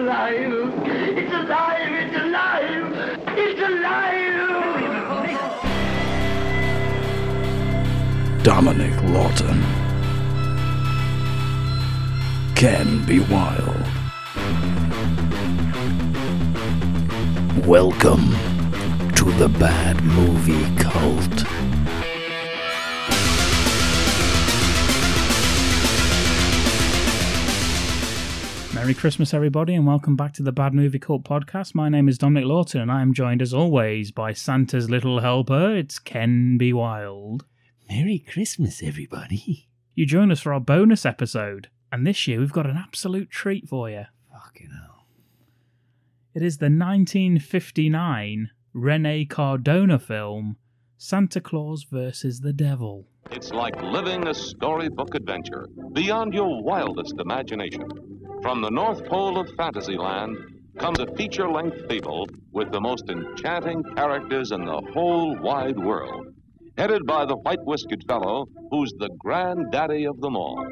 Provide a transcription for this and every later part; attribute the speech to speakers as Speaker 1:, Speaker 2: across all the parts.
Speaker 1: alive! It's alive! It's alive! It's alive!
Speaker 2: Dominic Lawton. Can be wild. Welcome to the Bad Movie Cult.
Speaker 3: Merry Christmas, everybody, and welcome back to the Bad Movie Cult podcast. My name is Dominic Lawton, and I am joined, as always, by Santa's little helper. It's Ken B. Wild.
Speaker 4: Merry Christmas, everybody.
Speaker 3: You join us for our bonus episode, and this year we've got an absolute treat for you.
Speaker 4: Fucking hell.
Speaker 3: It is the 1959 Rene Cardona film, Santa Claus versus the Devil.
Speaker 5: It's like living a storybook adventure beyond your wildest imagination. From the North Pole of Fantasyland comes a feature length fable with the most enchanting characters in the whole wide world, headed by the white whiskered fellow who's the granddaddy of them all.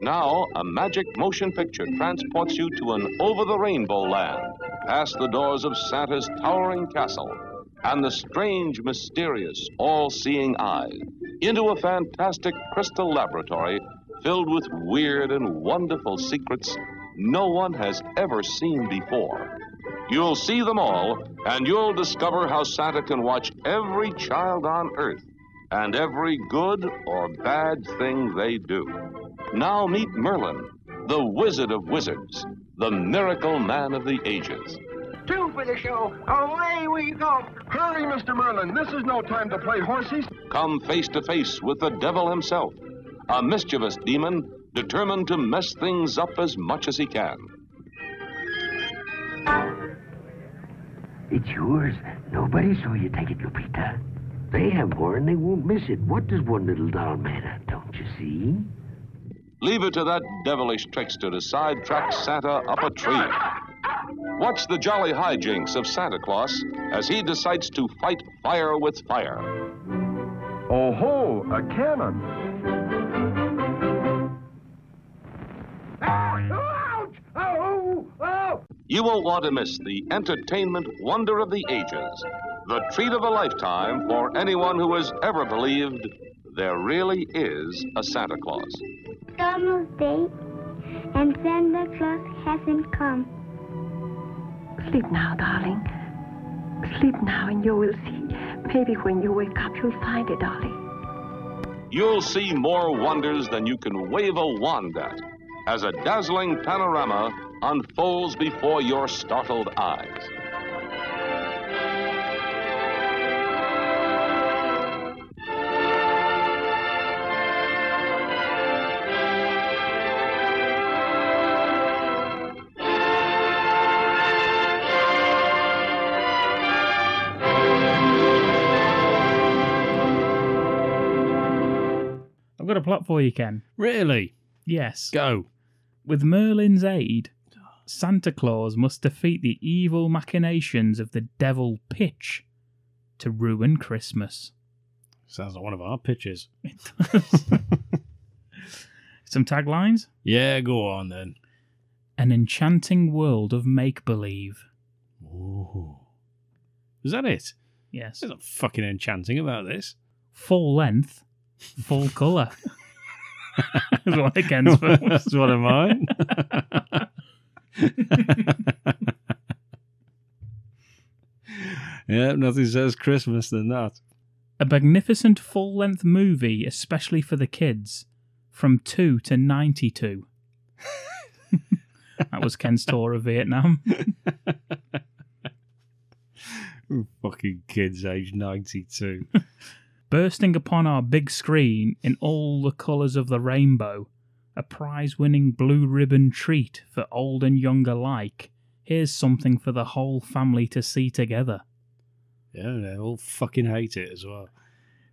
Speaker 5: Now, a magic motion picture transports you to an over the rainbow land, past the doors of Santa's towering castle and the strange, mysterious, all seeing eye, into a fantastic crystal laboratory filled with weird and wonderful secrets no one has ever seen before. You'll see them all, and you'll discover how Santa can watch every child on Earth and every good or bad thing they do. Now meet Merlin, the wizard of wizards, the miracle man of the ages.
Speaker 1: Two for the show! Away we go!
Speaker 6: Hurry, Mr. Merlin. This is no time to play horsies.
Speaker 5: Come face to face with the devil himself, a mischievous demon determined to mess things up as much as he can.
Speaker 7: It's yours. Nobody saw you take it, Lupita. They have horn, they won't miss it. What does one little doll matter, don't you see?
Speaker 5: Leave it to that devilish trickster to sidetrack Santa up a tree. Watch the jolly hijinks of Santa Claus as he decides to fight fire with fire.
Speaker 6: Oh ho, a cannon.
Speaker 1: Ouch! Oh! Oh!
Speaker 5: You won't want to miss the entertainment wonder of the ages, the treat of a lifetime for anyone who has ever believed there really is a Santa Claus.
Speaker 8: Donald's Day, and Santa Claus hasn't come.
Speaker 9: Sleep now, darling. Sleep now, and you will see. Maybe when you wake up, you'll find it, darling.
Speaker 5: You'll see more wonders than you can wave a wand at as a dazzling panorama unfolds before your startled eyes.
Speaker 3: I've got a plot for you, Ken.
Speaker 4: Really?
Speaker 3: Yes.
Speaker 4: Go.
Speaker 3: With Merlin's aid, Santa Claus must defeat the evil machinations of the devil Pitch to ruin Christmas.
Speaker 4: Sounds like one of our pitches.
Speaker 3: Some taglines?
Speaker 4: yeah, go on then.
Speaker 3: An enchanting world of make believe.
Speaker 4: Ooh. Is that it?
Speaker 3: Yes.
Speaker 4: There's nothing fucking enchanting about this.
Speaker 3: Full length, full colour. That's one of Ken's films.
Speaker 4: That's one of mine. yeah, nothing says Christmas than that.
Speaker 3: A magnificent full length movie, especially for the kids, from 2 to 92. that was Ken's tour of Vietnam.
Speaker 4: Fucking kids age 92.
Speaker 3: bursting upon our big screen in all the colours of the rainbow, a prize winning blue ribbon treat for old and young alike. Here's something for the whole family to see together.
Speaker 4: yeah, they all fucking hate it as well.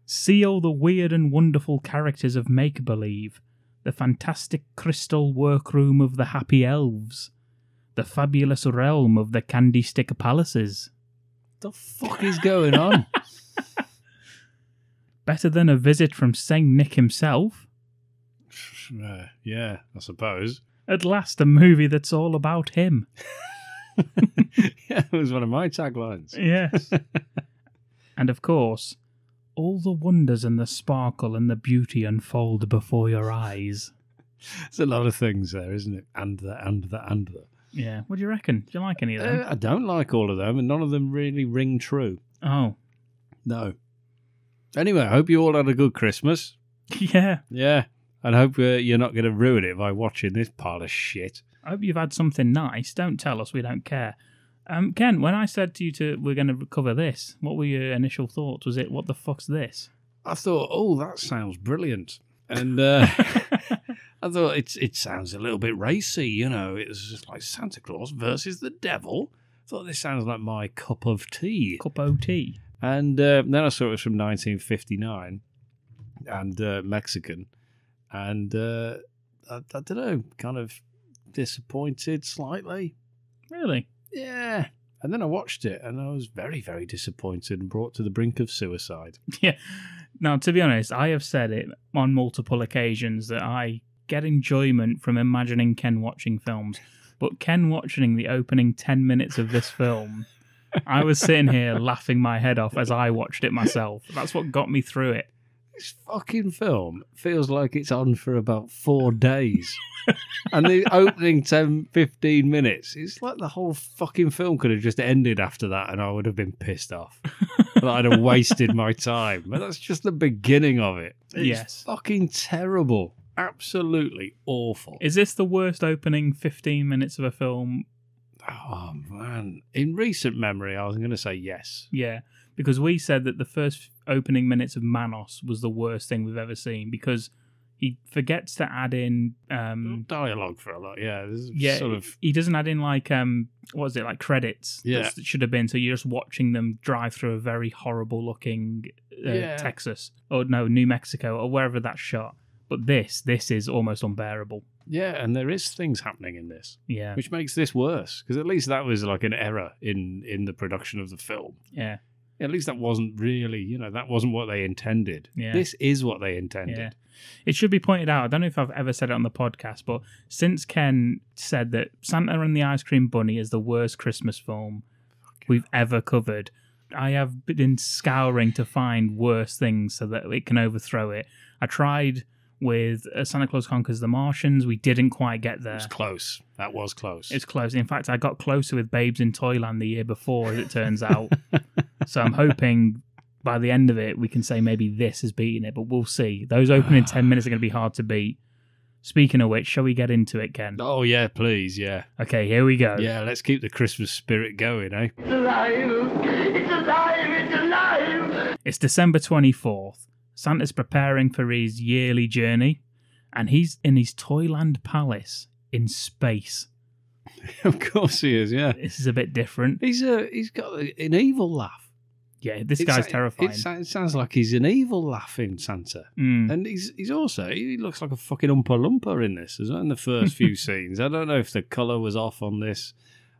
Speaker 3: See all the weird and wonderful characters of make believe, the fantastic crystal workroom of the happy elves, the fabulous realm of the candy stick palaces.
Speaker 4: The fuck is going on?
Speaker 3: Better than a visit from Saint Nick himself,
Speaker 4: Uh, yeah, I suppose.
Speaker 3: At last, a movie that's all about him.
Speaker 4: yeah, it was one of my taglines.
Speaker 3: Yes. and of course, all the wonders and the sparkle and the beauty unfold before your eyes.
Speaker 4: It's a lot of things there, isn't it? And the, and the, and the.
Speaker 3: Yeah. What do you reckon? Do you like any of them?
Speaker 4: Uh, I don't like all of them, and none of them really ring true.
Speaker 3: oh,
Speaker 4: No. Anyway, I hope you all had a good Christmas.
Speaker 3: yeah.
Speaker 4: Yeah. And hope uh, you're not going to ruin it by watching this pile of shit.
Speaker 3: I hope you've had something nice. Don't tell us. We don't care. Um, Ken, when I said to you to we're going to cover this, what were your initial thoughts? Was it what the fuck's this?
Speaker 4: I thought, oh, that sounds brilliant. And uh, I thought it's it sounds a little bit racy, you know. It was just like Santa Claus versus the devil. I thought this sounds like my cup of tea.
Speaker 3: Cup o' tea.
Speaker 4: And uh, then I saw it was from 1959 and uh, Mexican. And uh, I, I don't know, kind of disappointed slightly.
Speaker 3: Really?
Speaker 4: Yeah. And then I watched it and I was very, very disappointed and brought to the brink of suicide.
Speaker 3: Yeah. Now, to be honest, I have said it on multiple occasions that I get enjoyment from imagining Ken watching films, but Ken watching the opening 10 minutes of this film, I was sitting here laughing my head off as I watched it myself. That's what got me through it.
Speaker 4: This fucking film feels like it's on for about four days. and the opening 10, 15 minutes, it's like the whole fucking film could have just ended after that and I would have been pissed off. that I'd have wasted my time. But that's just the beginning of it. It's
Speaker 3: Yes.
Speaker 4: fucking terrible. Absolutely awful.
Speaker 3: Is this the worst opening 15 minutes of a film?
Speaker 4: oh, man. In recent memory, I was going to say yes.
Speaker 3: Yeah. Because we said that the first opening minutes of Manos was the worst thing we've ever seen because he forgets to add in um,
Speaker 4: Dialogue for a lot, yeah. This is
Speaker 3: yeah,
Speaker 4: sort of
Speaker 3: he doesn't add in like um, what is it like credits?
Speaker 4: Yeah.
Speaker 3: that's- that should have been. So you're just watching them drive through a very horrible looking uh,
Speaker 4: Yeah.
Speaker 3: Texas or no New Mexico or wherever that's shot. But this, this is almost unbearable.
Speaker 4: yeah, and there is things happening in this.
Speaker 3: Yeah,
Speaker 4: which makes this worse because at least that was like an error in in the production of the film
Speaker 3: yeah,
Speaker 4: at least that wasn't really you know that wasn't what they intended
Speaker 3: Yeah.
Speaker 4: this is what they
Speaker 3: yeah.
Speaker 4: intended
Speaker 3: It should be pointed out. I don't know if I've ever said it on the podcast, but since Ken said that Santa and the Ice Cream Bunny is the worst Christmas film we've ever covered. I have been scouring to find worse things so that it can overthrow it. I tried with uh, Santa Claus Conquers the Martians. We didn't quite get
Speaker 4: It
Speaker 3: there.
Speaker 4: was close that was close
Speaker 3: It's close. In fact, I got closer with Babes in Toyland the year before, as it turns out. so I'm hoping by the end of it, we can say maybe this has beaten it, but we'll see. Those opening 10 minutes are going to be hard to beat. Speaking of which, shall we get into it, Ken?
Speaker 4: oh yeah please yeah
Speaker 3: Okay, here we go.
Speaker 4: yeah let's keep the christmas spirit going eh
Speaker 1: It's alive! It's alive! It's alive!
Speaker 3: It's December 24th. Santa's preparing for his yearly journey, and he's in his Toyland Palace in space.
Speaker 4: of course he is yeah
Speaker 3: This is a bit different.
Speaker 4: he's a he's got an evil laugh
Speaker 3: Yeah, this
Speaker 4: It
Speaker 3: guy's
Speaker 4: sa-
Speaker 3: terrifying.
Speaker 4: it, sa- it sounds like he's an evil laughing santa
Speaker 3: Mm.
Speaker 4: And he's he's also he looks like a fucking umpa lumpa in this as well in the first few scenes. I don't know if the color was off on this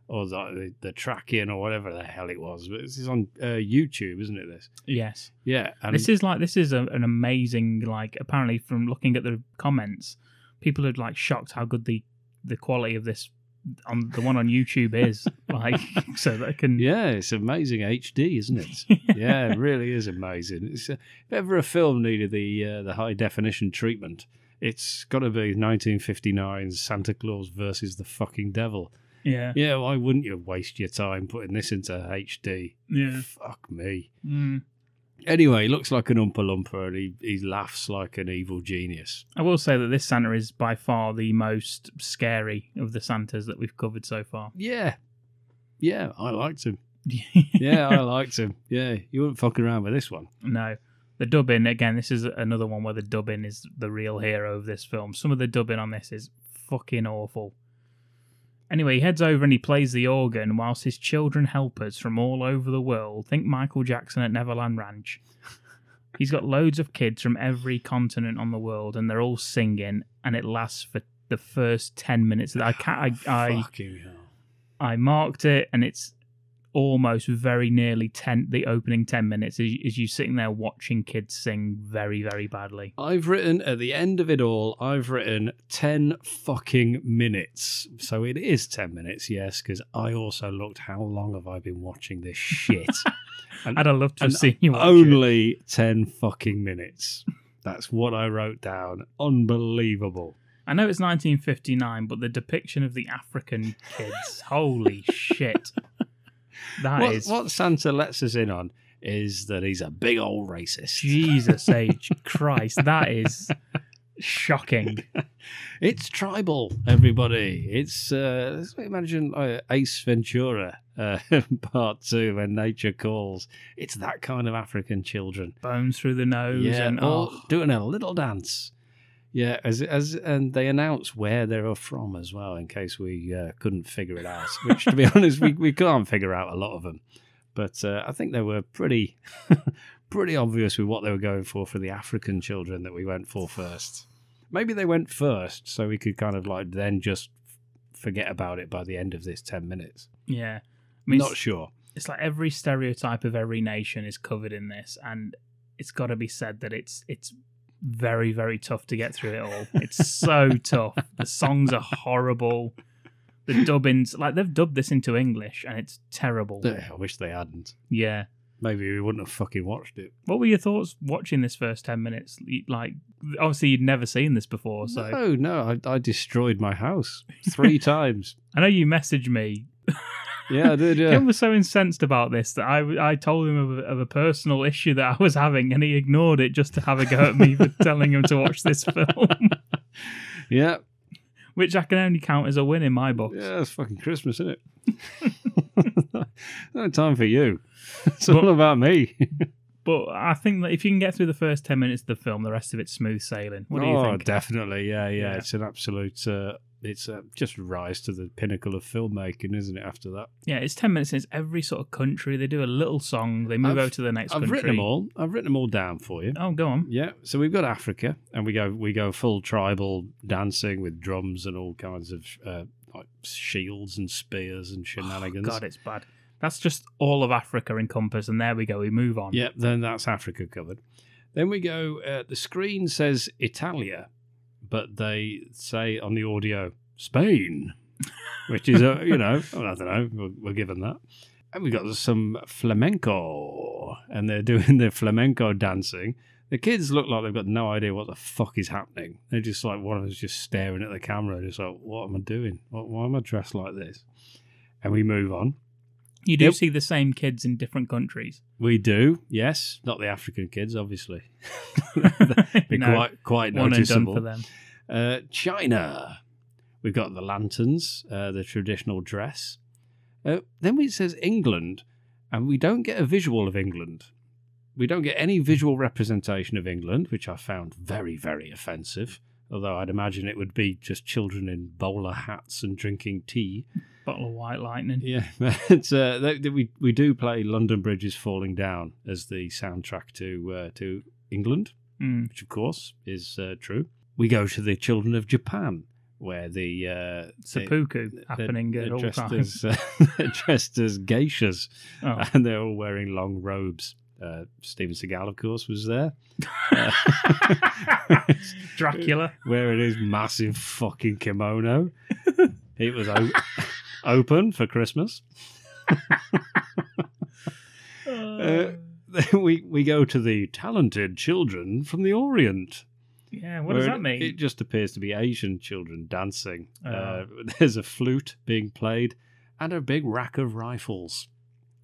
Speaker 4: or the, the, the tracking or whatever the hell it was. But this is on uh, YouTube, isn't it? This
Speaker 3: Yes.
Speaker 4: yeah. And
Speaker 3: this is like this is a, an amazing like apparently from looking at the comments people are like shocked how good the the quality of this on the one on youtube is like so that I can
Speaker 4: yeah, it's amazing HD, isn't it? yeah, it really is amazing. It's, uh, if ever a film needed the uh, the high definition treatment, it's got to be 1959's Santa Claus versus the fucking devil.
Speaker 3: yeah
Speaker 4: Yeah, why wouldn't you waste your time putting this into HD?
Speaker 3: yeah
Speaker 4: Fuck me.
Speaker 3: Mm.
Speaker 4: Anyway, he looks like an Oompa Loompa and he, he laughs like an evil genius.
Speaker 3: i will say that this santa is by far the most scary of the santas that we've covered so far
Speaker 4: Yeah. Yeah, I liked him. Yeah, I liked him. Yeah, you wouldn't fuck around with this one.
Speaker 3: No. The dubbing, again, this is another one where the dubbing is the real hero of this film. Some of the dubbing on this is fucking awful. Anyway, he heads over and he plays the organ whilst his children helpers from all over the world think Michael Jackson at Neverland Ranch. He's got loads of kids from every continent on the world and they're all singing and it lasts for the first 10 minutes. I can't, I, I,
Speaker 4: Fucking hell.
Speaker 3: I marked it and it's almost very nearly ten the opening ten minutes is, is you sitting there watching kids sing very very badly.
Speaker 4: I've written at the end of it all, I've written 10 fucking minutes. So it is 10 minutes, yes, because I also looked how long have I been watching this shit. And
Speaker 3: I'd have loved to have
Speaker 4: and
Speaker 3: seen you watch it.
Speaker 4: Only 10 fucking minutes. That's what I wrote down. Unbelievable.
Speaker 3: I know it's 1959, but the depiction of the African kids, holy shit, that
Speaker 4: What,
Speaker 3: is
Speaker 4: what Santa lets us in on is that he's a big old racist.
Speaker 3: Jesus H Christ, that is shocking.
Speaker 4: It's tribal, everybody. It's uh, let's imagine uh, Ace Ventura uh, Part Two when nature calls. It's that kind of African children.
Speaker 3: Bones through the nose
Speaker 4: Yeah,
Speaker 3: and
Speaker 4: all
Speaker 3: oh,
Speaker 4: doing a little dance. Yeah, as as and they announce where they're from as well, in case we uh, couldn't figure it out. Which, to be honest, we we can't figure out a lot of them. But uh, I think they were pretty pretty obvious with what they were going for for the African children that we went for first. Maybe they went first, so we could kind of like then just forget about it by the end of this ten minutes.
Speaker 3: yeah. I mean,
Speaker 4: Not
Speaker 3: it's-
Speaker 4: sure.
Speaker 3: it's like every stereotype of every nation is covered in this, and it's got to be said that it's it's very very tough to get through it all. It's so tough. The songs are horrible. The dubbings, like they've dubbed this into English, and it's terrible.
Speaker 4: Eh, I wish they hadn't.
Speaker 3: Yeah.
Speaker 4: Maybe we wouldn't have fucking watched it.
Speaker 3: What were your thoughts watching this first ten minutes? Like, obviously you'd never seen this before, so
Speaker 4: No, no, I, I destroyed my house three times.
Speaker 3: I know you messaged me.
Speaker 4: Yeah, I did. Yeah.
Speaker 3: Kim was so incensed about this that I, I told him of a, of a personal issue that I was having, and he ignored it just to have a go at me for telling him to watch this film,
Speaker 4: yeah,
Speaker 3: which I can only count as a win in my book.
Speaker 4: yeah, it's fucking Christmas, isn't it? no time for you. It's all about me.
Speaker 3: But I think that if you can get through the first ten minutes of the film, the rest of it's smooth sailing. What do you
Speaker 4: oh,
Speaker 3: think?
Speaker 4: definitely. Yeah, yeah,
Speaker 3: Yeah.
Speaker 4: It's an absolute. Uh, it's uh, just rise to the pinnacle of filmmaking, isn't it? After that,
Speaker 3: yeah, it's ten minutes. It's every sort of country. They do a little song. They move
Speaker 4: I've-
Speaker 3: over to the next
Speaker 4: I've
Speaker 3: country.
Speaker 4: written them all. I've written them all down for you.
Speaker 3: Oh, go on.
Speaker 4: Mm-hmm. Yeah, so we've got Africa, and we go we go full tribal dancing with drums and all kinds of uh, like shields and spears and shenanigans.
Speaker 3: God, it's bad. That's just all of Africa encompassed, and there we go. We move on.
Speaker 4: Yep, then that's Africa covered. Then we go, uh, the screen says Italia, but they say on the audio, Spain, which is, uh, you know, I don't know, we're, we're given that. And we've got some flamenco, and they're doing their flamenco dancing. The kids look like they've got no idea what the fuck is happening. They're just like, one of them's just staring at the camera, just like, what am I doing? Why- Why am I dressed like this? And we move on.
Speaker 3: You do
Speaker 4: Yep.
Speaker 3: see the same kids in different countries.
Speaker 4: We do, yes. Not the African kids, obviously. Be
Speaker 3: No,
Speaker 4: quite quite
Speaker 3: One and done
Speaker 4: noticeable.
Speaker 3: for them.
Speaker 4: Uh, China. We've got the lanterns, uh, the traditional dress. Uh, then it says England, and we don't get a visual of England. We don't get any visual representation of England, which I found very, very offensive. Although I'd imagine it would be just children in bowler hats and drinking tea.
Speaker 3: Bottle of White Lightning.
Speaker 4: Yeah, but uh, they, they- we we do play "London Bridge is Falling Down" as the soundtrack to uh, to England,
Speaker 3: Mm.
Speaker 4: which of course is uh, true. We go to the Children of Japan, where the uh, they-
Speaker 3: Seppuku happening
Speaker 4: they're
Speaker 3: at all
Speaker 4: dressed
Speaker 3: times.
Speaker 4: as, uh, they're dressed as geishas,
Speaker 3: Oh.
Speaker 4: and they're all wearing long robes. Uh, Steven Seagal, of course, was there.
Speaker 3: Dracula.
Speaker 4: wearing his massive fucking kimono. it was o- open for Christmas. Uh, we we go to the talented children from the Orient.
Speaker 3: yeah, what does
Speaker 4: where
Speaker 3: that mean?
Speaker 4: It just appears to be Asian children dancing. Uh,
Speaker 3: Oh.
Speaker 4: there's a flute being played and a big rack of rifles.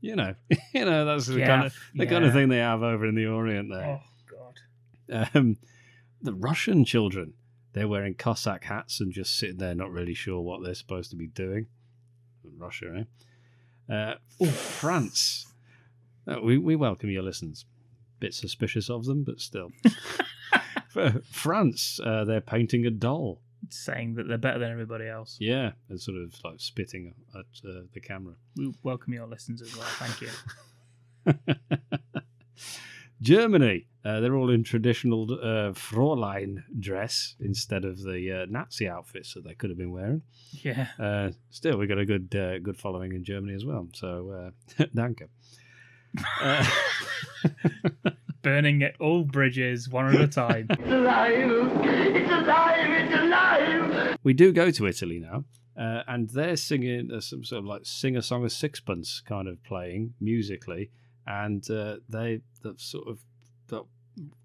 Speaker 4: You know, you know that's the kind of
Speaker 3: Gaff,
Speaker 4: the kind of
Speaker 3: yeah.
Speaker 4: thing they have over in the Orient there.
Speaker 3: Oh, God.
Speaker 4: Um, the Russian children, they're wearing Cossack hats and just sitting there, not really sure what they're supposed to be doing. Russia, eh? Uh, ooh, France. Uh, we, we welcome your listens. Bit suspicious of them, but still. France, uh, they're painting a doll.
Speaker 3: Saying that they're better than everybody else.
Speaker 4: Yeah, and sort of like spitting at uh, the camera.
Speaker 3: We welcome your listens as well. Thank you.
Speaker 4: Germany. Uh, they're all in traditional uh, Fräulein dress instead of the uh, Nazi outfits that they could have been wearing.
Speaker 3: Yeah.
Speaker 4: Uh, still, we got a good uh, good following in Germany as well. So, uh, danke. Uh,
Speaker 3: Burning all bridges one at a time.
Speaker 1: It's alive! It's alive! It's alive!
Speaker 4: we do go to Italy now, uh, and they're singing uh, some sort of like singer song of sixpence kind of playing musically, and uh, they the sort of that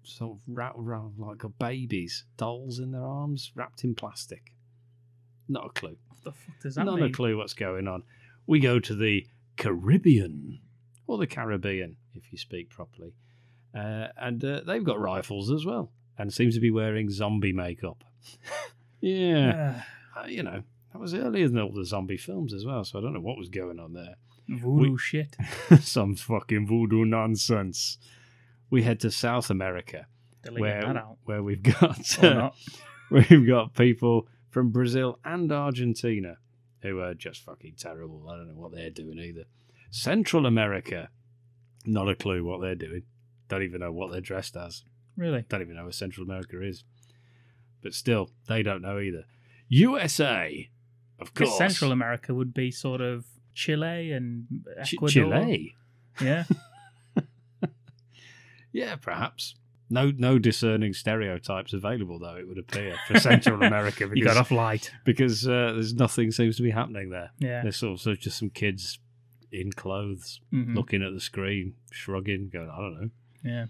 Speaker 4: sort of wrap around like a babies, dolls in their arms, wrapped in plastic. Not a clue.
Speaker 3: what the fuck does that
Speaker 4: Not a
Speaker 3: mean?
Speaker 4: clue what's going on. We go to the Caribbean or the Caribbean, if you speak properly, uh, and uh, they've got rifles as well, and seems to be wearing zombie makeup. yeah
Speaker 3: Ah,
Speaker 4: uh, you know, that was earlier than all the zombie films as well, so I don't know what was going on there.
Speaker 3: voodoo
Speaker 4: We-
Speaker 3: shit.
Speaker 4: Some fucking voodoo nonsense. We head to South America,
Speaker 3: Deleting that
Speaker 4: where,
Speaker 3: out.
Speaker 4: where we've got
Speaker 3: Or not.
Speaker 4: we've got people from Brazil and Argentina who are just fucking terrible. I don't know what they're doing either. Central America, not a clue what they're doing. Don't even know what they're dressed as.
Speaker 3: Really?
Speaker 4: Don't even know where Central America is. But still, they don't know either. USA, of
Speaker 3: Because
Speaker 4: course.
Speaker 3: Central America would be sort of Chile and
Speaker 4: Ch-
Speaker 3: Ecuador.
Speaker 4: Chile.
Speaker 3: Yeah.
Speaker 4: Yeah, perhaps. No, no discerning stereotypes available though. It would appear for Central America
Speaker 3: you got
Speaker 4: because,
Speaker 3: off light.
Speaker 4: because uh, there's nothing seems to be happening there.
Speaker 3: Yeah.
Speaker 4: There's also just some kids in clothes
Speaker 3: Mhm.
Speaker 4: looking at the screen, shrugging, going, "I don't know."
Speaker 3: Yeah.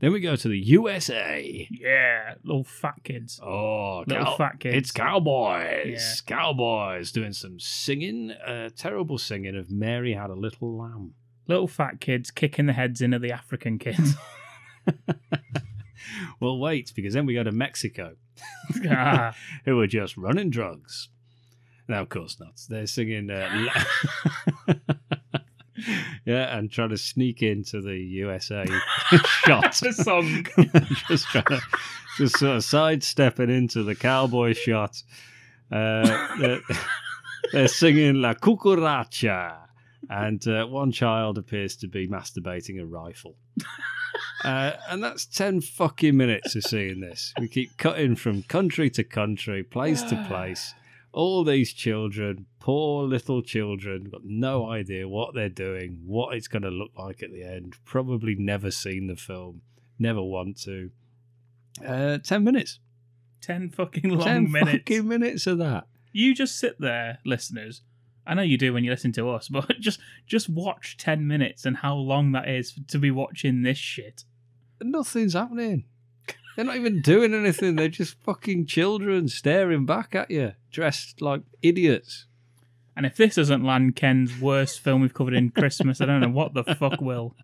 Speaker 4: Then we go to the USA.
Speaker 3: Yeah. Little fat kids.
Speaker 4: Oh,
Speaker 3: Little
Speaker 4: cow-
Speaker 3: fat kids.
Speaker 4: It's cowboys. Cowboys doing some singing, uh, terrible singing of Mary Had a Little Lamb.
Speaker 3: Little fat kids kicking the heads in of the African kids.
Speaker 4: well, wait, because then we go to Mexico,
Speaker 3: Ah,
Speaker 4: who are just running drugs. Now, of course not. They're singing. Uh, la- yeah, and trying to sneak into the USA shot.
Speaker 3: the song.
Speaker 4: just trying to just sort of sidestepping into the cowboy shot. Uh, they're, they're singing La Cucaracha, and uh, one child appears to be masturbating a rifle. Uh, and that's 10 fucking minutes of seeing this. We keep cutting from country to country, place to place. All these children, poor little children, got no idea what they're doing, what it's going to look like at the end. Probably never seen the film never want to. Uh, ten minutes.
Speaker 3: Ten fucking long
Speaker 4: ten
Speaker 3: minutes.
Speaker 4: fucking minutes of that.
Speaker 3: You just sit there, listeners. I know you do when you listen to us, but just just watch ten minutes and how long that is to be watching this shit.
Speaker 4: Nothing's happening. They're not even doing anything. They're just fucking children staring back at you, dressed like idiots.
Speaker 3: And if this doesn't land Ken's worst film we've covered in Christmas, I don't know what the fuck will.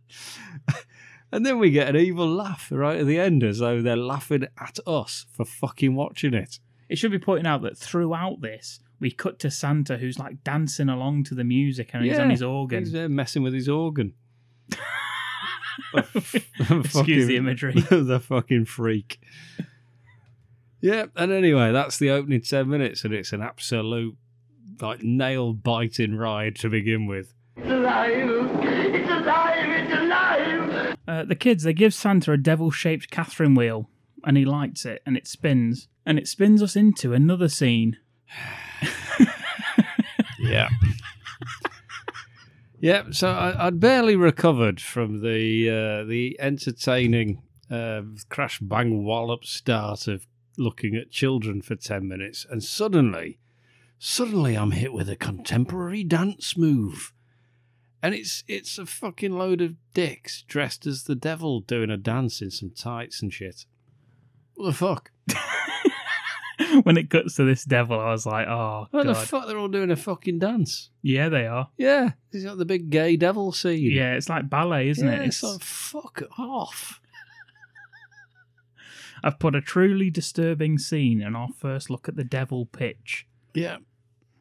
Speaker 4: And then we get an evil laugh right at the end, as though they're laughing at us for fucking watching it.
Speaker 3: It should be pointed out that throughout this, we cut to Santa who's like dancing along to the music and he's on his organ.
Speaker 4: He's there messing with his organ.
Speaker 3: Excuse the imagery.
Speaker 4: the fucking freak. Yeah, and anyway, that's the opening ten minutes, and it's an absolute like nail biting ride to begin with.
Speaker 1: It's alive! It's alive! It's alive!
Speaker 3: Uh, the kids, they give Santa a devil shaped Catherine wheel and he lights it and it spins. And it spins us into another scene.
Speaker 4: Yeah. yeah, so I, I'd barely recovered from the uh, the entertaining uh, crash bang wallop start of looking at children for ten minutes, and suddenly, suddenly I'm hit with a contemporary dance move, and it's it's a fucking load of dicks dressed as the devil doing a dance in some tights and shit. What the fuck?
Speaker 3: when it cuts to this devil, I was like, oh,
Speaker 4: What the
Speaker 3: God.
Speaker 4: fuck? They're all doing a fucking dance.
Speaker 3: yeah, they are.
Speaker 4: Yeah, it's like the big gay devil scene.
Speaker 3: Yeah, it's like ballet, isn't
Speaker 4: Yeah,
Speaker 3: it?
Speaker 4: It's like, fuck off.
Speaker 3: I've put a truly disturbing scene in our first look at the devil pitch.
Speaker 4: Yeah.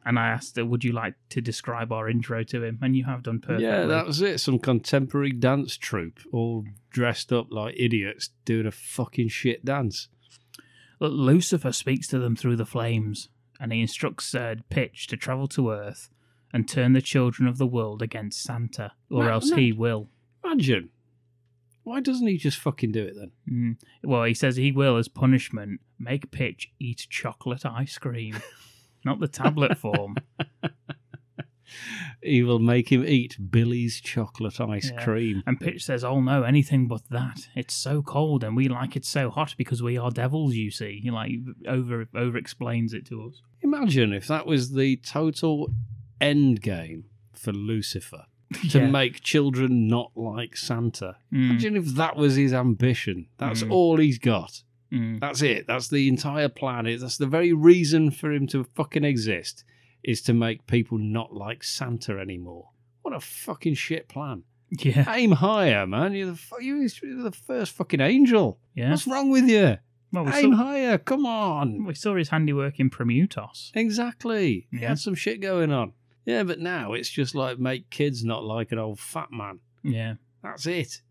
Speaker 3: And I asked her, would you like to describe our intro to him? And you have done perfectly.
Speaker 4: Yeah, that was it. Some contemporary dance troupe, all dressed up like idiots, doing a fucking shit dance.
Speaker 3: Look, Lucifer speaks to them through the flames, and he instructs uh, Pitch to travel to Earth and turn the children of the world against Santa, or
Speaker 4: No,
Speaker 3: else
Speaker 4: no.
Speaker 3: he will.
Speaker 4: Imagine. Why doesn't he just fucking do it then?
Speaker 3: Mm. Well, he says he will, as punishment, make Pitch eat chocolate ice cream, not the tablet form.
Speaker 4: He will make him eat Billy's chocolate ice
Speaker 3: Yeah.
Speaker 4: cream.
Speaker 3: And Pitch says, "Oh no, anything but that. It's so cold, and we like it so hot because we are devils. You see, he like over over explains it to us.
Speaker 4: Imagine if that was the total end game for Lucifer to
Speaker 3: Yeah.
Speaker 4: make children not like Santa.
Speaker 3: Mm,
Speaker 4: Imagine if that was his ambition. That's
Speaker 3: Mm.
Speaker 4: all he's got.
Speaker 3: mm.
Speaker 4: That's it. That's the entire planet. That's the very reason for him to fucking exist is to make people not like Santa anymore. What a fucking shit plan.
Speaker 3: yeah,
Speaker 4: Aim higher, man. You're the, fu- you're the first fucking angel.
Speaker 3: yeah.
Speaker 4: What's wrong with you?
Speaker 3: Well, we
Speaker 4: Aim
Speaker 3: saw,
Speaker 4: higher. Come on.
Speaker 3: we saw his handiwork in Promutos.
Speaker 4: Exactly. He
Speaker 3: Yeah.
Speaker 4: had some shit going on. Yeah, but now it's just like make kids not like an old fat man.
Speaker 3: Yeah,
Speaker 4: That's it.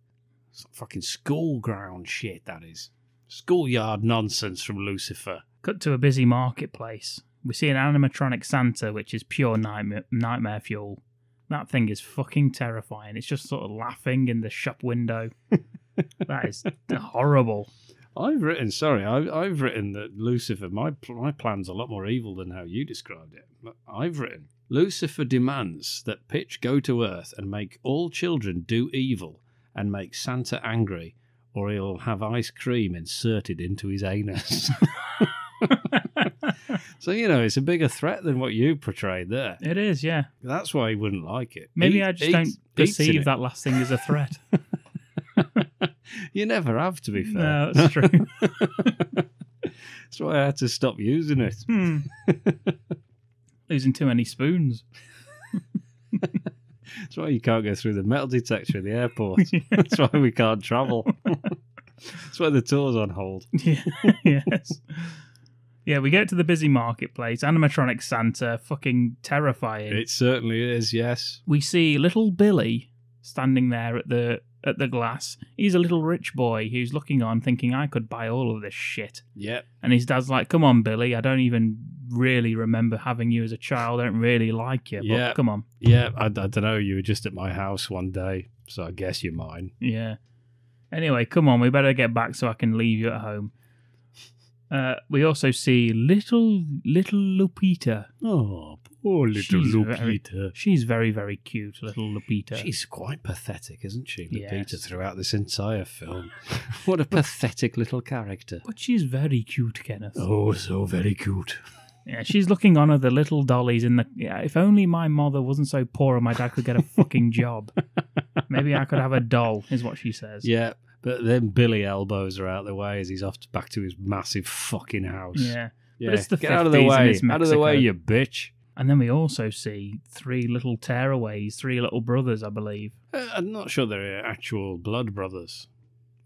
Speaker 4: It's like fucking school ground shit, that is. Schoolyard nonsense from Lucifer.
Speaker 3: Cut to a busy marketplace. We see an animatronic Santa, which is pure nightmare, nightmare fuel. That thing is fucking terrifying. It's just sort of laughing in the shop window. that is horrible.
Speaker 4: I've written, sorry, I've, I've written that Lucifer, my, pl- my plan's a lot more evil than how you described it. But I've written, Lucifer demands that Pitch go to Earth and make all children do evil and make Santa angry, or he'll have ice cream inserted into his anus. so, you know, it's a bigger threat than what you portrayed there.
Speaker 3: It is, yeah.
Speaker 4: That's why he wouldn't like it.
Speaker 3: Maybe
Speaker 4: Eat-
Speaker 3: I just
Speaker 4: eat-
Speaker 3: don't
Speaker 4: eats in
Speaker 3: perceive
Speaker 4: it.
Speaker 3: that last thing as a threat.
Speaker 4: you never have, to be fair.
Speaker 3: no, that's true.
Speaker 4: That's why I had to stop using it.
Speaker 3: Hmm. Losing too many spoons.
Speaker 4: That's why you can't go through the metal detector at the airport. That's why we can't travel. That's why the tour's on hold.
Speaker 3: Yeah, yes. Yeah, we get to the busy marketplace. Animatronic Santa, fucking terrifying.
Speaker 4: It certainly is, yes.
Speaker 3: we see little Billy standing there at the at the glass. He's a little rich boy who's looking on, thinking, "I could buy all of this shit."
Speaker 4: Yep.
Speaker 3: And his dad's like, "Come on, Billy. I don't even really remember having you as a child. I don't really like you. But
Speaker 4: Yeah.
Speaker 3: come on,
Speaker 4: Yeah, I, don't know. You were just at my house one day, so I guess you're mine.
Speaker 3: yeah. Anyway, come on. We better get back so I can leave you at home." Uh, we also see little little Lupita.
Speaker 4: Oh, poor little
Speaker 3: She's very-
Speaker 4: Lupita.
Speaker 3: She's very very cute, little Lupita.
Speaker 4: She's quite pathetic, isn't she, Lupita,
Speaker 3: Yes.
Speaker 4: throughout this entire film? what a pathetic little character.
Speaker 3: but she's very cute, Kenneth.
Speaker 4: Oh, so very cute.
Speaker 3: Yeah, she's looking on at the little dollies in the. Yeah, if only my mother wasn't so poor and my dad could get a fucking job. Maybe I could have a doll, is what she says.
Speaker 4: Yeah, but then Billy elbows her out the way as he's off to, back to his massive fucking house.
Speaker 3: Yeah.
Speaker 4: Yeah,
Speaker 3: it's the
Speaker 4: get out of the
Speaker 3: 50s and
Speaker 4: way.
Speaker 3: it's
Speaker 4: out of the
Speaker 3: Mexico.
Speaker 4: way, you bitch.
Speaker 3: And then we also see three little tearaways, three little brothers, I believe.
Speaker 4: Uh, I'm not sure they're actual blood brothers.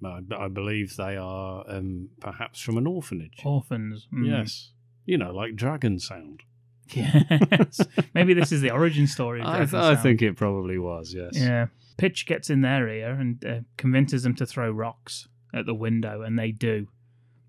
Speaker 4: I, I believe they are um, perhaps from an orphanage.
Speaker 3: Orphans.
Speaker 4: hmm.
Speaker 3: Mm.
Speaker 4: Yes. You know, like Dragon Sound.
Speaker 3: Yes. Maybe this is the origin story of
Speaker 4: I,
Speaker 3: Dragon
Speaker 4: I
Speaker 3: Sound.
Speaker 4: think it probably was, yes.
Speaker 3: Yeah. Pitch gets in their ear and uh, convinces them to throw rocks at the window, and they do.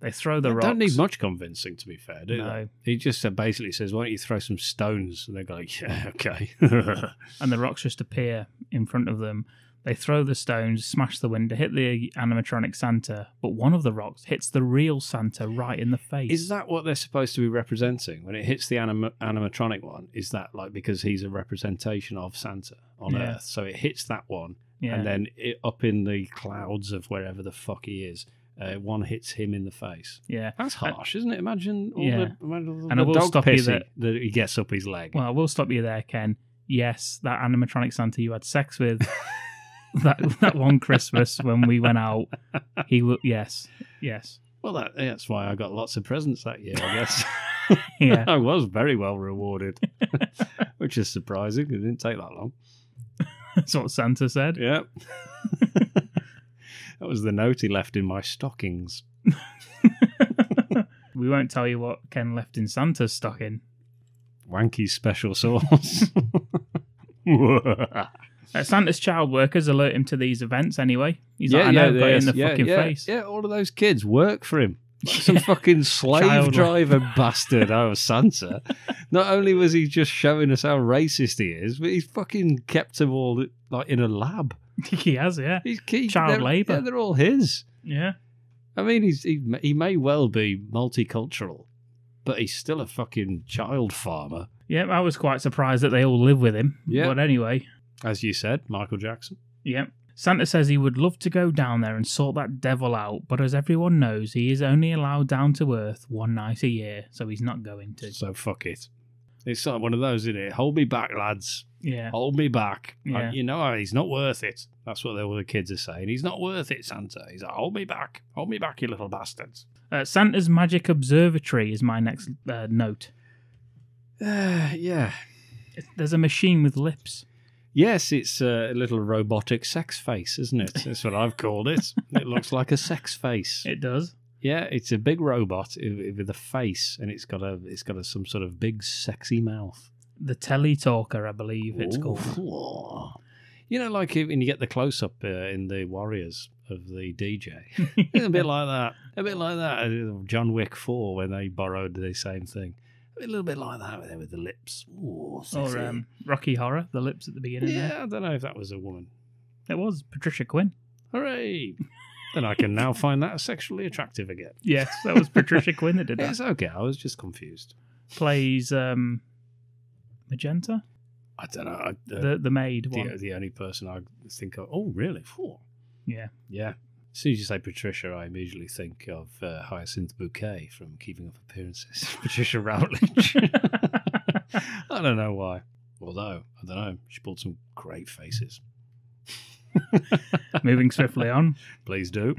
Speaker 3: They throw the
Speaker 4: They
Speaker 3: rocks.
Speaker 4: don't need much convincing, to be fair, do
Speaker 3: No.
Speaker 4: they? He just said, basically says, why don't you throw some stones? And they go, like, yeah, okay.
Speaker 3: and the rocks just appear in front of them. They throw the stones, smash the window, hit the animatronic Santa, but one of the rocks hits the real Santa right in the face.
Speaker 4: is that what they're supposed to be representing? When it hits the anim- animatronic one, is that like because he's a representation of Santa on
Speaker 3: Yeah.
Speaker 4: Earth? So it hits that one
Speaker 3: yeah.
Speaker 4: and then it, up in the clouds of wherever the fuck he is, uh, one hits him in the face.
Speaker 3: yeah.
Speaker 4: That's harsh, isn't it? Imagine all
Speaker 3: Yeah.
Speaker 4: the, imagine all
Speaker 3: And I
Speaker 4: the
Speaker 3: will
Speaker 4: dog
Speaker 3: stop you
Speaker 4: piss he-
Speaker 3: there.
Speaker 4: that he gets up his leg.
Speaker 3: Well, I will stop you there, Ken. Yes, that animatronic Santa you had sex with that that one Christmas when we went out. He will. Yes, yes,
Speaker 4: Well, that, that's why I got lots of presents that year, I guess.
Speaker 3: yeah.
Speaker 4: I was very well rewarded, which is surprising. It didn't take that long.
Speaker 3: That's what Santa said.
Speaker 4: Yeah. that was the note he left in my stockings.
Speaker 3: We won't tell you what Ken left in Santa's stocking.
Speaker 4: Wanky special sauce.
Speaker 3: Uh, Santa's child workers alert him to these events anyway. He's like, I know, got it in the fucking face.
Speaker 4: Yeah, all of those kids work for him. Some fucking slave
Speaker 3: Child-
Speaker 4: driver bastard. Oh, Santa. Not only was he just showing us how racist he is, but he's fucking kept them all like in a lab.
Speaker 3: he has, yeah.
Speaker 4: He's keep,
Speaker 3: Child
Speaker 4: they're-
Speaker 3: labour.
Speaker 4: Yeah, they're all his.
Speaker 3: Yeah.
Speaker 4: I mean, he's he, m- he may well be multicultural, but he's still a fucking child farmer,
Speaker 3: Yeah, I was quite surprised that they all live with him.
Speaker 4: Yeah.
Speaker 3: But anyway,
Speaker 4: as you said, Michael Jackson.
Speaker 3: yeah. Santa says he would love to go down there and sort that devil out, but as everyone knows, he is only allowed down to Earth one night a year, so he's not going to.
Speaker 4: So fuck it. It's like one of those, isn't it? Hold me back, lads.
Speaker 3: Yeah.
Speaker 4: Hold me back.
Speaker 3: Yeah.
Speaker 4: Like, you know, he's not worth it. That's what all the kids are saying. He's not worth it, Santa. He's like, hold me back. Hold me back, you little bastards.
Speaker 3: Uh, Santa's Magic Observatory is my next uh, note.
Speaker 4: Uh, yeah.
Speaker 3: There's a machine with lips.
Speaker 4: Yes, it's a little robotic sex face, isn't it? That's what I've called it. It looks like a sex face.
Speaker 3: It does.
Speaker 4: Yeah, it's a big robot i- with a face, and it's got a it's got a, some sort of big sexy mouth.
Speaker 3: The Teletalker, I believe it's called.
Speaker 4: Ooh. You know, like when you get the close up uh, in the Warriors of the DJ, a bit like that, a bit like that. uh, John Wick Four when they borrowed the same thing, a little bit like that with with the lips. Ooh,
Speaker 3: Or
Speaker 4: sexy.
Speaker 3: um, Rocky Horror, the lips at the beginning there.
Speaker 4: yeah, I don't know if that was a woman.
Speaker 3: It was Patricia Quinn.
Speaker 4: Hooray! then I can now find that sexually attractive again.
Speaker 3: Yes, that was Patricia Quinn that did that.
Speaker 4: It's okay. I was just confused.
Speaker 3: Plays um, Magenta,
Speaker 4: I don't know. I, uh,
Speaker 3: the the maid one.
Speaker 4: the, the only person I think of. Oh, really? Four.
Speaker 3: Yeah.
Speaker 4: Yeah. As soon as you say Patricia, I immediately think of uh, Hyacinth Bouquet from Keeping Up Appearances. Patricia Routledge. I don't know why. Although, I don't know. She pulled some great faces.
Speaker 3: Moving swiftly on.
Speaker 4: Please do.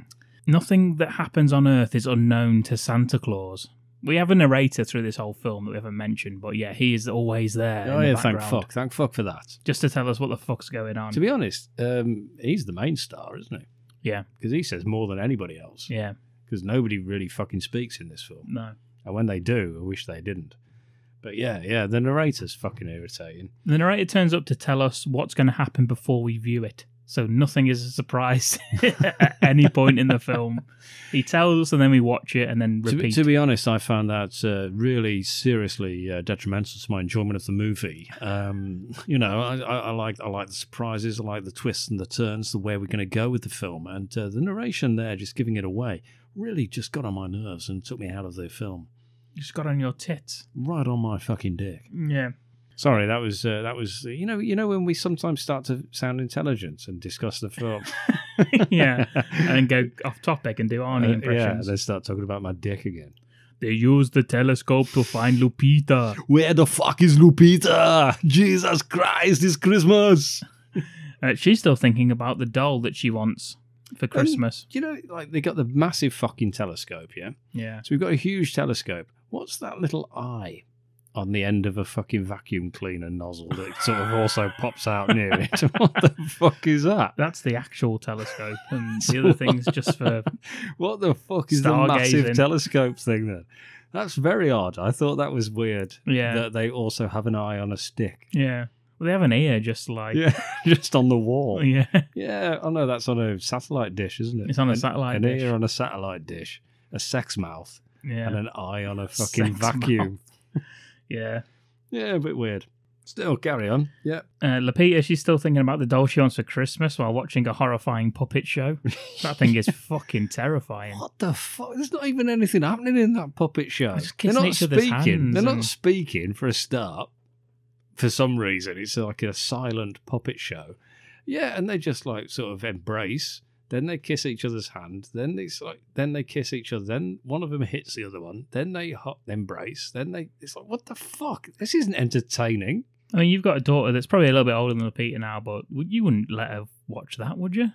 Speaker 3: Nothing that happens on Earth is unknown to Santa Claus. We have a narrator through this whole film that we haven't mentioned, but yeah, he is always there.
Speaker 4: Oh,
Speaker 3: in the
Speaker 4: yeah, thank
Speaker 3: background,
Speaker 4: fuck. Thank fuck for that.
Speaker 3: Just to tell us what the fuck's going on.
Speaker 4: To be honest, um, he's the main star, isn't he?
Speaker 3: Yeah.
Speaker 4: Because he says more than anybody else.
Speaker 3: yeah,
Speaker 4: Because nobody really fucking speaks in this film.
Speaker 3: no.
Speaker 4: And when they do, I wish they didn't. But yeah, yeah, the narrator's fucking irritating.
Speaker 3: The narrator turns up to tell us what's going to happen before we view it. So nothing is a surprise at any point in the film. He tells us, and then we watch it, and then
Speaker 4: To be,
Speaker 3: repeat.
Speaker 4: to be honest, I found that uh, really seriously uh, detrimental to my enjoyment of the movie. Um, you know, I, I, I like I like the surprises, I like the twists and the turns, the way we're going to go with the film, and uh, the narration there, just giving it away, really just got on my nerves and took me out of the film,
Speaker 3: you just got on your tits.
Speaker 4: right on my fucking dick.
Speaker 3: Yeah,
Speaker 4: Sorry, that was uh, that was you know you know when we sometimes start to sound intelligent and discuss the film.
Speaker 3: yeah. and then go off topic and do Arnie
Speaker 4: Uh, yeah,
Speaker 3: impressions.
Speaker 4: they start talking about my dick again.
Speaker 3: they use the telescope to find Lupita,
Speaker 4: Where the fuck is Lupita? Jesus Christ, it's Christmas.
Speaker 3: Uh, she's still thinking about the doll that she wants for Christmas.
Speaker 4: You know, like they got the massive fucking telescope, yeah?
Speaker 3: yeah.
Speaker 4: So we've got a huge telescope. What's that little eye on the end of a fucking vacuum cleaner nozzle that sort of also pops out near it? What the fuck is that?
Speaker 3: That's the actual telescope, and the other thing's just for.
Speaker 4: What the fuck is the massive
Speaker 3: Stargazing.
Speaker 4: telescope thing then? That's very odd. I thought that was weird.
Speaker 3: Yeah.
Speaker 4: That they also have an eye on a stick.
Speaker 3: Yeah. Well, they have an ear just like.
Speaker 4: Yeah, just on the wall.
Speaker 3: yeah.
Speaker 4: Yeah, I know that's on a satellite dish, isn't it?
Speaker 3: It's on a
Speaker 4: An-
Speaker 3: satellite
Speaker 4: An
Speaker 3: dish.
Speaker 4: ear on a satellite dish, a sex mouth,
Speaker 3: Yeah.
Speaker 4: and an eye on a
Speaker 3: Sex
Speaker 4: fucking vacuum.
Speaker 3: Yeah.
Speaker 4: Yeah, a bit weird. Still, carry on. Yeah,
Speaker 3: Uh, Lupita, she's still thinking about the doll she wants for Christmas while watching a horrifying puppet show. That thing is fucking terrifying.
Speaker 4: What the fuck? There's not even anything happening in that puppet show.
Speaker 3: Just
Speaker 4: They're
Speaker 3: kissing
Speaker 4: not
Speaker 3: each other's
Speaker 4: speaking.
Speaker 3: hands
Speaker 4: They're not
Speaker 3: and-
Speaker 4: speaking for a start. For some reason, it's like a silent puppet show. Yeah, and they just like sort of embrace. Then they kiss each other's hand. Then it's like then they kiss each other. Then one of them hits the other one. Then they hot embrace. Then they it's like what the fuck? This isn't entertaining.
Speaker 3: I mean, you've got a daughter that's probably a little bit older than Lupita now, but would- you wouldn't let her watch that, would you?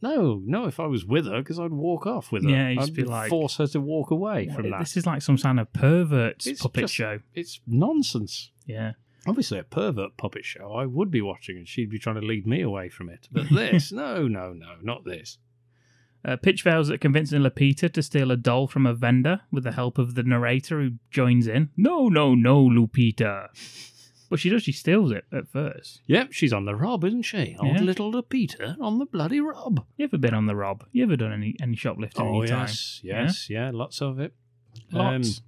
Speaker 4: No, no. If I was with her, because I'd walk off with her.
Speaker 3: Yeah, you'd
Speaker 4: I'd
Speaker 3: just be like-
Speaker 4: force her to walk away from that.
Speaker 3: This is like some kind of pervert's
Speaker 4: It's
Speaker 3: puppet
Speaker 4: just-
Speaker 3: show.
Speaker 4: It's nonsense.
Speaker 3: Yeah.
Speaker 4: Obviously, a pervert puppet show I would be watching, and she'd be trying to lead me away from it. But this, no, no, no, not this.
Speaker 3: Uh, Pitch fails at convincing Lupita to steal a doll from a vendor with the help of the narrator who joins in. No, no, no, Lupita. But she does, she steals it at first.
Speaker 4: Yep, she's on the rob, isn't she? Old
Speaker 3: Yeah.
Speaker 4: little to Peter on the bloody rob.
Speaker 3: You ever been on the rob? You ever done any, any shoplifting
Speaker 4: Oh,
Speaker 3: any time?
Speaker 4: yes, yes, yeah? lots of it.
Speaker 3: Lots.
Speaker 4: Um,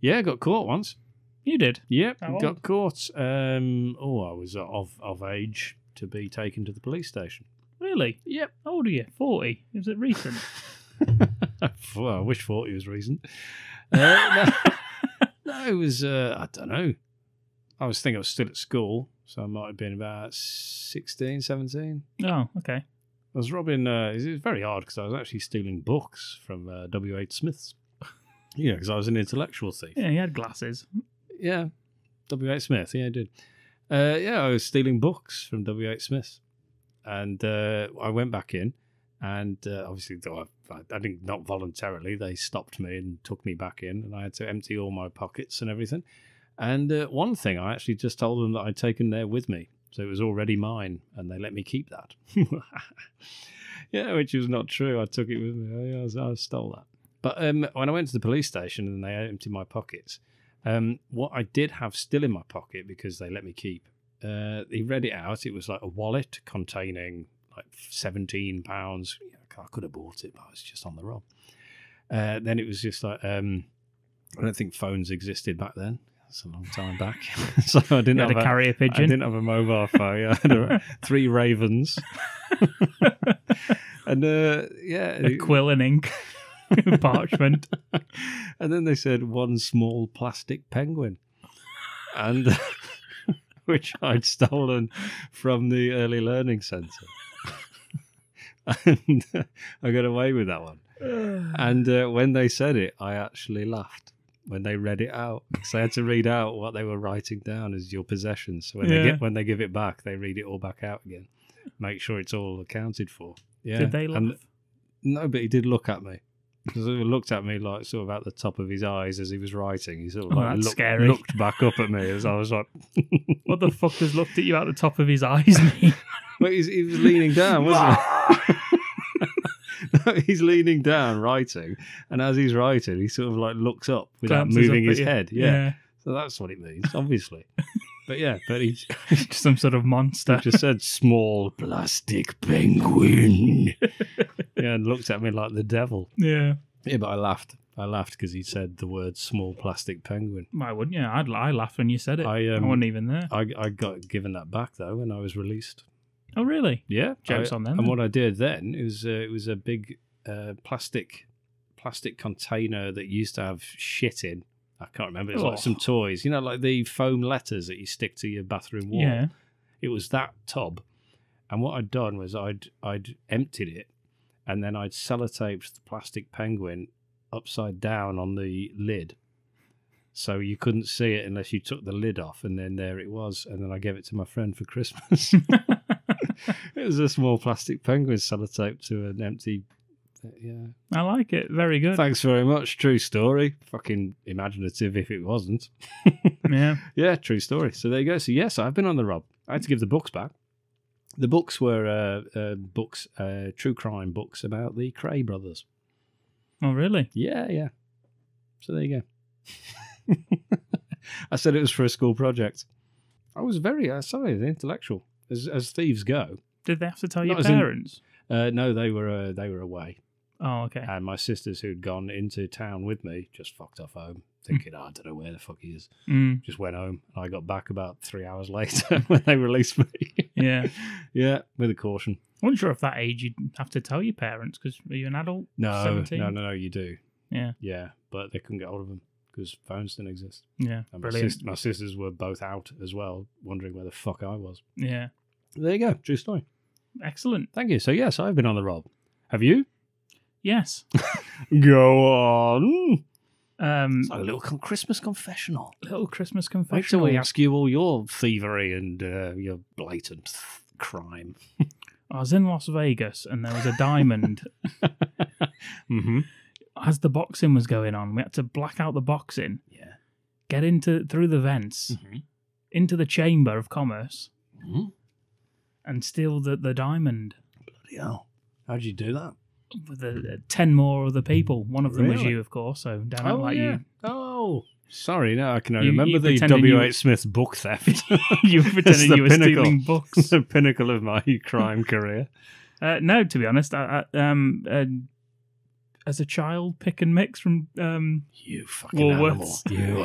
Speaker 4: yeah, got caught once.
Speaker 3: you did.
Speaker 4: Yep,
Speaker 3: How
Speaker 4: got
Speaker 3: old?
Speaker 4: caught. Um, oh, I was of of age to be taken to the police station.
Speaker 3: Really?
Speaker 4: Yep.
Speaker 3: How old are you? 40. Is it recent?
Speaker 4: well, I wish forty was reason. Uh, no, no, it was. Uh, I don't know. I was thinking I was still at school, so I might have been about 16, 17.
Speaker 3: oh, okay.
Speaker 4: I was robbing. Uh, it was very hard because I was actually stealing books from uh, W. H. Smith's. You know, because I was an intellectual thief.
Speaker 3: Yeah, he had glasses.
Speaker 4: Yeah, W. H. Smith. Yeah, I did. Uh, yeah, I was stealing books from W. H. Smith, and uh, I went back in, and uh, obviously, though I, I, I didn't not voluntarily. They stopped me and took me back in, and I had to empty all my pockets and everything. And uh, one thing, I actually just told them that I'd taken there with me, so it was already mine, and they let me keep that. yeah, which was not true. I took it with me. I, I, I stole that. But um, when I went to the police station and they emptied my pockets, um, what I did have still in my pocket because they let me keep, uh, he read it out. It was like a wallet containing like seventeen pounds. I could have bought it, but I was just on the rob. Uh, then it was just like um, I don't think phones existed back then. That's a long time back, so I didn't
Speaker 3: You
Speaker 4: have
Speaker 3: had a carrier
Speaker 4: I
Speaker 3: pigeon.
Speaker 4: didn't have a mobile phone. I had a, three ravens, and uh, yeah,
Speaker 3: A quill and ink. Parchment.
Speaker 4: and then they said one small plastic penguin, and which I'd stolen from the early learning centre, and uh, I got away with that one. And uh, when they said it, I actually laughed when they read it out. So I had to read out what they were writing down as your possessions. So when
Speaker 3: Yeah.
Speaker 4: they get when they give it back, they read it all back out again, make sure it's all accounted for. Yeah.
Speaker 3: Did they laugh?
Speaker 4: And- no, but he did look at me. 'Cause He looked at me like sort of out the top of his eyes as he was writing. He sort of
Speaker 3: Oh,
Speaker 4: like
Speaker 3: that's
Speaker 4: looked,
Speaker 3: scary.
Speaker 4: looked back up at me as I was like,
Speaker 3: what the fuck does looked at you out the top of his eyes mean?
Speaker 4: Well, he's, he was leaning down, wasn't he? No, he's leaning down writing, and as he's writing, he sort of like looks up without
Speaker 3: Glances
Speaker 4: moving
Speaker 3: up at
Speaker 4: his
Speaker 3: you.
Speaker 4: head. Yeah. so that's what it means, obviously. but yeah, but he
Speaker 3: Yeah. Some sort of monster.
Speaker 4: just said small plastic penguin, yeah, and looked at me like the devil.
Speaker 3: yeah.
Speaker 4: Yeah, but I laughed. I laughed because he said the word "small plastic penguin."
Speaker 3: Why wouldn't you? I'd, I laughed when you said it.
Speaker 4: I, um,
Speaker 3: I wasn't even there.
Speaker 4: I, I got given that back though when I was released.
Speaker 3: oh, really?
Speaker 4: Yeah,
Speaker 3: Jokes
Speaker 4: I-
Speaker 3: on them
Speaker 4: And
Speaker 3: then.
Speaker 4: what I did then it was uh, it was a big uh, plastic plastic container that used to have shit in. I can't remember. It was
Speaker 3: Oh.
Speaker 4: like some toys, you know, like the foam letters that you stick to your bathroom wall.
Speaker 3: Yeah.
Speaker 4: It was that tub, and what I'd done was I'd I'd emptied it, and then I'd sellotaped the plastic penguin upside down on the lid. So you couldn't see it unless you took the lid off, and then there it was. And then I gave it to my friend for Christmas. it was a small plastic penguin sellotape to an empty. Yeah.
Speaker 3: I like it. Very good.
Speaker 4: Thanks very much. True story. Fucking imaginative if it wasn't.
Speaker 3: yeah.
Speaker 4: Yeah, true story. So there you go. So yes, I've been on the rob. I had to give the books back. The books were uh, uh, books, uh, true crime books about the Cray brothers.
Speaker 3: Oh, really?
Speaker 4: Yeah, yeah. So there you go. I said it was for a school project. I was very uh, sorry, the intellectual as, as thieves go.
Speaker 3: Did they have to tell
Speaker 4: Not
Speaker 3: your
Speaker 4: as in-
Speaker 3: parents?
Speaker 4: Uh, no, they were uh, they were away,
Speaker 3: Oh, okay.
Speaker 4: and my sisters who'd gone into town with me just fucked off home, thinking "Oh, I don't know where the fuck he is.
Speaker 3: Mm,
Speaker 4: Just went home, and I got back about three hours later when they released me.
Speaker 3: yeah. I
Speaker 4: yeah, with a caution.
Speaker 3: wasn't sure if that age you'd have to tell your parents because are you an adult?
Speaker 4: No,
Speaker 3: 17?
Speaker 4: no, no, no. You do.
Speaker 3: Yeah.
Speaker 4: yeah, but they couldn't get hold of them because phones didn't exist.
Speaker 3: Yeah.
Speaker 4: And my,
Speaker 3: Brilliant.
Speaker 4: sis- my sisters were both out as well, wondering where the fuck I was.
Speaker 3: Yeah.
Speaker 4: There you go. True story.
Speaker 3: Excellent.
Speaker 4: Thank you. So, yes, I've been on the rob. Have you?
Speaker 3: Yes.
Speaker 4: Go on.
Speaker 3: Um,
Speaker 4: It's like a little con- Christmas confessional.
Speaker 3: little Christmas
Speaker 4: Wait till we
Speaker 3: confessional.
Speaker 4: ask you all your thievery and uh, your blatant th- crime.
Speaker 3: I was in Las Vegas and there was a diamond
Speaker 4: Mm-hmm.
Speaker 3: as the boxing was going on, we had to black out the boxing.
Speaker 4: Yeah.
Speaker 3: Get into through the vents,
Speaker 4: Mhm.
Speaker 3: into the chamber of commerce,
Speaker 4: Mhm.
Speaker 3: and steal the, the diamond
Speaker 4: Bloody hell. How'd you do that?
Speaker 3: with the, ten more other people. One of them was
Speaker 4: Really?
Speaker 3: you, of course. So Dan, I'll let you
Speaker 4: Oh, Sorry, no, I can only
Speaker 3: You-
Speaker 4: remember
Speaker 3: you
Speaker 4: the
Speaker 3: pretending
Speaker 4: W.
Speaker 3: you-
Speaker 4: H. Smith book theft.
Speaker 3: you were
Speaker 4: It's
Speaker 3: pretending
Speaker 4: the
Speaker 3: you were
Speaker 4: pinnacle.
Speaker 3: stealing books.
Speaker 4: the pinnacle of my crime career.
Speaker 3: Uh, no, to be honest, I, I, um, uh, as a child, pick and mix from um,
Speaker 4: You fucking
Speaker 3: Woolworths.
Speaker 4: animal. You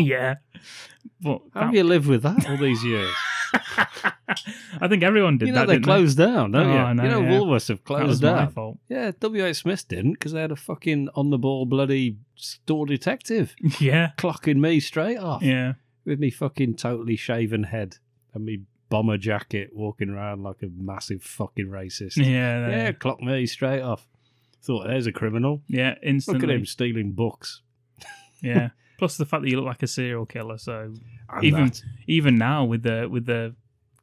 Speaker 3: yeah. But
Speaker 4: How
Speaker 3: that-
Speaker 4: Oh. have you lived with that all these years?
Speaker 3: I think everyone did
Speaker 4: you know
Speaker 3: that.
Speaker 4: they
Speaker 3: didn't
Speaker 4: closed down, don't
Speaker 3: Oh,
Speaker 4: you?
Speaker 3: I know,
Speaker 4: you know
Speaker 3: yeah.
Speaker 4: Woolworths have
Speaker 3: That was
Speaker 4: closed
Speaker 3: my
Speaker 4: down.
Speaker 3: fault.
Speaker 4: Yeah, W.H. Smith didn't because they had a fucking on the ball bloody store detective
Speaker 3: Yeah,
Speaker 4: clocking me straight off
Speaker 3: yeah.
Speaker 4: with me fucking totally shaven head and me bomber jacket walking around like a massive fucking racist.
Speaker 3: Yeah,
Speaker 4: Yeah,
Speaker 3: yeah,
Speaker 4: clock me straight off. Thought there's a criminal.
Speaker 3: yeah.
Speaker 4: Look
Speaker 3: Instantly,
Speaker 4: at him stealing books.
Speaker 3: yeah. Plus the fact that you look like a serial killer. So
Speaker 4: And
Speaker 3: even
Speaker 4: that.
Speaker 3: even now with the with the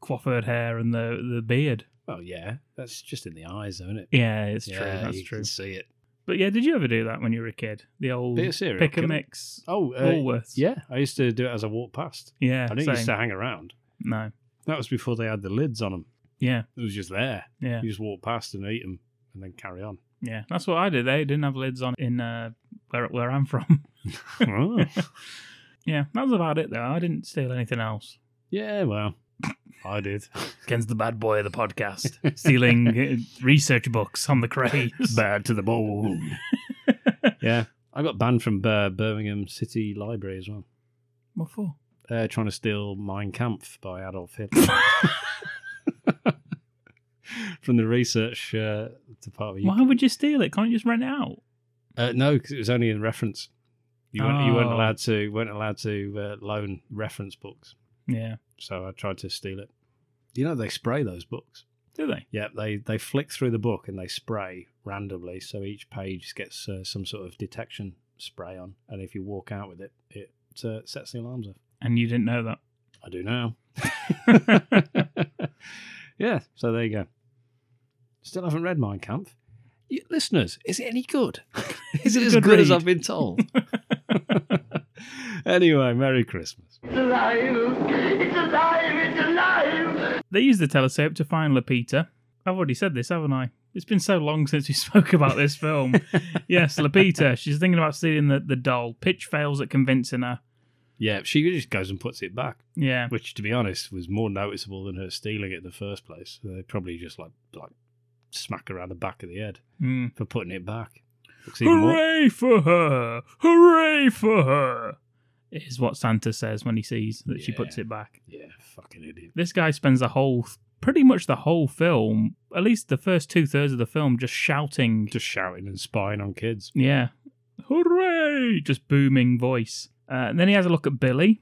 Speaker 3: coiffured hair and the the beard,
Speaker 4: well, yeah, that's just in the eyes, isn't it?
Speaker 3: yeah, it's true.
Speaker 4: Yeah,
Speaker 3: That's
Speaker 4: you
Speaker 3: true.
Speaker 4: Can see it.
Speaker 3: But yeah, did you ever do that when you were a kid? The old
Speaker 4: Bit of serial
Speaker 3: pick and
Speaker 4: killer.
Speaker 3: mix.
Speaker 4: Oh, uh,
Speaker 3: Woolworths.
Speaker 4: yeah. I used to do it as I walked past.
Speaker 3: yeah.
Speaker 4: I didn't
Speaker 3: same.
Speaker 4: used to hang around.
Speaker 3: No.
Speaker 4: That was before they had the lids on them.
Speaker 3: Yeah.
Speaker 4: It was just there.
Speaker 3: Yeah.
Speaker 4: You just walk past and eat them, and then carry on.
Speaker 3: Yeah. That's what I did. They didn't have lids on in uh, where where I'm from.
Speaker 4: Oh.
Speaker 3: yeah. That was about it though. I didn't steal anything else.
Speaker 4: yeah, well, I did.
Speaker 3: Ken's the bad boy of the podcast, stealing uh, research books on the craze.
Speaker 4: Bad to the bone. yeah, I got banned from uh, Birmingham City Library as well.
Speaker 3: what for?
Speaker 4: Uh, trying to steal Mein Kampf by Adolf Hitler. From the research uh, department. You-
Speaker 3: Why would you steal it? Can't you just rent it out?
Speaker 4: Uh, no, because it was only in reference. You weren't, you weren't
Speaker 3: Oh.
Speaker 4: allowed to weren't allowed to uh, loan reference books.
Speaker 3: Yeah.
Speaker 4: So I tried to steal it. You know they spray those books.
Speaker 3: Do they?
Speaker 4: Yeah, they they flick through the book and they spray randomly, so each page gets uh, some sort of detection spray on, and if you walk out with it, it uh, sets the alarms off.
Speaker 3: And you didn't know that.
Speaker 4: I do now. yeah, so there you go. Still haven't read Mein Kampf. You, listeners, is it any good? is it as
Speaker 3: good
Speaker 4: good, as
Speaker 3: read?
Speaker 4: I've been told? anyway, Merry Christmas.
Speaker 1: It's alive! It's alive! It's alive!
Speaker 3: They use the telescope to find Lupita. I've already said this, haven't I? It's been so long since we spoke about this film. yes, Lupita. She's thinking about stealing the, the doll. Pitch fails at convincing her.
Speaker 4: Yeah, she just goes and puts it back,
Speaker 3: Yeah.
Speaker 4: which, to be honest, was more noticeable than her stealing it in the first place. They probably just like like smack her around the back of the head
Speaker 3: Mm.
Speaker 4: for putting it back. Looks even more-
Speaker 3: Hooray for her! Hooray for her! Is what Santa says when he sees that she
Speaker 4: Yeah.
Speaker 3: puts it back.
Speaker 4: Yeah, fucking idiot.
Speaker 3: This guy spends the whole, pretty much the whole film, at least the first two thirds of the film, just shouting.
Speaker 4: Just shouting and spying on kids.
Speaker 3: Yeah. Hooray! Just booming voice. Uh, and then he has a look at Billy.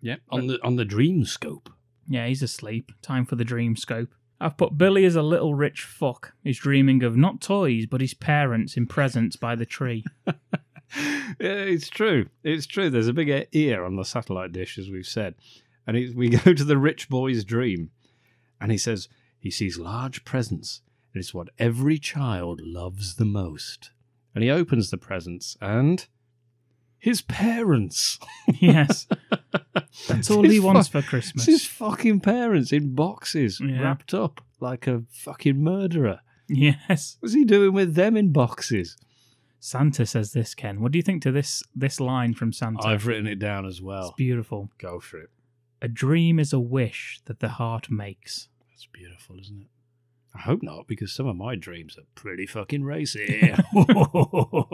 Speaker 4: Yep, on the on the dream scope.
Speaker 3: Yeah, he's asleep. Time for the dream scope. I've put Billy as a little rich fuck who's dreaming of not toys, but his parents in presents by the tree.
Speaker 4: yeah, it's true. It's true. There's a big e-, ear on the satellite dish, as we've said. And it, we go to the rich boy's dream. And he says he sees large presents. and It's what every child loves the most. And he opens the presents and his parents.
Speaker 3: yes. That's all
Speaker 4: His
Speaker 3: he wants
Speaker 4: fu-
Speaker 3: for Christmas.
Speaker 4: It's his fucking parents in boxes,
Speaker 3: Yeah.
Speaker 4: wrapped up like a fucking murderer.
Speaker 3: Yes.
Speaker 4: What's he doing with them in boxes?
Speaker 3: Santa says this, Ken. What do you think to this this line from Santa?
Speaker 4: I've written it down as
Speaker 3: It's
Speaker 4: well.
Speaker 3: beautiful.
Speaker 4: Go for it.
Speaker 3: A dream is a wish that the heart makes.
Speaker 4: That's beautiful, isn't it? I hope not, because some of my dreams are pretty fucking racy.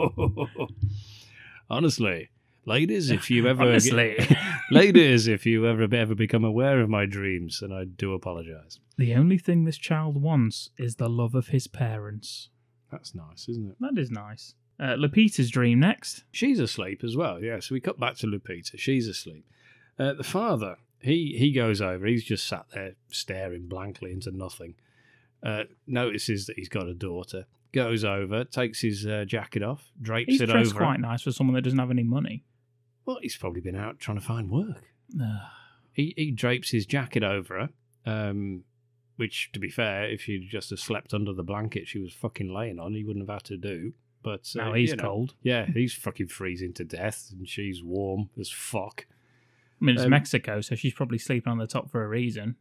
Speaker 4: Honestly, ladies, if you ever
Speaker 3: Honestly.
Speaker 4: ladies, if you ever ever become aware of my dreams, then I do apologise.
Speaker 3: the only thing this child wants is the love of his parents.
Speaker 4: That's nice, isn't it?
Speaker 3: That is nice. Uh, Lupita's dream next.
Speaker 4: She's asleep as well. Yeah, so we cut back to Lupita. She's asleep. Uh, the father, he he goes over. He's just sat there staring blankly into nothing. Uh, notices that he's got a daughter. Goes over, takes his uh, jacket off, drapes
Speaker 3: He's
Speaker 4: it
Speaker 3: dressed
Speaker 4: over. her.
Speaker 3: quite nice for someone that doesn't have any money.
Speaker 4: Well, he's probably been out trying to find work.
Speaker 3: Ugh.
Speaker 4: He he drapes his jacket over her, um, which, to be fair, if she'd just have slept under the blanket she was fucking laying on, he wouldn't have had to do. But uh,
Speaker 3: now he's
Speaker 4: you know,
Speaker 3: cold.
Speaker 4: Yeah, he's fucking freezing to death, and she's warm as fuck.
Speaker 3: I mean, it's
Speaker 4: Um,
Speaker 3: Mexico, so she's probably sleeping on the top for a reason.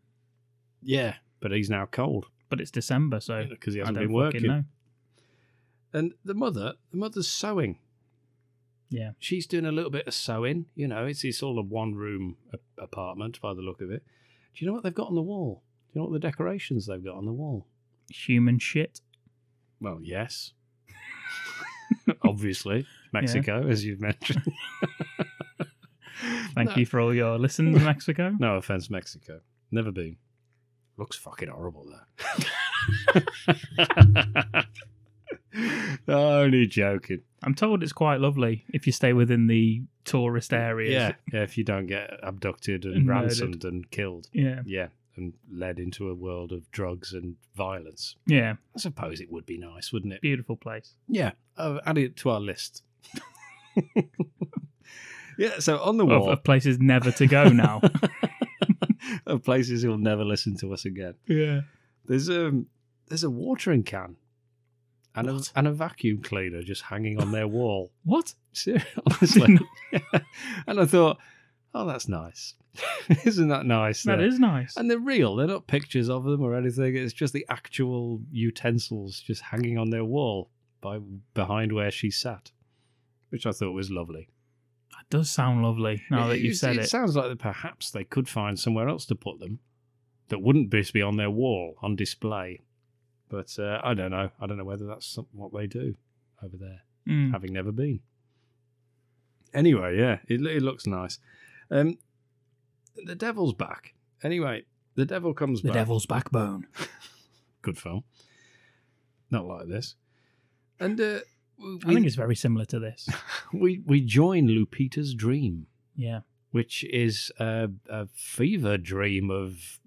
Speaker 4: Yeah, but he's now cold
Speaker 3: But it's December, so
Speaker 4: because he
Speaker 3: I
Speaker 4: hasn't
Speaker 3: don't
Speaker 4: been
Speaker 3: fucking
Speaker 4: working.
Speaker 3: know.
Speaker 4: And the mother, the mother's sewing.
Speaker 3: Yeah.
Speaker 4: She's doing a little bit of sewing. You know, it's it's all a one room a- apartment by the look of it. Do you know what they've got on the wall? Do you know what the decorations they've got on the wall?
Speaker 3: Human shit.
Speaker 4: Well, yes. Obviously, Mexico, as you've mentioned.
Speaker 3: Thank
Speaker 4: No.
Speaker 3: you for all your listens, Mexico.
Speaker 4: No offense, Mexico. Never been. Looks fucking horrible there. Only joking.
Speaker 3: I'm told it's quite lovely if you stay within the tourist areas.
Speaker 4: Yeah, yeah. If you don't get abducted and,
Speaker 3: And murdered.
Speaker 4: ransomed and killed,
Speaker 3: Yeah.
Speaker 4: yeah, and led into a world of drugs and violence,
Speaker 3: Yeah.
Speaker 4: I suppose it would be nice, wouldn't it?
Speaker 3: Beautiful place.
Speaker 4: Yeah, uh, add it to our list. yeah. So on the
Speaker 3: Of,
Speaker 4: wall
Speaker 3: of places never to go now.
Speaker 4: of places who'll never listen to us again.
Speaker 3: yeah.
Speaker 4: There's um there's a watering can and a, and a vacuum cleaner just hanging on their wall.
Speaker 3: What?
Speaker 4: Ser- Honestly. and I thought, oh, that's nice. Isn't that nice?
Speaker 3: That
Speaker 4: there?
Speaker 3: is nice.
Speaker 4: And they're real. They're not pictures of them or anything. It's just the actual utensils just hanging on their wall by behind where she sat, which I thought was lovely.
Speaker 3: That does sound lovely now that you've said it.
Speaker 4: It sounds like that perhaps they could find somewhere else to put them that wouldn't just be on their wall on display. But uh, I don't know. I don't know whether that's some- what they do over there,
Speaker 3: Mm.
Speaker 4: having never been. Anyway, yeah, it, it looks nice. Um, the devil's back. Anyway, the devil comes
Speaker 2: The
Speaker 4: back.
Speaker 2: Devil's Backbone.
Speaker 4: Good film. Not like this. And uh, we,
Speaker 3: I think it's very similar to this.
Speaker 4: we, we join Lupita's dream.
Speaker 3: Yeah.
Speaker 4: which is a, a fever dream of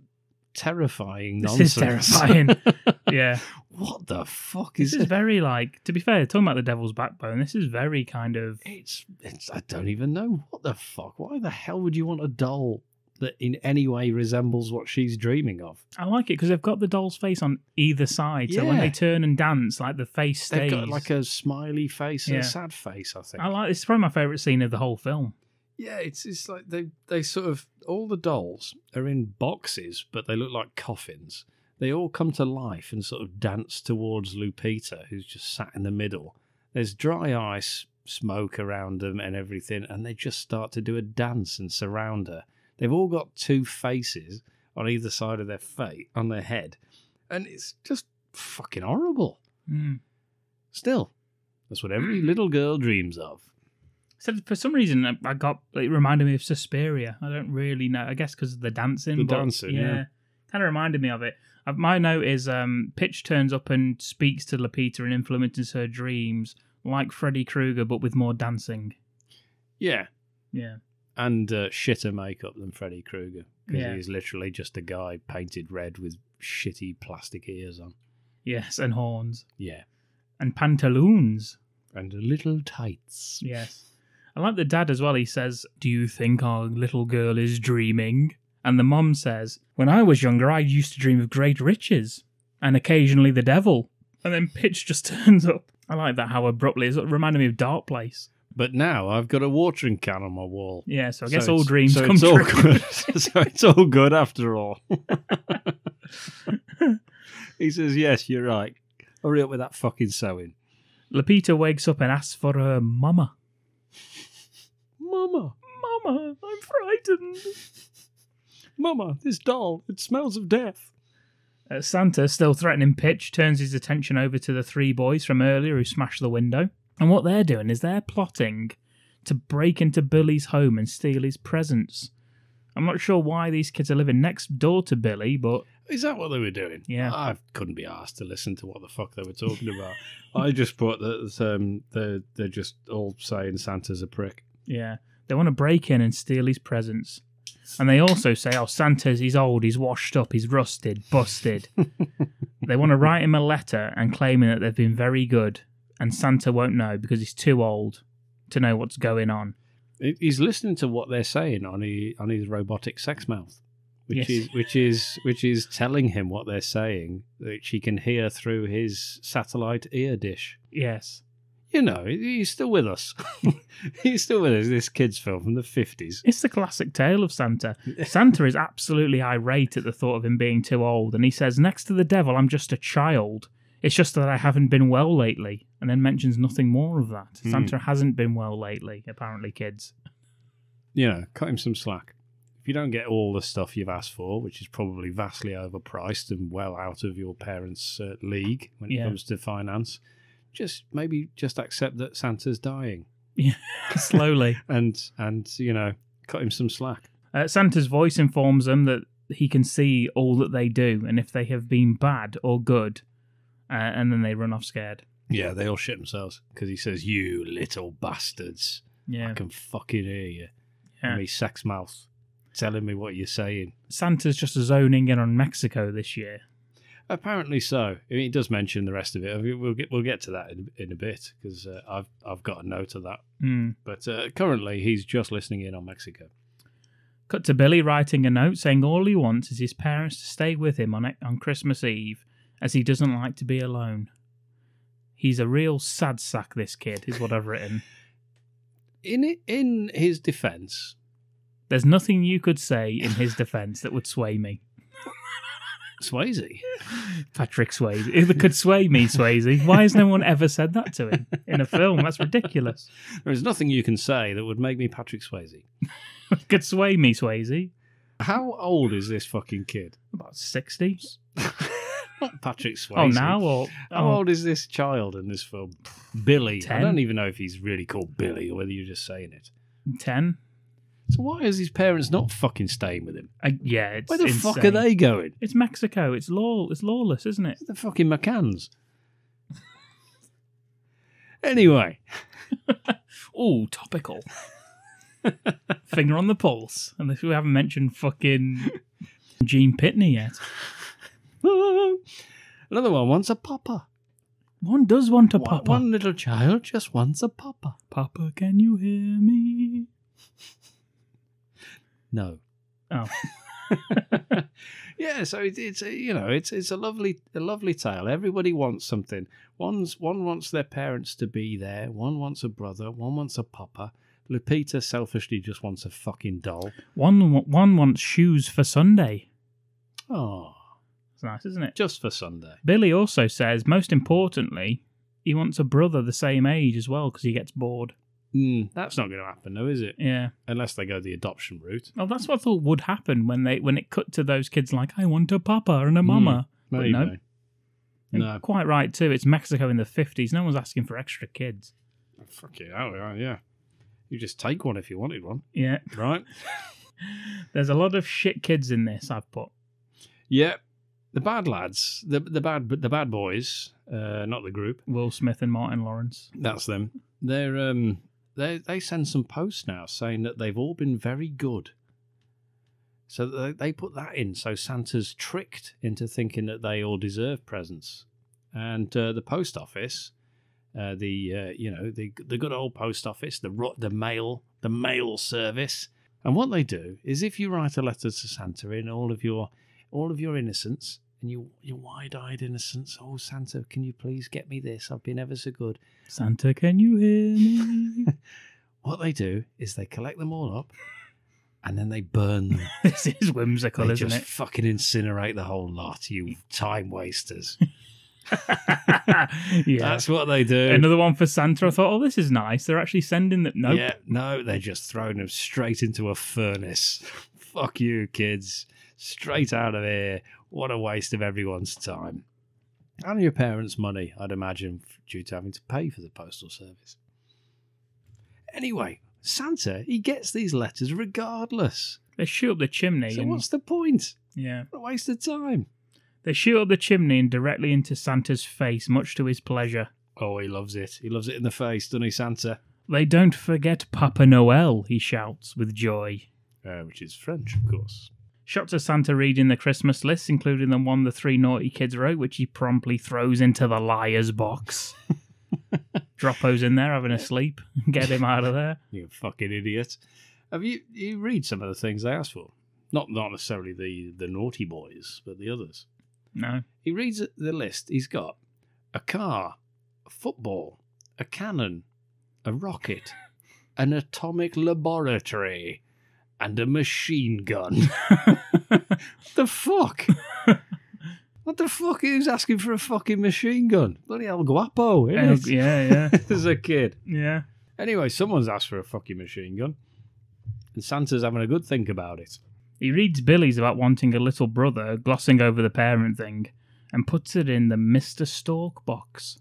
Speaker 4: terrifying
Speaker 3: This
Speaker 4: nonsense.
Speaker 3: is terrifying. Yeah.
Speaker 4: what the fuck
Speaker 3: This
Speaker 4: is
Speaker 3: is
Speaker 4: it?
Speaker 3: very like, to be fair, talking about the devil's backbone, this is very kind of
Speaker 4: It's, it's I don't even know what the fuck. Why the hell would you want a doll that in any way resembles what she's dreaming of?
Speaker 3: I like it because they've got the doll's face on either side. So when
Speaker 4: Yeah.
Speaker 3: they turn and dance, like the face
Speaker 4: They've
Speaker 3: stays.
Speaker 4: got like a smiley face and
Speaker 3: Yeah.
Speaker 4: a sad face. I think.
Speaker 3: I like it's probably my favorite scene of the whole film.
Speaker 4: Yeah, it's it's like they they sort of all the dolls are in boxes, but they look like coffins. They all come to life and sort of dance towards Lupita, who's just sat in the middle. There's dry ice, smoke around them, and everything, and they just start to do a dance and surround her. They've all got two faces on either side of their face on their head, and it's just fucking horrible.
Speaker 3: Mm.
Speaker 4: Still, that's what every little girl dreams of.
Speaker 3: So for some reason, I- I got it reminded me of Suspiria. I don't really know. I guess because of the dancing.
Speaker 4: The
Speaker 3: but
Speaker 4: dancing, yeah.
Speaker 3: Kind of reminded me of it. Uh, My note is um, Pitch turns up and speaks to Lupita and influences her dreams like Freddy Krueger, but with more dancing.
Speaker 4: Yeah,
Speaker 3: Yeah.
Speaker 4: and uh, shitter makeup than Freddy Krueger because
Speaker 3: Yeah.
Speaker 4: he's literally just a guy painted red with shitty plastic ears on.
Speaker 3: Yes, and horns
Speaker 4: Yeah,
Speaker 3: and pantaloons.
Speaker 4: and a little tights.
Speaker 3: Yes. I like the dad as well. He says, Do you think our little girl is dreaming? And the mom says, When I was younger, I used to dream of great riches and occasionally the devil. And then Pitch just turns up. I like that how abruptly it reminded me of Dark Place.
Speaker 4: But now I've got a watering can on my wall.
Speaker 3: Yeah, so I guess
Speaker 4: So
Speaker 3: all
Speaker 4: it's-
Speaker 3: dreams
Speaker 4: so
Speaker 3: come
Speaker 4: it's all
Speaker 3: true.
Speaker 4: good. so it's all good after all. he says, "Yes, you're right. Hurry up with that fucking sewing,
Speaker 3: Lupita wakes up and asks for her mama.
Speaker 4: Mama,
Speaker 3: Mama, I'm frightened.
Speaker 4: Mama. This doll. It smells of death."
Speaker 3: Uh, Santa, still threatening Pitch, turns his attention over to the three boys from earlier who smashed the window. And what they're doing is they're plotting to break into Billy's home and steal his presents. I'm not sure why these kids are living next door to Billy, but
Speaker 4: Is that what they were doing?
Speaker 3: Yeah.
Speaker 4: I couldn't be asked to listen to what the fuck they were talking about. I just thought that um, they're, they're just all saying Santa's a prick.
Speaker 3: yeah, they want to break in and steal his presents. And they also say, oh, Santa's, he's old, he's washed up, he's rusted, busted. they want to write him a letter and claiming that they've been very good, and Santa won't know because he's too old to know what's going on.
Speaker 4: He- He's listening to what they're saying on, he, on his robotic sex mouth, which
Speaker 3: Yes.
Speaker 4: is which is which is telling him what they're saying, which he can hear through his satellite ear dish.
Speaker 3: Yes.
Speaker 4: You know, he- he's still with us. he's still with us. This kids' film from the fifties.
Speaker 3: It's the classic tale of Santa. Santa is absolutely irate at the thought of him being too old, and he says, Next to the devil, I'm just a child. It's just that I haven't been well lately, and then mentions nothing more of that. Santa hasn't been well lately, apparently, kids.
Speaker 4: You know, cut him some slack. If you don't get all the stuff you've asked for, which is probably vastly overpriced and well out of your parents' uh, league when
Speaker 3: Yeah.
Speaker 4: it comes to finance, just maybe just accept that Santa's dying
Speaker 3: Slowly.
Speaker 4: and and you know cut him some slack.
Speaker 3: Uh, Santa's voice informs them that he can see all that they do and if they have been bad or good, uh, and then they run off scared.
Speaker 4: Yeah, they all shit themselves because he says, "You little bastards,
Speaker 3: Yeah.
Speaker 4: I can fucking hear you."
Speaker 3: Yeah.
Speaker 4: Me sex mouth, telling me what you're saying.
Speaker 3: Santa's just zoning in on Mexico this year.
Speaker 4: Apparently so. I mean, it does mention the rest of it. I mean, we'll get we'll get to that in, in a bit because uh, I've I've got a note of that.
Speaker 3: Hmm.
Speaker 4: But uh, currently, he's just listening in on Mexico.
Speaker 3: Cut to Billy writing a note saying all he wants is his parents to stay with him on, e-, on Christmas Eve, as he doesn't like to be alone. He's a real sad sack, this kid, is what I've written.
Speaker 4: In it, in his defence,
Speaker 3: There's nothing you could say in his defence that would sway me.
Speaker 4: Swayze.
Speaker 3: Patrick Swayze. It could sway me, Swayze. Why has no one ever said that to him in a film? That's ridiculous.
Speaker 4: There is nothing you can say that would make me Patrick Swayze.
Speaker 3: could sway me, Swayze.
Speaker 4: How old is this fucking kid?
Speaker 3: About 60.
Speaker 4: Not Patrick Swayze.
Speaker 3: Oh, now? Or,
Speaker 4: How
Speaker 3: oh,
Speaker 4: old is this child in this film? Billy. I
Speaker 3: Ten?
Speaker 4: don't even know if he's really called Billy or whether you're just saying it.
Speaker 3: 10?
Speaker 4: So why is his parents not fucking staying with him?
Speaker 3: Uh, yeah, it's
Speaker 4: Where the fuck are
Speaker 3: insane.
Speaker 4: they going?
Speaker 3: It's Mexico. It's law. It's lawless, isn't it?
Speaker 4: The fucking McCanns. anyway,
Speaker 3: Oh, topical. Finger on the pulse. And if we haven't mentioned fucking Gene Pitney yet.
Speaker 4: another one wants a papa.
Speaker 3: One does want a
Speaker 4: One-
Speaker 3: papa.
Speaker 4: One little child just wants a papa.
Speaker 3: Papa, can you hear me?
Speaker 4: No.
Speaker 3: Oh.
Speaker 4: yeah, so it, it's a, you know it's it's a lovely a lovely tale. Everybody wants something. One's one wants their parents to be there. One wants a brother. One wants a papa. Lupita selfishly just wants a fucking doll.
Speaker 3: One, wa- one wants shoes for Sunday.
Speaker 4: Oh,
Speaker 3: That's nice, isn't it?
Speaker 4: just for Sunday.
Speaker 3: Billy also says, most importantly, he wants a brother the same age as well because he gets bored. Hmm.
Speaker 4: Mm, that's not going to happen though, is it?
Speaker 3: Yeah.
Speaker 4: Unless they go the adoption route.
Speaker 3: Well, that's what I thought would happen when they when it cut to those kids like, I want a papa and a mama. But
Speaker 4: Maybe.
Speaker 3: no. And
Speaker 4: Mm. No.
Speaker 3: Quite right, too. It's Mexico in the 50s. No one's asking for extra kids.
Speaker 4: Fuck it out. Yeah, yeah. You just take one if you wanted one,
Speaker 3: Yeah.
Speaker 4: right?
Speaker 3: There's a lot of shit kids in this, I've put.
Speaker 4: Yep. The bad lads, the the bad the bad boys, uh, not the group.
Speaker 3: Will Smith and Martin Lawrence.
Speaker 4: That's them. They're um they they send some posts now saying that they've all been very good. So they, they put that in. So Santa's tricked into thinking that they all deserve presents, and uh, the post office, uh, the uh, you know the the good old post office, the ro- the mail the mail service. And what they do is, if you write a letter to Santa in all of your all of your innocence and you your wide eyed innocence, oh Santa, can you please get me this? I've been ever so good.
Speaker 3: Santa, can you hear me?
Speaker 4: What they do is they collect them all up and then they burn them.
Speaker 3: this is whimsical,
Speaker 4: they
Speaker 3: isn't
Speaker 4: just
Speaker 3: it?
Speaker 4: fucking incinerate the whole lot, you time wasters.
Speaker 3: yeah.
Speaker 4: That's what they do.
Speaker 3: Another one for Santa. I thought, oh, this is nice. They're actually sending them. Nope.
Speaker 4: Yeah, no, they're just throwing them straight into a furnace. Fuck you, kids. Straight out of here. What a waste of everyone's time. And your parents' money, I'd imagine, f- due to having to pay for the postal service. Anyway, Santa, he gets these letters regardless.
Speaker 3: They shoot up the chimney.
Speaker 4: So
Speaker 3: and,
Speaker 4: what's the point?
Speaker 3: Yeah.
Speaker 4: What a waste of time.
Speaker 3: They shoot up the chimney and directly into Santa's face, much to his pleasure.
Speaker 4: Oh, he loves it. He loves it in the face, doesn't he, Santa?
Speaker 3: They don't forget Papa Noel, he shouts with joy.
Speaker 4: Uh, which is French, of course.
Speaker 3: Shots of Santa reading the Christmas list, including the one the three naughty kids wrote, which he promptly throws into the liar's box. Droppo's in there having a sleep. Get him out of there.
Speaker 4: You fucking idiot. Have you you read some of the things they asked for? Not not necessarily the the naughty boys, but the others.
Speaker 3: No.
Speaker 4: He reads the list. He's got a car, a football, a cannon, a rocket, an atomic laboratory, and a machine gun. the fuck? what What the fuck? Who's asking for a fucking machine gun? Bloody El Guapo,
Speaker 3: Yeah,
Speaker 4: is
Speaker 3: yeah,
Speaker 4: As a kid.
Speaker 3: yeah.
Speaker 4: Anyway, someone's asked for a fucking machine gun. And Santa's having a good think about it.
Speaker 3: He reads Billy's about wanting a little brother, glossing over the parent thing, and puts it in the Mr. Stork box.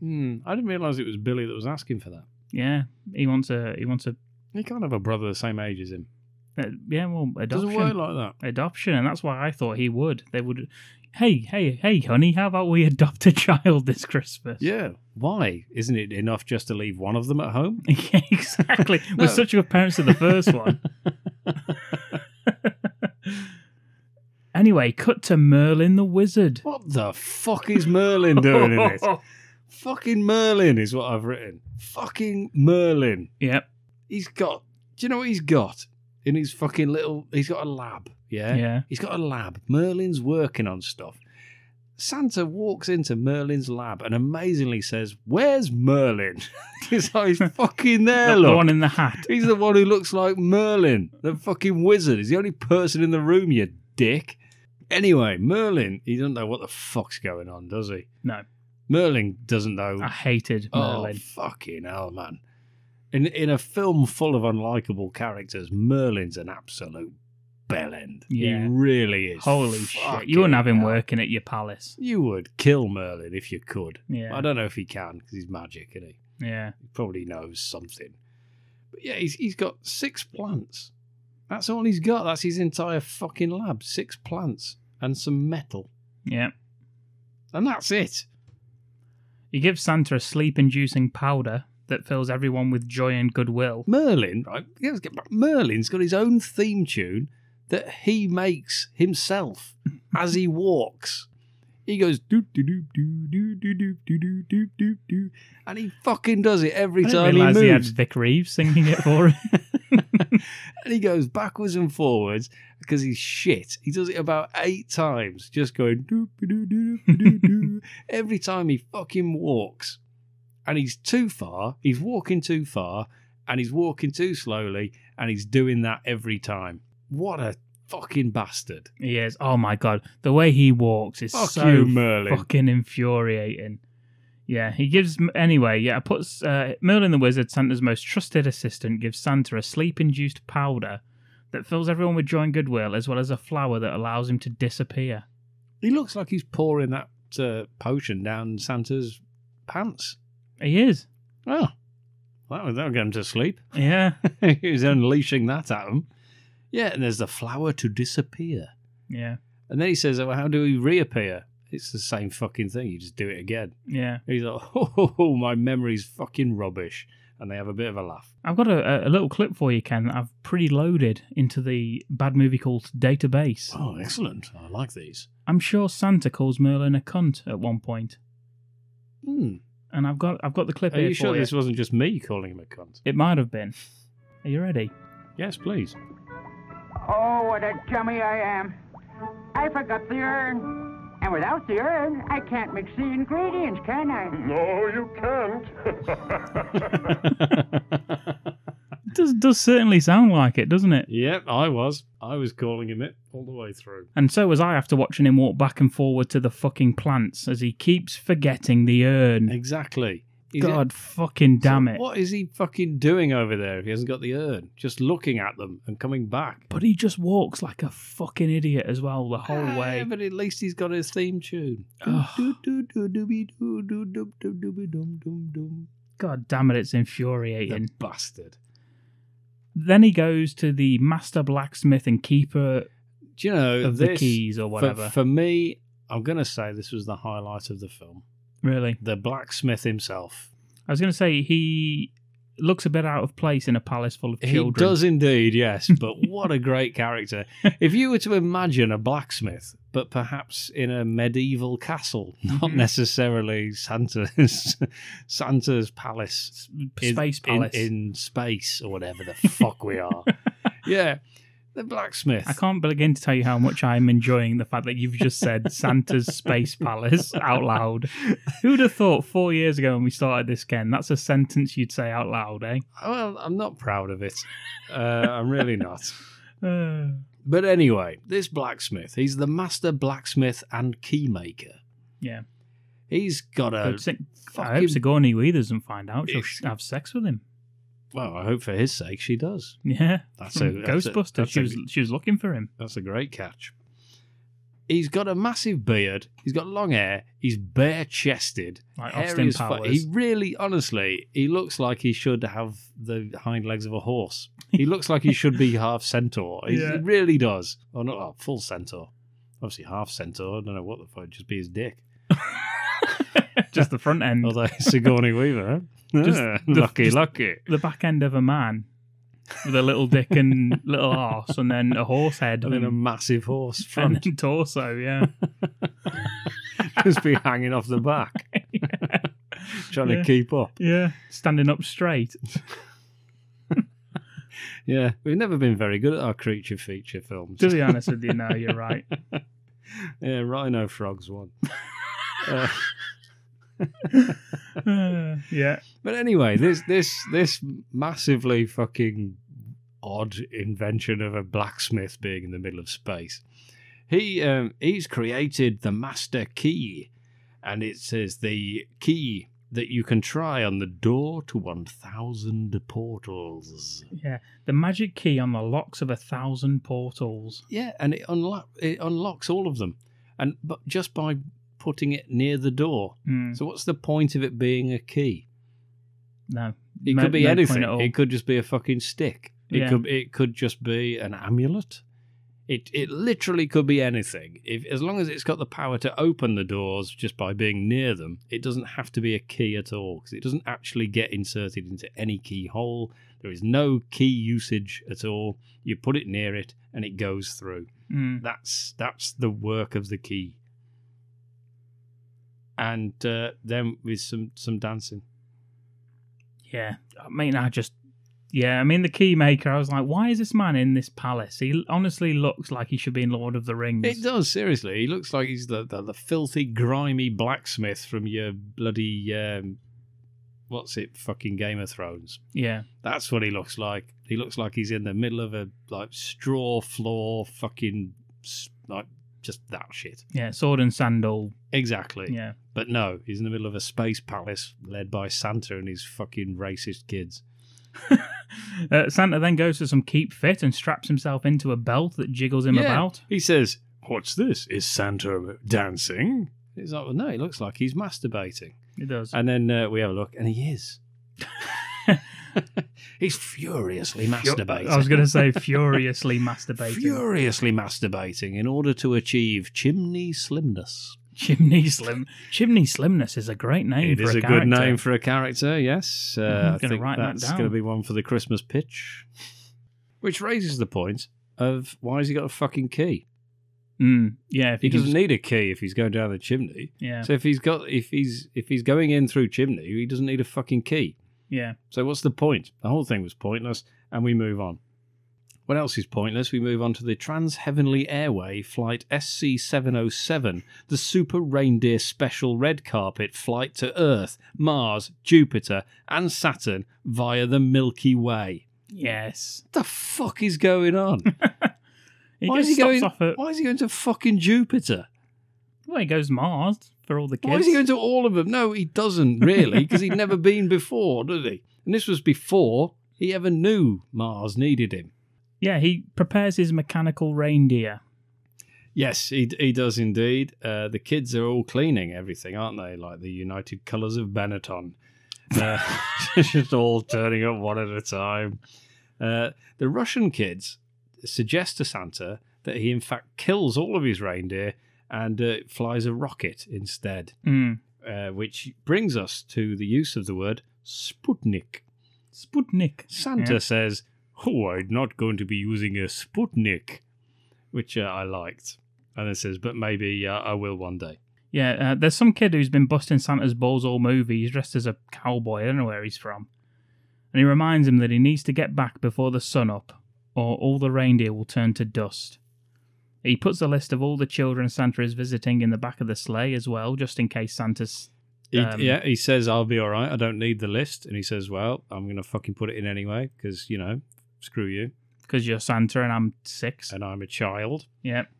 Speaker 4: Hmm, I didn't realise it was Billy that was asking for that.
Speaker 3: Yeah, he wants a he wants a
Speaker 4: He can't have a brother the same age as him.
Speaker 3: uh, yeah well
Speaker 4: It doesn't work
Speaker 3: adoption
Speaker 4: like that.
Speaker 3: adoption, and that's why I thought he would. They would. Hey, hey, hey, honey, how about we adopt a child this Christmas?
Speaker 4: Yeah. Why? Isn't it enough just to leave one of them at home?
Speaker 3: Yeah, exactly.
Speaker 4: No.
Speaker 3: We're such good parents to the first one. anyway, cut to Merlin the Wizard.
Speaker 4: What the fuck is Merlin doing in it? Fucking Merlin is what I've written. Fucking Merlin.
Speaker 3: Yep.
Speaker 4: He's got. Do you know what he's got in his fucking little? He's got a lab. Yeah.
Speaker 3: Yeah.
Speaker 4: He's got a lab. Merlin's working on stuff. Santa walks into Merlin's lab and amazingly says, "Where's Merlin?" he's like, "He's fucking there,
Speaker 3: The
Speaker 4: Eh, look."
Speaker 3: one in the hat.
Speaker 4: He's the one who looks like Merlin, the fucking wizard. He's the only person in the room, you dick. Anyway, Merlin, he doesn't know what the fuck's going on, does he?
Speaker 3: No.
Speaker 4: Merlin doesn't know.
Speaker 3: I hated
Speaker 4: Oh,
Speaker 3: Merlin.
Speaker 4: fucking hell, man. In, in a film full of unlikable characters, Merlin's an absolute bellend.
Speaker 3: Yeah.
Speaker 4: He really is.
Speaker 3: Holy shit. You wouldn't have him
Speaker 4: Fucking hell.
Speaker 3: working at your palace.
Speaker 4: You would kill Merlin if you could.
Speaker 3: Yeah.
Speaker 4: I don't know if he can because he's magic, isn't he?
Speaker 3: Yeah.
Speaker 4: He probably knows something. But yeah, he's, he's got six plants. That's all he's got. That's his entire fucking lab. Six plants and some metal.
Speaker 3: Yeah.
Speaker 4: And that's it.
Speaker 3: He gives Santa a sleep inducing powder that fills everyone with joy and goodwill.
Speaker 4: Merlin, right? yeah, let's get back- Merlin's got his own theme tune that he makes himself as he walks. He goes doo doo doo doo doo doo doo doo doo doo doo doo, and he fucking does it every
Speaker 3: I didn't
Speaker 4: time he
Speaker 3: realise
Speaker 4: moves.
Speaker 3: he had Vic Reeves singing it for him.
Speaker 4: and he goes backwards and forwards because he's shit. He does it about eight times, just going doop doo doo doo doo every time he fucking walks. And he's too far. He's walking too far, and he's walking too slowly, and he's doing that every time. What a fucking bastard!
Speaker 3: he is. Oh my god. The way he walks is
Speaker 4: Fuck
Speaker 3: so
Speaker 4: you, Merlin.
Speaker 3: fucking infuriating. Yeah, he gives anyway. Yeah, puts uh, Merlin the Wizard, Santa's most trusted assistant, gives Santa a sleep-induced powder that fills everyone with joy and goodwill, as well as a flower that allows him to disappear.
Speaker 4: He looks like he's pouring that uh, potion down Santa's pants.
Speaker 3: He is.
Speaker 4: Oh, that would that'll get him to sleep.
Speaker 3: Yeah,
Speaker 4: He's unleashing that at him. Yeah, and there's the flower to disappear.
Speaker 3: yeah,
Speaker 4: And then he says, well, how do we reappear? It's the same fucking thing. You just do it again.
Speaker 3: yeah.
Speaker 4: He's like, oh, my memory's fucking rubbish. And they have a bit of a laugh.
Speaker 3: I've got a, a- a little clip for you, Ken. That I've preloaded into the bad movie called database.
Speaker 4: Oh, excellent. I like these.
Speaker 3: I'm sure Santa calls Merlin a cunt at one point,
Speaker 4: Hmm.
Speaker 3: and I've got I've got the clip
Speaker 4: Are
Speaker 3: here
Speaker 4: you
Speaker 3: for
Speaker 4: sure
Speaker 3: you.
Speaker 4: this wasn't just me calling him a cunt?
Speaker 3: It might have been. Are you ready?
Speaker 4: Yes, please.
Speaker 1: Oh, what a dummy I am. I forgot the urn. And without the urn, I can't mix the ingredients, can I?
Speaker 6: No, you can't.
Speaker 3: It does does certainly sound like it, doesn't it?
Speaker 4: yep, I was. I was calling him it all the way through.
Speaker 3: And so was I after watching him walk back and forward to the fucking plants as he keeps forgetting the urn.
Speaker 4: Exactly. He's-
Speaker 3: God fucking damn
Speaker 4: So
Speaker 3: it.
Speaker 4: What is he fucking doing over there if he hasn't got the urn? Just looking at them and coming back.
Speaker 3: But he just walks like a fucking idiot as well the whole
Speaker 4: Yeah,
Speaker 3: way.
Speaker 4: Ah, but at least he's got his theme tune.
Speaker 3: Ugh.
Speaker 4: The
Speaker 3: God damn it, it's infuriating.
Speaker 4: bastard.
Speaker 3: Then he goes to the master blacksmith and keeper
Speaker 4: Do you know
Speaker 3: of the
Speaker 4: Uh, this,
Speaker 3: keys or
Speaker 4: for-
Speaker 3: whatever.
Speaker 4: For, me, I'm gonna say this was the highlight of the film.
Speaker 3: really.
Speaker 4: The blacksmith himself.
Speaker 3: I was going to say, he looks a bit out of place in a palace full of children.
Speaker 4: He does indeed, yes. But what a great character! If you were to imagine a blacksmith, but perhaps in a medieval castle, not
Speaker 3: Mhm.
Speaker 4: necessarily Santa's Santa's
Speaker 3: S-
Speaker 4: palace. in-
Speaker 3: Space
Speaker 4: in-
Speaker 3: palace.
Speaker 4: in, space or whatever the fuck we are. Yeah, the blacksmith.
Speaker 3: I can't begin to tell you how much I'm enjoying the fact that you've just said Santa's Space Palace out loud. Who'd have thought four years ago when we started this, Ken? That's a sentence you'd say out loud, eh?
Speaker 4: Well, I'm not proud of it. Uh, I'm really not.
Speaker 3: Uh,
Speaker 4: But anyway, this blacksmith, he's the master blacksmith and keymaker.
Speaker 3: Yeah.
Speaker 4: He's got
Speaker 3: I
Speaker 4: a.
Speaker 3: hope, Sig- I
Speaker 4: uh, fucking-
Speaker 3: hope Sigourney Weaver doesn't find out. She'll
Speaker 4: It's-
Speaker 3: have sex with him.
Speaker 4: Well, I hope for his sake she does.
Speaker 3: Yeah.
Speaker 4: That's
Speaker 3: From
Speaker 4: a- that's a-
Speaker 3: Ghostbuster.
Speaker 4: that's
Speaker 3: she
Speaker 4: a-
Speaker 3: was she was looking for him.
Speaker 4: That's a great catch. He's got a massive beard. He's got long hair. He's bare chested.
Speaker 3: Like Austin Powers.
Speaker 4: He really, honestly, he looks like he should have the hind legs of a horse. He looks like he should be half centaur. He
Speaker 3: Yeah.
Speaker 4: he really does. Or not oh, full centaur. Obviously, half centaur. I don't know what the fuck. Just be his dick.
Speaker 3: Just the front end.
Speaker 4: Although Sigourney Weaver, huh?
Speaker 3: Mm. Just
Speaker 4: Yeah,
Speaker 3: the-
Speaker 4: lucky,
Speaker 3: just-
Speaker 4: lucky.
Speaker 3: the back end of a man with a little dick and little arse and then a horse head
Speaker 4: And
Speaker 3: and,
Speaker 4: then a massive horse front
Speaker 3: and torso, yeah.
Speaker 4: just be hanging off the back, trying
Speaker 3: Yeah.
Speaker 4: to keep up.
Speaker 3: Yeah. Standing up straight.
Speaker 4: Yeah, we've never been very good at our creature feature films.
Speaker 3: To be honest with you, no, you're right.
Speaker 4: yeah, Rhino Frogs one. Uh,
Speaker 3: Uh, yeah.
Speaker 4: but anyway, this this this massively fucking odd invention of a blacksmith being in the middle of space. He um, he's created the master key, and it says the key that you can try on the door to one thousand portals.
Speaker 3: Yeah. The magic key on the locks of a thousand portals.
Speaker 4: Yeah, and it unlock it unlocks all of them, and but just by putting it near the door.
Speaker 3: Mm,
Speaker 4: So what's the point of it being a key?
Speaker 3: no.
Speaker 4: It
Speaker 3: No-
Speaker 4: could be
Speaker 3: no point
Speaker 4: anything.
Speaker 3: at all.
Speaker 4: It could just be a fucking stick. It
Speaker 3: Yeah.
Speaker 4: could it could just be an amulet. It it literally could be anything. If as long as it's got the power to open the doors just by being near them, it doesn't have to be a key at all because it doesn't actually get inserted into any keyhole. There is no key usage at all. You put it near it and it goes through.
Speaker 3: Mm,
Speaker 4: That's that's the work of the key. And uh, then with some some dancing.
Speaker 3: yeah. I mean, I just. Yeah, I mean, the key maker, I was like, why is this man in this palace? He honestly looks like he should be in Lord of the Rings.
Speaker 4: It does seriously. He looks like he's the, the, the filthy, grimy blacksmith from your bloody um, what's it? Fucking Game of Thrones.
Speaker 3: Yeah.
Speaker 4: That's what he looks like. He looks like he's in the middle of a like straw floor, fucking s- like just that shit.
Speaker 3: Yeah. Sword and sandal.
Speaker 4: Exactly.
Speaker 3: Yeah.
Speaker 4: But no, he's in the middle of a space palace led by Santa and his fucking racist kids.
Speaker 3: Uh, Santa then goes to some keep fit and straps himself into a belt that jiggles him
Speaker 4: Yeah.
Speaker 3: about.
Speaker 4: He says, "What's this? Is Santa dancing?" It's like, well, no. He looks like he's masturbating.
Speaker 3: It does.
Speaker 4: And then uh, we have a look, and he is. He's furiously masturbating.
Speaker 3: I was going to say furiously masturbating.
Speaker 4: Furiously masturbating in order to achieve chimney slimness.
Speaker 3: Chimney Slim. Chimney Slimness is a great name.
Speaker 4: It
Speaker 3: for
Speaker 4: is
Speaker 3: a,
Speaker 4: a good
Speaker 3: character.
Speaker 4: name for a character, yes. Uh,
Speaker 3: Mhm,
Speaker 4: I
Speaker 3: gonna
Speaker 4: think
Speaker 3: write that
Speaker 4: that's
Speaker 3: down.
Speaker 4: going to be one for the Christmas pitch. Which raises the point of why has he got a fucking key?
Speaker 3: Mm, yeah. If
Speaker 4: He
Speaker 3: you can
Speaker 4: doesn't need a key if he's going down the chimney.
Speaker 3: just- Yeah.
Speaker 4: So if he's got if he's if he's going in through chimney, he doesn't need a fucking key.
Speaker 3: yeah.
Speaker 4: So what's the point? The whole thing was pointless, and we move on. What else is pointless? We move on to the Trans Heavenly Airway Flight SC707, the Super Reindeer Special Red Carpet flight to Earth, Mars, Jupiter, and Saturn via the Milky Way.
Speaker 3: Yes.
Speaker 4: What the fuck is going on?
Speaker 3: He
Speaker 4: why,
Speaker 3: just
Speaker 4: is he
Speaker 3: stops
Speaker 4: going,
Speaker 3: off at.
Speaker 4: why is he going to fucking Jupiter?
Speaker 3: Well, he goes Mars for all the kids.
Speaker 4: Why is he going to all of them? No, he doesn't really, because he'd never been before, did he? And this was before he ever knew Mars needed him.
Speaker 3: yeah. He prepares his mechanical reindeer.
Speaker 4: Yes, he he does indeed. Uh, the kids are all cleaning everything, aren't they? Like the United Colours of Benetton, uh, just all turning up one at a time. Uh, the Russian kids suggest to Santa that he in fact kills all of his reindeer and uh, flies a rocket instead,
Speaker 3: Mm.
Speaker 4: uh, which brings us to the use of the word Sputnik.
Speaker 3: Sputnik.
Speaker 4: Santa
Speaker 3: Yeah.
Speaker 4: says, "Oh, I'm not going to be using a Sputnik," which uh, I liked, and it says, "But maybe uh, I will one day."
Speaker 3: Yeah, uh, there's some kid who's been busting Santa's balls all movie. He's dressed as a cowboy. I don't know where he's from. And he reminds him that he needs to get back before the sun up, or all the reindeer will turn to dust. He puts a list of all the children Santa is visiting in the back of the sleigh as well, just in case Santa's.
Speaker 4: He,
Speaker 3: Um,
Speaker 4: yeah, he says, "I'll be all right. I don't need the list," and he says, "Well, I'm going to fucking put it in anyway because you know, screw you."
Speaker 3: because you're Santa and I'm six.
Speaker 4: and I'm a child.
Speaker 3: Yep.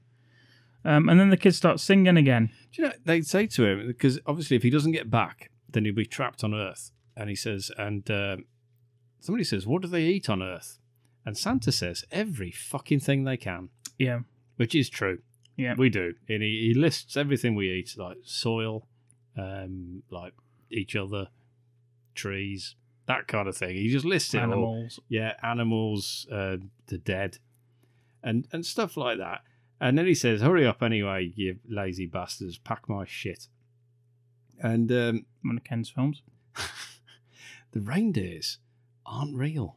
Speaker 3: Um, and then the kids start singing again.
Speaker 4: Do you know they'd say to him because obviously if he doesn't get back, then he'll be trapped on Earth. And he says, and uh, somebody says, what do they eat on Earth? And Santa says, every fucking thing they can,
Speaker 3: Yeah.
Speaker 4: which is true.
Speaker 3: Yeah.
Speaker 4: we do. And he, he lists everything we eat, like soil, um, like each other, trees, that kind of thing. He just lists it all.
Speaker 3: Animals.
Speaker 4: yeah, animals, uh, the dead, and and stuff like that. And then he says, "Hurry up, anyway, you lazy bastards! Pack my shit." And um,
Speaker 3: One of Ken's films.
Speaker 4: the reindeers aren't real.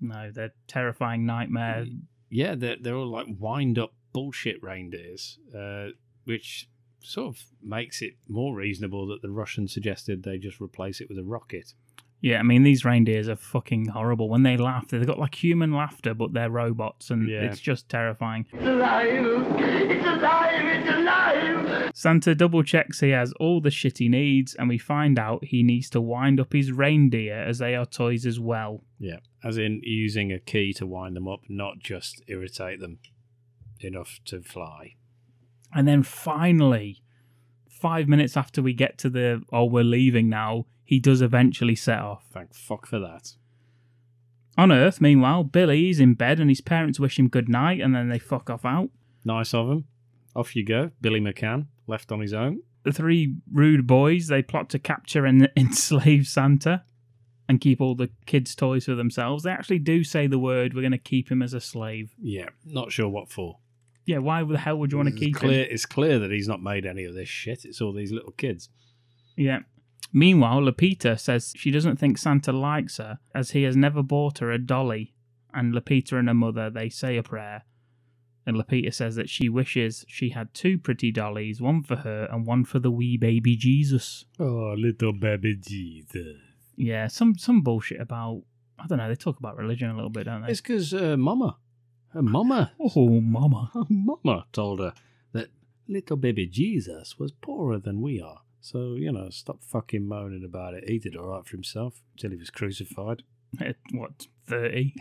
Speaker 3: No, they're terrifying nightmare.
Speaker 4: Yeah, they're they're all like wind up bullshit reindeers, uh, which sort of makes it more reasonable that the Russians suggested they just replace it with a rocket.
Speaker 3: Yeah, I mean these reindeers are fucking horrible. When they laugh, they've got like human laughter, but they're robots, and
Speaker 4: Yeah.
Speaker 3: it's just terrifying.
Speaker 7: It's alive! It's alive!
Speaker 3: Santa double checks he has all the shit he needs, and we find out he needs to wind up his reindeer as they are toys as well.
Speaker 4: Yeah, as in using a key to wind them up, not just irritate them enough to fly.
Speaker 3: And then finally, five minutes after we get to the oh we're leaving now, he does eventually set off.
Speaker 4: Thank fuck for that.
Speaker 3: On Earth, meanwhile, Billy's in bed and his parents wish him good night, and then they fuck off out.
Speaker 4: Nice of him. Off you go, Billy McCann, left on his own.
Speaker 3: the three rude boys they plot to capture and enslave Santa and keep all the kids' toys for themselves. They actually do say the word, "We're going to keep him as a slave."
Speaker 4: Yeah, not sure what for.
Speaker 3: Yeah, why the hell would you want to
Speaker 4: It's
Speaker 3: keep
Speaker 4: clear,
Speaker 3: him?
Speaker 4: It's clear that he's not made any of this shit. It's all these little kids.
Speaker 3: Yeah. Meanwhile, Lupita says she doesn't think Santa likes her as he has never bought her a dolly. And Lupita and her mother they say a prayer. And Lupita says that she wishes she had two pretty dollies, one for her and one for the wee baby Jesus.
Speaker 4: Oh, little baby Jesus.
Speaker 3: Yeah, some some bullshit about I don't know. They talk about religion a little bit, don't they?
Speaker 4: It's because uh, Mama, her Mama,
Speaker 3: oh, mama.
Speaker 4: her Mama told her that little baby Jesus was poorer than we are. So, you know, stop fucking moaning about it. He did all right for himself until he was crucified.
Speaker 3: At, Eh, what thirty?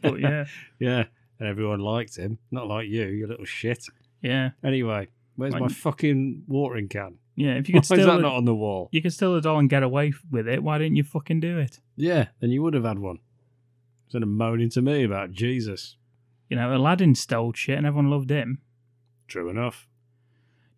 Speaker 3: but yeah,
Speaker 4: Yeah, and everyone liked him. Not like you, you little shit.
Speaker 3: yeah,
Speaker 4: Anyway, where's my
Speaker 3: Like-
Speaker 4: fucking watering can?
Speaker 3: yeah. If you
Speaker 4: Why
Speaker 3: could
Speaker 4: is that
Speaker 3: steal,
Speaker 4: not
Speaker 3: a,
Speaker 4: on the wall?
Speaker 3: you could steal a doll and get away f- with it. Why didn't you fucking do it?
Speaker 4: Yeah, then you would have had one. Instead of moaning to me about Jesus.
Speaker 3: You know, Aladdin stole shit and everyone loved him.
Speaker 4: True enough.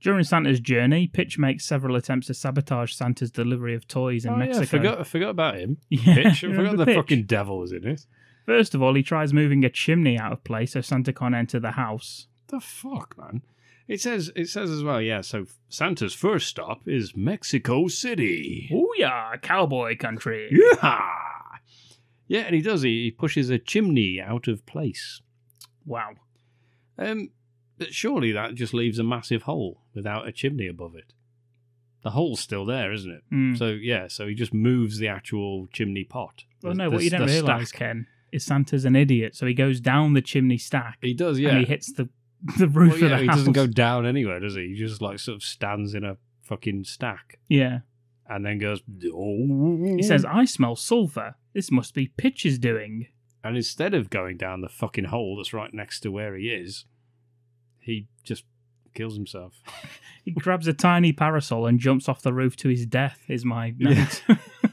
Speaker 3: During Santa's journey, Pitch makes several attempts to sabotage Santa's delivery of toys in
Speaker 4: oh,
Speaker 3: Mexico.
Speaker 4: yeah, I forgot, I forgot about him.
Speaker 3: Yeah,
Speaker 4: Pitch. I forgot
Speaker 3: remember
Speaker 4: the
Speaker 3: Pitch?
Speaker 4: fucking devil was in it.
Speaker 3: First of all, he tries moving a chimney out of place so Santa can't enter the house.
Speaker 4: The fuck, man. It says it says as well, yeah, so Santa's first stop is Mexico City.
Speaker 3: Oh yeah, cowboy country.
Speaker 4: Yeah. Yeah, and he does. He he pushes a chimney out of place.
Speaker 3: Wow.
Speaker 4: Um, but surely that just leaves a massive hole without a chimney above it. The hole's still there, isn't it?
Speaker 3: Mm.
Speaker 4: So yeah, so he just moves the actual chimney pot.
Speaker 3: well,
Speaker 4: The-
Speaker 3: no,
Speaker 4: the-
Speaker 3: what you don't
Speaker 4: the
Speaker 3: realise,
Speaker 4: stack.
Speaker 3: Ken, is Santa's an idiot, so he goes down the chimney stack.
Speaker 4: he does,
Speaker 3: and
Speaker 4: yeah.
Speaker 3: he hits the the roof
Speaker 4: Well, yeah,
Speaker 3: of the
Speaker 4: he
Speaker 3: house.
Speaker 4: doesn't go down anywhere, does he? He just like sort of stands in a fucking stack
Speaker 3: yeah,
Speaker 4: and then goes. Oh.
Speaker 3: he says, "I smell sulfur. This must be Pitch's doing."
Speaker 4: and instead of going down the fucking hole that's right next to where he is, he just kills himself.
Speaker 3: He grabs a tiny parasol and jumps off the roof to his death. Is my note.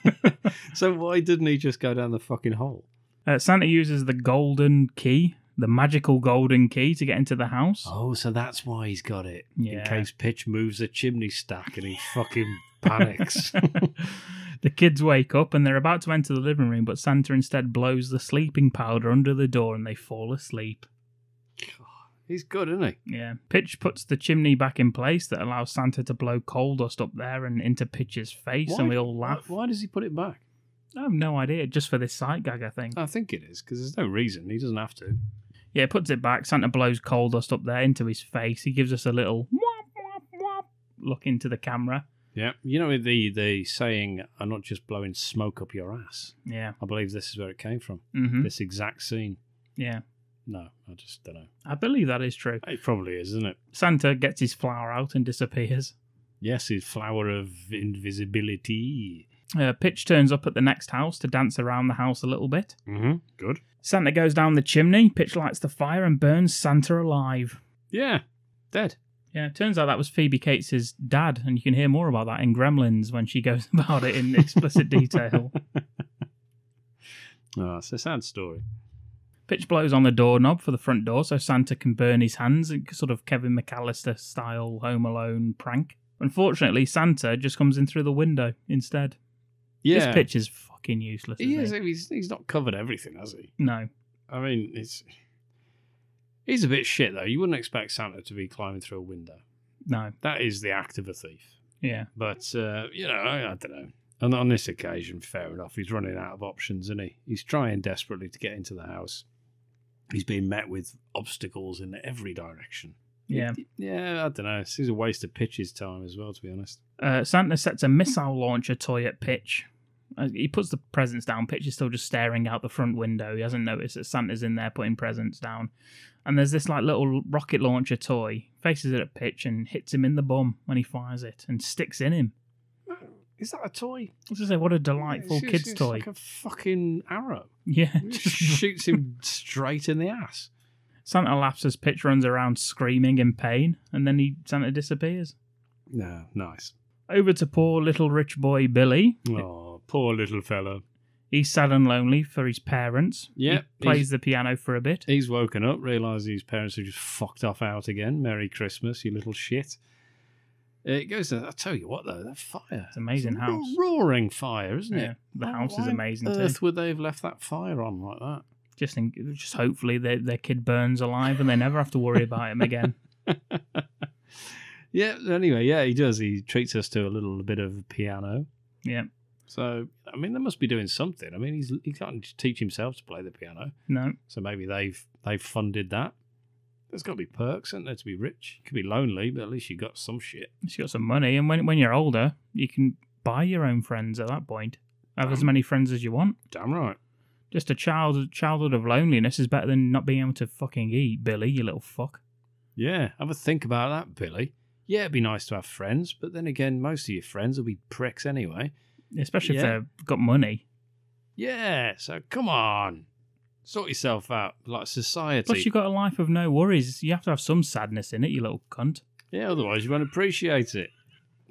Speaker 4: so why didn't he just go down the fucking hole?
Speaker 3: uh, Santa uses the golden key, the magical golden key, to get into the house.
Speaker 4: Oh, so that's why he's got it.
Speaker 3: Yeah.
Speaker 4: In case Pitch moves a chimney stack and he fucking panics.
Speaker 3: the kids wake up and they're about to enter the living room, but Santa instead blows the sleeping powder under the door and they fall asleep.
Speaker 4: he's good, isn't he?
Speaker 3: Yeah. Pitch puts the chimney back in place that allows Santa to blow coal dust up there and into Pitch's face, and we all laugh.
Speaker 4: Why, why does he put it back?
Speaker 3: I have no idea. Just for this sight gag, I think.
Speaker 4: I think it is because there's no reason. He doesn't have to.
Speaker 3: Yeah, puts it back. Santa blows coal dust up there into his face. He gives us a little whop, whop, whop look into the camera.
Speaker 4: Yeah. You know the the saying, "I'm not just blowing smoke up your ass."
Speaker 3: Yeah.
Speaker 4: I believe this is where it came from.
Speaker 3: hmm
Speaker 4: This exact scene.
Speaker 3: Yeah.
Speaker 4: No, I just don't know.
Speaker 3: I believe that is true.
Speaker 4: It probably is, isn't it?
Speaker 3: Santa gets his flower out and disappears.
Speaker 4: Yes, his flower of invisibility.
Speaker 3: Uh, Pitch turns up at the next house to dance around the house a little bit.
Speaker 4: Mm-hmm. Good.
Speaker 3: Santa goes down the chimney. Pitch lights the fire and burns Santa alive.
Speaker 4: Yeah. Dead.
Speaker 3: Yeah, it turns out that was Phoebe Cates' dad, and you can hear more about that in Gremlins when she goes about it in explicit detail.
Speaker 4: Oh, it's a sad story.
Speaker 3: Pitch blows on the doorknob for the front door so Santa can burn his hands, a sort of Kevin McAllister style Home Alone prank. Unfortunately, Santa just comes in through the window instead. This pitch is fucking useless.
Speaker 4: He
Speaker 3: isn't
Speaker 4: is. He's, he's not covered everything, has he?
Speaker 3: he? No.
Speaker 4: I mean, it's he's a bit shit though. You wouldn't expect Santa to be climbing through a window.
Speaker 3: No.
Speaker 4: That is the act of a thief.
Speaker 3: Yeah.
Speaker 4: But uh, you know, I, I don't know. And on this occasion, fair enough. He's running out of options, isn't he? He's trying desperately to get into the house. He's being met with obstacles in every direction.
Speaker 3: Yeah.
Speaker 4: Yeah, I don't know. This is a waste of Pitch's time as well, to be honest.
Speaker 3: Uh, Santa sets a missile launcher toy at Pitch. Uh, He puts the presents down. Pitch is still just staring out the front window. He hasn't noticed that Santa's in there putting presents down. And there's this like little rocket launcher toy. Faces it at Pitch and hits him in the bum when he fires it and sticks in him.
Speaker 4: Is that a toy?
Speaker 3: I was gonna say, what a delightful
Speaker 4: It's-
Speaker 3: kids'
Speaker 4: it's
Speaker 3: toy.
Speaker 4: Like a fucking arrow.
Speaker 3: Yeah.
Speaker 4: It
Speaker 3: just-
Speaker 4: just shoots him straight in the ass.
Speaker 3: Santa laughs as Pitch runs around screaming in pain, and then he Santa disappears.
Speaker 4: No, nice.
Speaker 3: Over to poor little rich boy Billy.
Speaker 4: Oh, poor little fella.
Speaker 3: He's sad and lonely for his parents.
Speaker 4: Yeah,
Speaker 3: He plays the piano for a bit.
Speaker 4: He's woken up, realizing his parents have just fucked off out again. Merry Christmas, you little shit. It goes to, I tell you what, though, that fire.
Speaker 3: It's amazing
Speaker 4: a ro-
Speaker 3: house.
Speaker 4: roaring fire, isn't
Speaker 3: Yeah,
Speaker 4: it?
Speaker 3: the
Speaker 4: Why-
Speaker 3: house is
Speaker 4: why on
Speaker 3: amazing too.
Speaker 4: earth would they have left that fire on like that?
Speaker 3: Just think, just hopefully their, their kid burns alive and they never have to worry about him again.
Speaker 4: Yeah, anyway, yeah, he does. He treats us to a little bit of piano.
Speaker 3: Yeah.
Speaker 4: So, I mean, they must be doing something. I mean, he's he can't teach himself to play the piano.
Speaker 3: No.
Speaker 4: So maybe they've they've funded that. There's got to be perks, isn't there, to be rich? You could be lonely, but at least you got some shit.
Speaker 3: She's got some money, and when when you're older, you can buy your own friends at that point. Have as many friends as you want.
Speaker 4: Damn right.
Speaker 3: Just a child childhood of loneliness is better than not being able to fucking eat, Billy, you little fuck.
Speaker 4: Yeah, have a think about that, Billy. Yeah, it'd be nice to have friends, but then again, most of your friends will be pricks anyway.
Speaker 3: Especially
Speaker 4: Yeah.
Speaker 3: if they've got money.
Speaker 4: Yeah, so come on. Sort yourself out, like society.
Speaker 3: Plus, you've got a life of no worries. You have to have some sadness in it, you little cunt.
Speaker 4: Yeah, otherwise you won't appreciate it.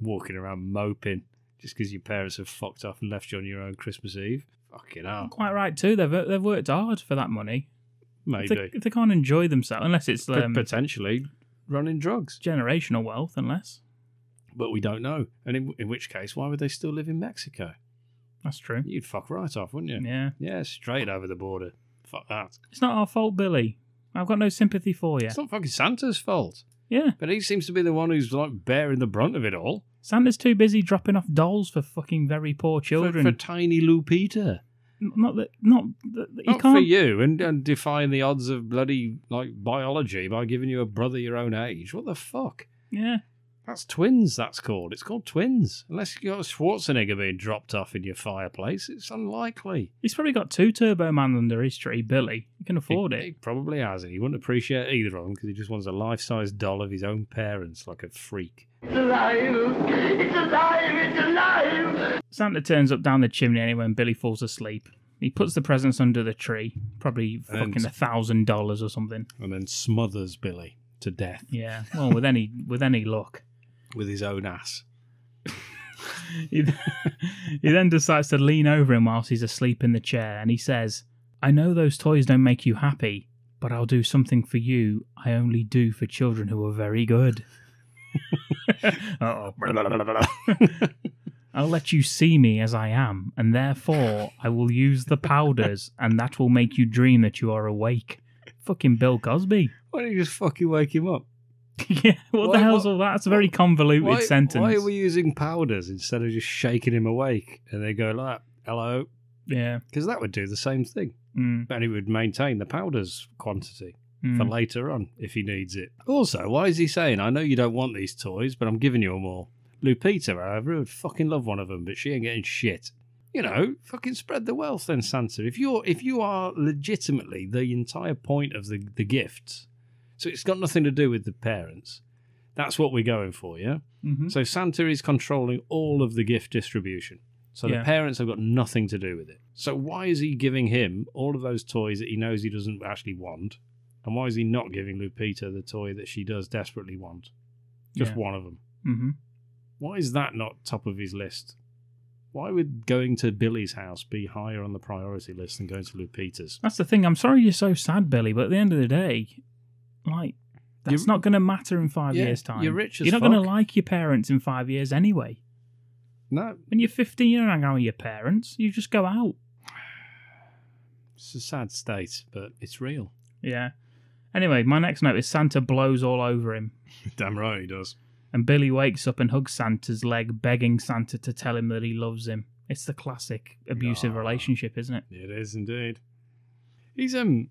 Speaker 4: Walking around moping just because your parents have fucked off and left you on your own Christmas Eve. Fucking hell.
Speaker 3: Quite right too. They've they've worked hard for that money. If they,
Speaker 4: Maybe.
Speaker 3: if they can't enjoy themselves, unless it's
Speaker 4: P-
Speaker 3: um,
Speaker 4: potentially running drugs.
Speaker 3: generational wealth, unless
Speaker 4: But we don't know. And in, in which case, why would they still live in Mexico?
Speaker 3: that's true.
Speaker 4: You'd fuck right off, wouldn't you?
Speaker 3: Yeah,
Speaker 4: Yeah, straight over the border. Fuck that.
Speaker 3: it's not our fault, Billy. I've got no sympathy for you.
Speaker 4: It's not fucking Santa's fault.
Speaker 3: Yeah,
Speaker 4: But he seems to be the one who's like bearing the brunt of it all.
Speaker 3: Santa's too busy dropping off dolls for fucking very poor
Speaker 4: For-
Speaker 3: children.
Speaker 4: For, tiny Lupita.
Speaker 3: N- not that, not that he
Speaker 4: Not
Speaker 3: can't.
Speaker 4: for you and, and defying the odds of bloody like biology by giving you a brother your own age. What the fuck?
Speaker 3: Yeah,
Speaker 4: That's twins, that's called. It's called twins. Unless you got Schwarzenegger being dropped off in your fireplace, it's unlikely.
Speaker 3: he's probably got two Turbo Man under his tree, Billy. He can afford
Speaker 4: he,
Speaker 3: it.
Speaker 4: He probably has it. He wouldn't appreciate either of them because he just wants a life size doll of his own parents, like a freak.
Speaker 3: Santa turns up down the chimney anyway, and Billy falls asleep. He puts the presents under the tree, probably
Speaker 4: And-
Speaker 3: fucking a thousand dollars or something.
Speaker 4: And then smothers Billy to death
Speaker 3: Yeah, well, with any with any luck.
Speaker 4: with his own ass.
Speaker 3: He, th- he then decides to lean over him whilst he's asleep in the chair, and he says, "I know those toys don't make you happy, but I'll do something for you. I only do for children who are very good." oh. I'll let you see me as I am, and therefore I will use the powders, and that will make you dream that you are awake. Fucking Bill Cosby.
Speaker 4: Why don't you just fucking wake him up?
Speaker 3: yeah, what
Speaker 4: Why-
Speaker 3: the hell's
Speaker 4: why-
Speaker 3: all that? That's a very convoluted
Speaker 4: why,
Speaker 3: sentence.
Speaker 4: Why are we using powders instead of just shaking him awake? And they go like, hello?
Speaker 3: Yeah.
Speaker 4: Because that would do the same thing.
Speaker 3: Mm,
Speaker 4: And he would maintain the powders quantity for
Speaker 3: mm.
Speaker 4: later on if he needs it. Also, why is he saying, I know you don't want these toys, but I'm giving you them all? Lupita, however, would fucking love one of them, but she ain't getting shit. You know, fucking spread the wealth then, Santa. If you're if you are legitimately the entire point of the, the gifts, so it's got nothing to do with the parents. That's what we're going for, yeah?
Speaker 3: Mhm.
Speaker 4: So Santa is controlling all of the gift distribution. So
Speaker 3: Yeah.
Speaker 4: the parents have got nothing to do with it. So why is he giving him all of those toys that he knows he doesn't actually want? And why is he not giving Lupita the toy that she does desperately want? Just
Speaker 3: Yeah.
Speaker 4: one of them.
Speaker 3: Mm-hmm.
Speaker 4: Why is that not top of his list? Why would going to Billy's house be higher on the priority list than going to Lupita's?
Speaker 3: That's the thing. I'm sorry you're so sad, Billy, but at the end of the day, like, that's
Speaker 4: You're-
Speaker 3: not going to matter in five
Speaker 4: Yeah,
Speaker 3: years' time.
Speaker 4: you're rich as
Speaker 3: You're not going to
Speaker 4: fuck.
Speaker 3: like your parents in five years anyway.
Speaker 4: No,
Speaker 3: When you're 15, you don't hang out with your parents. You just go out.
Speaker 4: it's a sad state, but it's real.
Speaker 3: Yeah. Anyway, my next note is Santa blows all over him.
Speaker 4: Damn right he does.
Speaker 3: And Billy wakes up and hugs Santa's leg, begging Santa to tell him that he loves him. It's the classic abusive
Speaker 4: Nah.
Speaker 3: relationship, isn't it?
Speaker 4: It is indeed. He's um,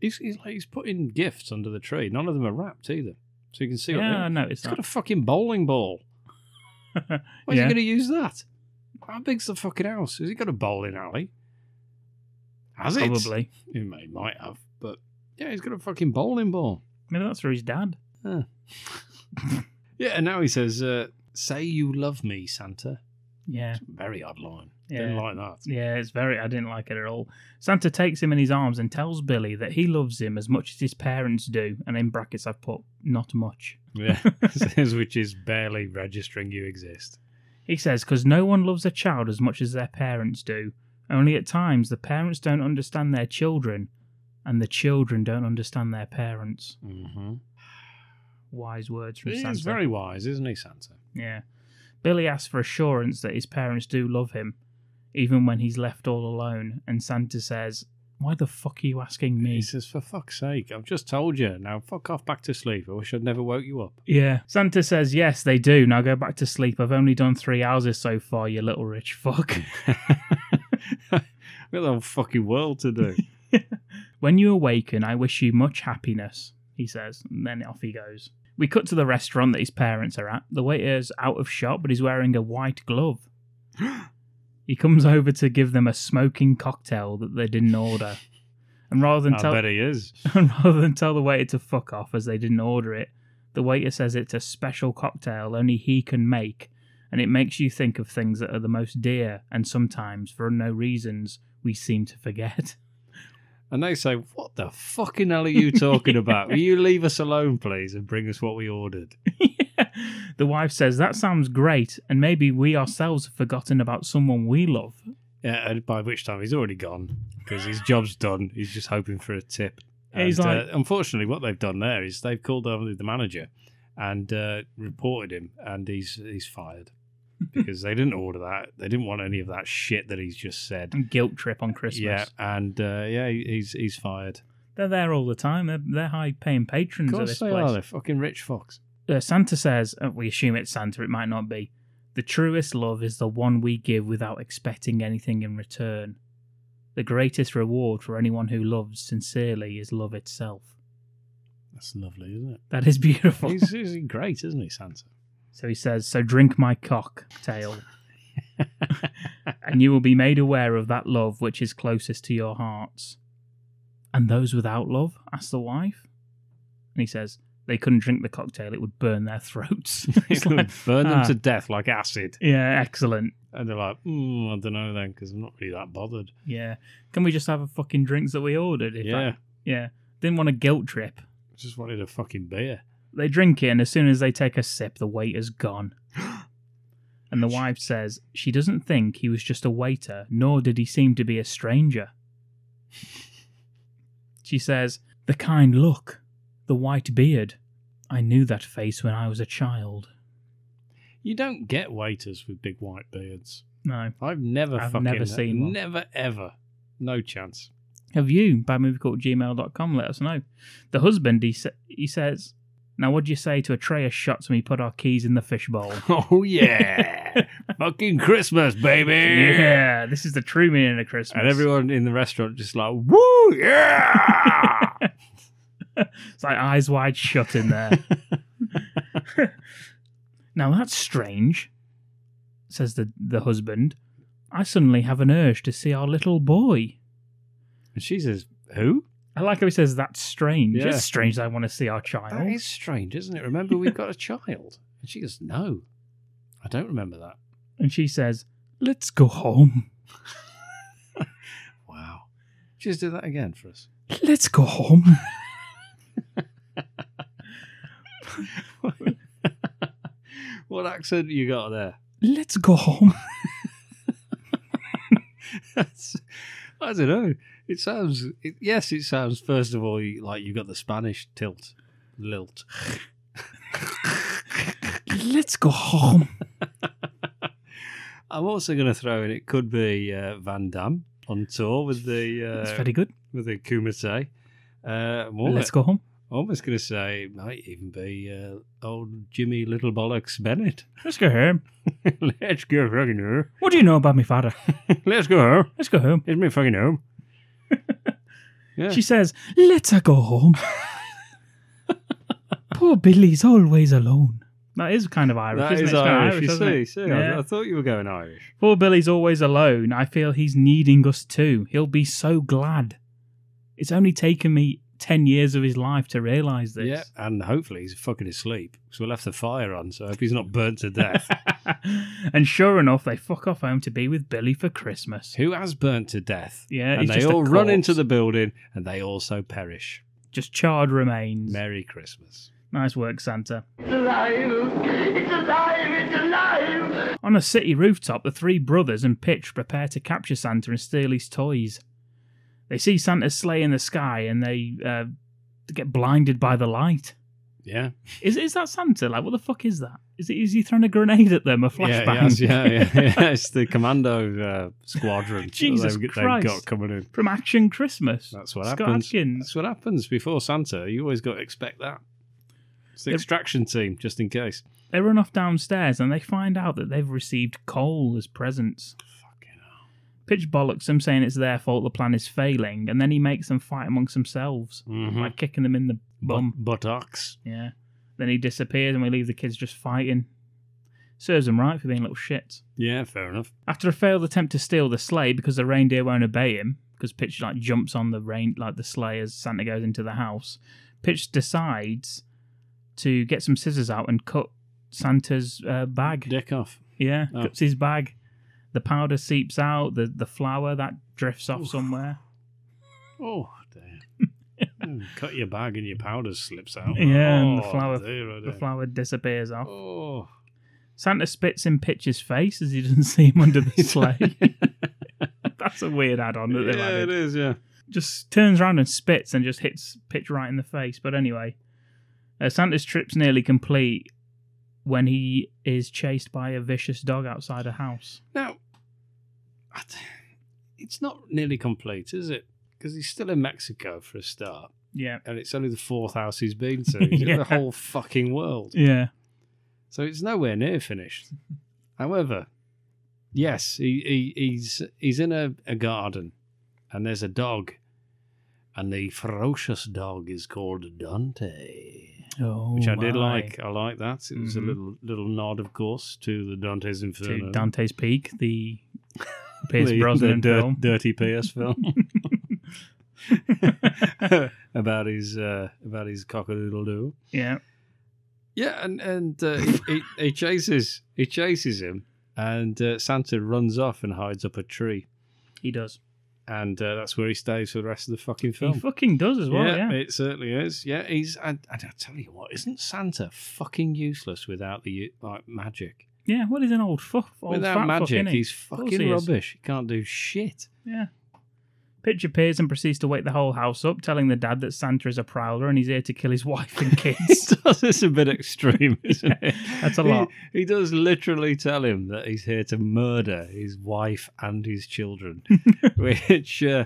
Speaker 4: he's he's like he's putting gifts under the tree. None of them are wrapped either, so you can see. what
Speaker 3: yeah,
Speaker 4: they
Speaker 3: I
Speaker 4: are.
Speaker 3: noticed
Speaker 4: He's got
Speaker 3: that.
Speaker 4: a fucking bowling ball. Where's
Speaker 3: Yeah.
Speaker 4: he going to use that? How big's the fucking house? Has he got a bowling alley? Has it?
Speaker 3: Probably.
Speaker 4: He may, might have, but yeah, he's got a fucking bowling ball.
Speaker 3: Maybe that's for his dad.
Speaker 4: Yeah, and now he says, uh, "Say you love me, Santa."
Speaker 3: Yeah.
Speaker 4: Very odd line.
Speaker 3: Yeah.
Speaker 4: Didn't like that.
Speaker 3: Yeah, it's very. I didn't like it at all. Santa takes him in his arms and tells Billy that he loves him as much as his parents do, and in brackets I've put not much.
Speaker 4: Yeah, says which is barely registering you exist.
Speaker 3: He says, because no one loves a child as much as their parents do. Only at times the parents don't understand their children, and the children don't understand their parents.
Speaker 4: Mm-hmm.
Speaker 3: Wise words from
Speaker 4: He's
Speaker 3: Santa.
Speaker 4: very wise, isn't he, Santa?
Speaker 3: Yeah. Billy asks for assurance that his parents do love him, even when he's left all alone, and Santa says, Why the fuck are you asking me?
Speaker 4: He says, "For fuck's sake, I've just told you. Now fuck off back to sleep. I wish I'd never woke you up."
Speaker 3: Yeah. Santa says, Yes, they do. Now go back to sleep. I've only done three houses so far, you little rich fuck.
Speaker 4: We've got the whole fucking world to do.
Speaker 3: When you awaken, I wish you much happiness, he says, and then off he goes. We cut to the restaurant that his parents are at. The waiter's out of shot, but he's wearing a white glove. he comes over to give them a smoking cocktail that they didn't order. And rather than
Speaker 4: I
Speaker 3: tell
Speaker 4: bet he is.
Speaker 3: and rather than tell the waiter to fuck off as they didn't order it, the waiter says it's a special cocktail only he can make, and it makes you think of things that are the most dear and sometimes, for no reasons, we seem to forget.
Speaker 4: And they say, "What the fucking hell are you talking about? Will you leave us alone, please, and bring us what we ordered?"
Speaker 3: The wife says, That sounds great, and maybe we ourselves have forgotten about someone we love.
Speaker 4: Yeah, and by which time he's already gone because his job's done. He's just hoping for a tip.
Speaker 3: And he's
Speaker 4: And,
Speaker 3: like-
Speaker 4: uh, unfortunately, what they've done there is they've called over the manager and uh, reported him, and he's he's fired because they didn't order that. They didn't want any of that shit that he's just said.
Speaker 3: And guilt trip on Christmas.
Speaker 4: Yeah, and uh, yeah, he- he's he's fired.
Speaker 3: They're there all the time. They're, they're high paying patrons
Speaker 4: Of
Speaker 3: of,
Speaker 4: course
Speaker 3: this
Speaker 4: they
Speaker 3: place.
Speaker 4: are. They're fucking rich fox.
Speaker 3: uh, Santa says, uh, we assume it's Santa, it might not be. The truest love is the one we give without expecting anything in return. The greatest reward for anyone who loves sincerely is love itself.
Speaker 4: That's lovely, isn't it?
Speaker 3: That is beautiful.
Speaker 4: He's, he's great, isn't he, Santa?
Speaker 3: so he says, So drink my cocktail, and you will be made aware of that love which is closest to your hearts. And those without love? asks the wife. And he says, They couldn't drink the cocktail, it would burn their throats.
Speaker 4: He's
Speaker 3: It's
Speaker 4: going
Speaker 3: like,
Speaker 4: to burn them
Speaker 3: ah,
Speaker 4: to death like acid.
Speaker 3: Yeah, excellent.
Speaker 4: And they're like, mm, I don't know then, because I'm not really that bothered.
Speaker 3: Yeah. Can we just have a fucking drinks that we ordered? If
Speaker 4: yeah,
Speaker 3: I- yeah. Didn't want a guilt trip.
Speaker 4: just wanted a fucking beer.
Speaker 3: They drink it, and as soon as they take a sip, the waiter's gone. and the wife says she doesn't think he was just a waiter, nor did he seem to be a stranger. she says, The kind look, the white beard. I knew that face when I was a child.
Speaker 4: You don't get waiters with big white beards.
Speaker 3: No.
Speaker 4: I've never
Speaker 3: I've
Speaker 4: fucking
Speaker 3: never seen one.
Speaker 4: never ever, no chance.
Speaker 3: Have you? By moviecalled@gmail.com. Let us know. The husband, he, sa- he says, Now, what do you say to a tray of shots when we put our keys in the fishbowl?
Speaker 4: Oh yeah, fucking Christmas, baby.
Speaker 3: yeah, this is the true meaning of Christmas.
Speaker 4: And everyone in the restaurant just like, woo, yeah.
Speaker 3: It's like eyes wide shut in there. now, that's strange, says the, the husband. I suddenly have an urge to see our little boy.
Speaker 4: and she says, who?
Speaker 3: I like how he says, That's strange.
Speaker 4: Yeah.
Speaker 3: It's strange that I want to see our child.
Speaker 4: That is strange, isn't it? Remember, we've got a child. And she goes, no, I don't remember that.
Speaker 3: And she says, Let's go home.
Speaker 4: Wow. Just do that again for us.
Speaker 3: Let's go home.
Speaker 4: What accent you got there?
Speaker 3: Let's go home.
Speaker 4: That's, I don't know. It sounds. It, yes, it sounds. First of all, you, like you got the Spanish tilt, lilt.
Speaker 3: Let's go home.
Speaker 4: I'm also going to throw in. It could be uh, Van Damme on tour with the
Speaker 3: That's
Speaker 4: uh,
Speaker 3: very good.
Speaker 4: with the Kumite. Uh, I'm
Speaker 3: Let's
Speaker 4: almost,
Speaker 3: go home.
Speaker 4: almost going to say it might even be uh, old Jimmy Little Bollocks Bennett.
Speaker 3: Let's go home.
Speaker 4: Let's go fucking home.
Speaker 3: What do you know about me father?
Speaker 4: Let's go home.
Speaker 3: Let's go home.
Speaker 4: It's me fucking home. Yeah.
Speaker 3: She says, Let her go home. Poor Billy's always alone. That is kind of Irish.
Speaker 4: That
Speaker 3: isn't
Speaker 4: is
Speaker 3: it? It's kind of
Speaker 4: Irish. you
Speaker 3: isn't
Speaker 4: see,
Speaker 3: it?
Speaker 4: see, I-
Speaker 3: Yeah.
Speaker 4: I thought you were going Irish.
Speaker 3: Poor Billy's always alone. I feel he's needing us too. He'll be so glad. It's only taken me 10 years of his life to realise this.
Speaker 4: Yeah, and hopefully he's fucking asleep. So we'll have the fire on. So if he's not burnt to death,
Speaker 3: and sure enough, they fuck off home to be with Billy for Christmas.
Speaker 4: who has burnt to death?
Speaker 3: Yeah,
Speaker 4: and
Speaker 3: he's
Speaker 4: they
Speaker 3: just a
Speaker 4: all run
Speaker 3: corpse.
Speaker 4: into the building and they also perish.
Speaker 3: Just charred remains.
Speaker 4: Merry Christmas.
Speaker 3: Nice work, Santa.
Speaker 7: It's alive! It's alive!
Speaker 3: On a city rooftop, the three brothers and Pitch prepare to capture Santa and steal his toys. They see Santa's sleigh in the sky and they uh, get blinded by the light.
Speaker 4: Yeah,
Speaker 3: Is is that Santa? Like, what the fuck is that? Is, he- is he throwing a grenade at them? A
Speaker 4: yeah,
Speaker 3: flashbang?
Speaker 4: yes, yeah, yeah, yeah. It's the commando uh, squadron. that
Speaker 3: Jesus
Speaker 4: they've,
Speaker 3: Christ.
Speaker 4: they've got coming in.
Speaker 3: From Action Christmas.
Speaker 4: That's what
Speaker 3: Scott
Speaker 4: happens.
Speaker 3: Adkins.
Speaker 4: That's what happens before Santa. You always got to expect that. It's the
Speaker 3: Yep.
Speaker 4: extraction team, just in case.
Speaker 3: They run off downstairs and they find out that they've received coal as presents.
Speaker 4: Fucking hell.
Speaker 3: Pitch bollocks them, saying it's their fault the plan is failing, and then he makes them fight amongst themselves
Speaker 4: Mhm.
Speaker 3: by kicking them in the Mm-hmm. bum.
Speaker 4: But- buttocks.
Speaker 3: Yeah. Then he disappears and we leave the kids just fighting. Serves them right for being little shits.
Speaker 4: Yeah, fair enough.
Speaker 3: After a failed attempt to steal the sleigh because the reindeer won't obey him, because Pitch like jumps on the rein like the sleigh as Santa goes into the house, Pitch decides to get some scissors out and cut Santa's uh, bag.
Speaker 4: Dick off.
Speaker 3: Yeah,
Speaker 4: Oh.
Speaker 3: cuts his bag. The powder seeps out. The the flour that drifts off
Speaker 4: Oof.
Speaker 3: somewhere.
Speaker 4: Oh dear. Hmm, Cut your bag and your powder slips out.
Speaker 3: Yeah,
Speaker 4: oh,
Speaker 3: and the flower-
Speaker 4: dear, oh,
Speaker 3: The
Speaker 4: dear.
Speaker 3: flour disappears off.
Speaker 4: Oh.
Speaker 3: Santa spits in Pitch's face as he doesn't see him under the sleigh. That's a weird add-on that they've
Speaker 4: yeah,
Speaker 3: added.
Speaker 4: it is. Yeah.
Speaker 3: Just turns around and spits and just hits Pitch right in the face. But anyway, uh, Santa's trip's nearly complete when he is chased by a vicious dog outside a house.
Speaker 4: Now, I d- it's not nearly complete, is it? Because he's still in Mexico for a start,
Speaker 3: Yeah,
Speaker 4: and it's only the fourth house he's been to. He's in
Speaker 3: Yeah.
Speaker 4: The whole fucking world.
Speaker 3: yeah,
Speaker 4: So it's nowhere near finished. However, yes, he, he he's he's in a, a garden and there's a dog. And the ferocious dog is called Dante.
Speaker 3: oh,
Speaker 4: Which I did
Speaker 3: my.
Speaker 4: like. I like that. It was
Speaker 3: Mhm.
Speaker 4: a little little nod, of course, to the Dante's Inferno.
Speaker 3: to Dante's Peak, the
Speaker 4: The-
Speaker 3: Pierce Brosnan
Speaker 4: the dir-
Speaker 3: film.
Speaker 4: Dirty PS film. about his uh, about his cockadoodle doo.
Speaker 3: yeah,
Speaker 4: Yeah, and and uh, he, he, he chases he chases him, and uh, Santa runs off and hides up a tree,
Speaker 3: he does.
Speaker 4: and uh, that's where he stays for the rest of the fucking
Speaker 3: He
Speaker 4: film.
Speaker 3: fucking does as well. Yeah,
Speaker 4: it certainly is. Yeah, he's and, and I tell you what, isn't Santa fucking useless without the u- like magic?
Speaker 3: yeah. What is an old fuck? Old
Speaker 4: without
Speaker 3: fat fuck,
Speaker 4: magic,
Speaker 3: innit?
Speaker 4: he's
Speaker 3: Of course
Speaker 4: fucking
Speaker 3: he is.
Speaker 4: rubbish. He can't do shit.
Speaker 3: Yeah. Pitch appears and proceeds to wake the whole house up, telling the dad that Santa is a prowler and he's here to kill his wife and kids.
Speaker 4: It does. It's a bit extreme, isn't it?
Speaker 3: that's a
Speaker 4: He-
Speaker 3: lot.
Speaker 4: He, does literally tell him that he's here to murder his wife and his children, which, uh,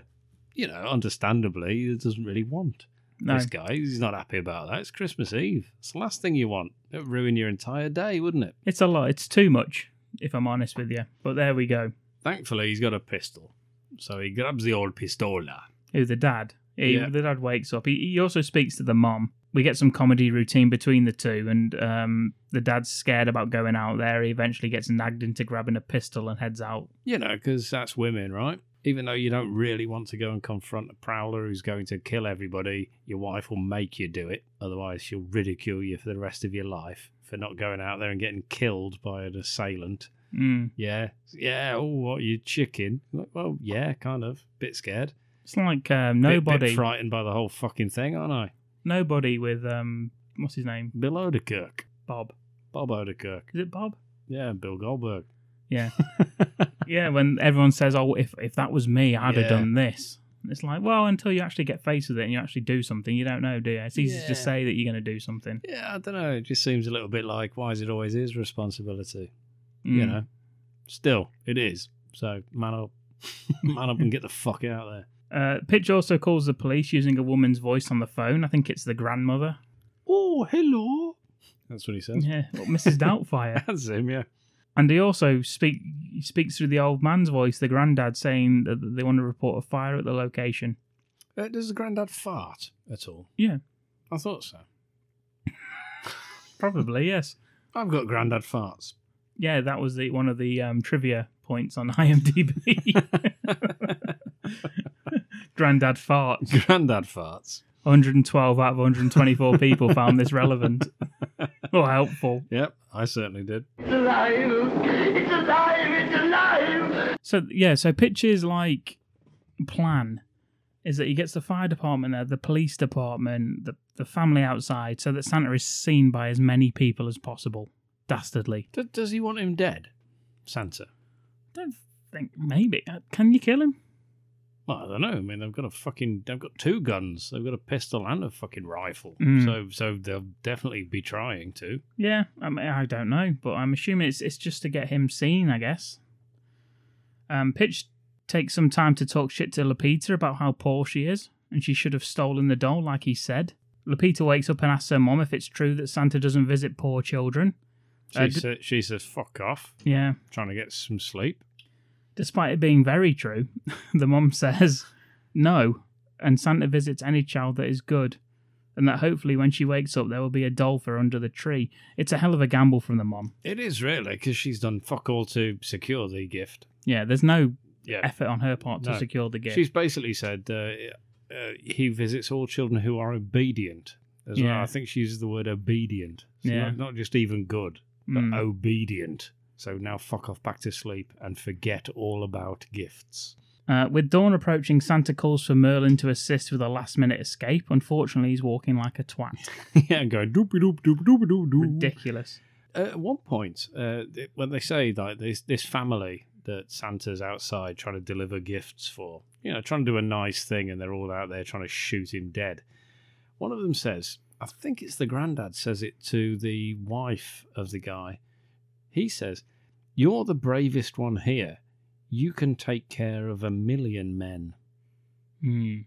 Speaker 4: you know, understandably, he doesn't really want.
Speaker 3: no,
Speaker 4: This guy, he's not happy about that. It's Christmas Eve. It's the last thing you want. It would ruin your entire day, wouldn't it?
Speaker 3: it's a lot. It's too much, if I'm honest with you. But there we go.
Speaker 4: Thankfully, he's got a pistol. So he grabs the old pistola.
Speaker 3: Who the dad? He,
Speaker 4: Yeah.
Speaker 3: The dad wakes up. He, he also speaks to the mom. We get some comedy routine between the two, and um, the dad's scared about going out there. He eventually gets nagged into grabbing a pistol and heads out.
Speaker 4: You know, because that's women, right? Even though you don't really want to go and confront a prowler who's going to kill everybody, your wife will make you do it. Otherwise, she'll ridicule you for the rest of your life for not going out there and getting killed by an assailant.
Speaker 3: Mm.
Speaker 4: Yeah, yeah. Oh, what you chicken? Like, well, yeah, kind of. Bit scared.
Speaker 3: It's like um,
Speaker 4: Bit- bit,
Speaker 3: nobody,
Speaker 4: frightened by the whole fucking thing, aren't I?
Speaker 3: nobody with um, what's his name?
Speaker 4: Bill Odekirk,
Speaker 3: Bob.
Speaker 4: Bob Odekirk.
Speaker 3: Is it Bob?
Speaker 4: Yeah, Bill Goldberg.
Speaker 3: Yeah, yeah. When everyone says, "Oh, if if that was me, I'd
Speaker 4: Yeah.
Speaker 3: have done this," it's like, well, until you actually get faced with it and you actually do something, you don't know, do you? It's easy to
Speaker 4: Yeah.
Speaker 3: just say that you're going to do something.
Speaker 4: yeah, I don't know. It just seems a little bit like why is it always his responsibility? You
Speaker 3: Mm.
Speaker 4: know. Still, it is. So man up, man up, and get the fuck out of there.
Speaker 3: Uh, Pitch also calls the police using a woman's voice on the phone. I think it's the grandmother.
Speaker 4: Oh, hello. That's what he says.
Speaker 3: Yeah, well, Mrs. Doubtfire.
Speaker 4: That's him. Yeah.
Speaker 3: And he also speak he speaks through the old man's voice, the granddad, saying that they want to report a fire at the location.
Speaker 4: Uh, does the granddad fart at all?
Speaker 3: Yeah.
Speaker 4: I thought so.
Speaker 3: Probably yes.
Speaker 4: I've got granddad farts.
Speaker 3: Yeah, that was the one of the um, trivia points on IMDb. Grandad fart.
Speaker 4: Grandad farts.
Speaker 3: 112 out of 124 people found this relevant or helpful.
Speaker 4: Yep, I certainly did.
Speaker 3: So yeah, so Pitch's like plan is that he gets the fire department there, the police department, the the family outside, so that Santa is seen by as many people as possible. Dastardly.
Speaker 4: D- does he want him dead, Santa?
Speaker 3: Don't think maybe uh, can you kill him?
Speaker 4: Well, I don't know. I mean, they've got a fucking, they've got two guns. They've got a pistol and a fucking rifle.
Speaker 3: Mm.
Speaker 4: So, so they'll definitely be trying to.
Speaker 3: Yeah, I mean, I don't know, but I'm assuming it's it's just to get him seen, I guess. Um, Pitch takes some time to talk shit to Lupita about how poor she is, and she should have stolen the doll, like he said. Lupita wakes up and asks her mom if it's true that Santa doesn't visit poor children.
Speaker 4: She,
Speaker 3: Uh, d-
Speaker 4: sa- she says, "Fuck off,"
Speaker 3: Yeah,
Speaker 4: trying to get some sleep.
Speaker 3: despite it being very true, the mom says no, and Santa visits any child that is good, and that hopefully when she wakes up there will be a doll for her under the tree. It's a hell of a gamble from the mom.
Speaker 4: It is really because she's done fuck all to secure the gift.
Speaker 3: Yeah, there's no
Speaker 4: Yeah,
Speaker 3: effort on her part to
Speaker 4: No.
Speaker 3: secure the gift.
Speaker 4: She's basically said uh, uh, he visits all children who are obedient. As well.
Speaker 3: Yeah.
Speaker 4: I think she uses the word obedient. So
Speaker 3: Yeah.
Speaker 4: not, not just even good, but
Speaker 3: Mm.
Speaker 4: obedient. So now fuck off back to sleep and forget all about gifts.
Speaker 3: Uh, with dawn approaching, Santa calls for Merlin to assist with a last minute escape. Unfortunately, he's walking like a twat.
Speaker 4: yeah, and going doopy doop doop doopy doop doop.
Speaker 3: Ridiculous.
Speaker 4: At one point, uh, th- when they say that this, this family that Santa's outside trying to deliver gifts for, you know, trying to do a nice thing and they're all out there trying to shoot him dead. One of them says, I think it's the granddad says it to the wife of the guy. He says, You're the bravest one here. You can take care of a million men. Hmm.
Speaker 3: Mm.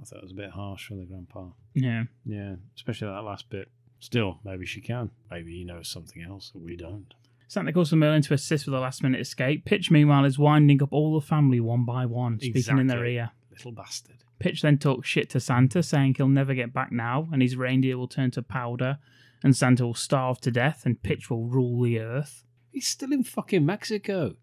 Speaker 4: I thought it was a bit harsh for the grandpa.
Speaker 3: Yeah.
Speaker 4: Yeah, especially that last bit. Still, maybe she can. Maybe he knows something else that we don't.
Speaker 3: Santa calls for Merlin to assist with a last minute escape. Pitch, meanwhile, is winding up all the family one by one, speaking in their
Speaker 4: Exactly.
Speaker 3: ear.
Speaker 4: Little bastard.
Speaker 3: Pitch then talks shit to Santa, saying he'll never get back now, and his reindeer will turn to powder, and Santa will starve to death, and Pitch will rule the earth.
Speaker 4: He's still in fucking Mexico.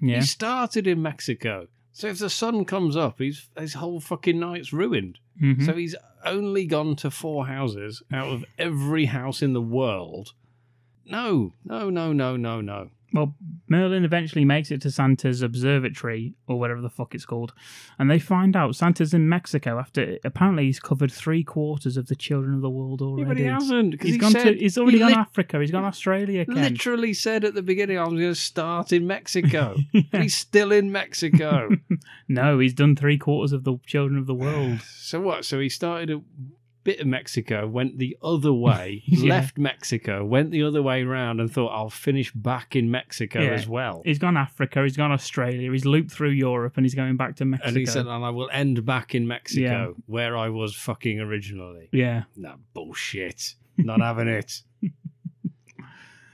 Speaker 3: Yeah.
Speaker 4: He started in Mexico. So if the sun comes up, he's, his whole fucking night's ruined.
Speaker 3: Mhm.
Speaker 4: So he's only gone to four houses out of every house in the world. No, no, no, no, no, no.
Speaker 3: Well, Merlin eventually makes it to Santa's observatory, or whatever the fuck it's called, and they find out Santa's in Mexico after apparently he's covered three quarters of the children of the world already.
Speaker 4: Yeah, but he hasn't. 'cause
Speaker 3: He's
Speaker 4: he
Speaker 3: gone
Speaker 4: said-
Speaker 3: to. He's already
Speaker 4: he
Speaker 3: gone
Speaker 4: lit-
Speaker 3: Africa. He's gone Australia. Ken.
Speaker 4: Literally said at the beginning, I was going to start in Mexico. But he's still in Mexico.
Speaker 3: No, he's done three quarters of the children of the world.
Speaker 4: So what? So he started a bit of Mexico, went the other way,
Speaker 3: Yeah.
Speaker 4: left Mexico, went the other way round, and thought I'll finish back in Mexico
Speaker 3: Yeah.
Speaker 4: as well.
Speaker 3: He's gone Africa. He's gone Australia. He's looped through Europe, and he's going back to Mexico.
Speaker 4: and he said, uh, and I will end back in Mexico, where I was fucking originally.
Speaker 3: "Yeah."
Speaker 4: Nah, bullshit. Not having it.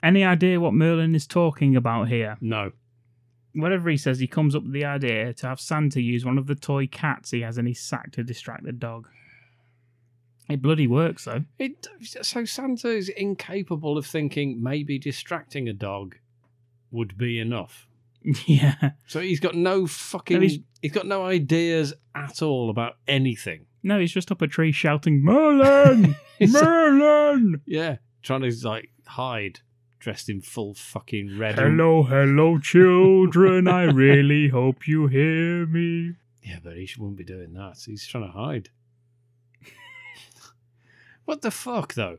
Speaker 3: Any idea what Merlin is talking about here?
Speaker 4: No.
Speaker 3: whatever he says, he comes up with the idea to have Santa use one of the toy cats he has in his sack to distract the dog. It bloody works though.
Speaker 4: It, so Santa is incapable of thinking maybe distracting a dog would be enough.
Speaker 3: yeah.
Speaker 4: So he's got no fucking.
Speaker 3: he's-
Speaker 4: he's got no ideas at all about anything.
Speaker 3: No, he's just up a tree shouting, Merlin!
Speaker 4: He's-
Speaker 3: Merlin!
Speaker 4: Yeah, trying to like hide dressed in full fucking red. and-
Speaker 3: Hello, hello, children. I really hope you hear me.
Speaker 4: Yeah, but he wouldn't be doing that. He's trying to hide. what the fuck, though?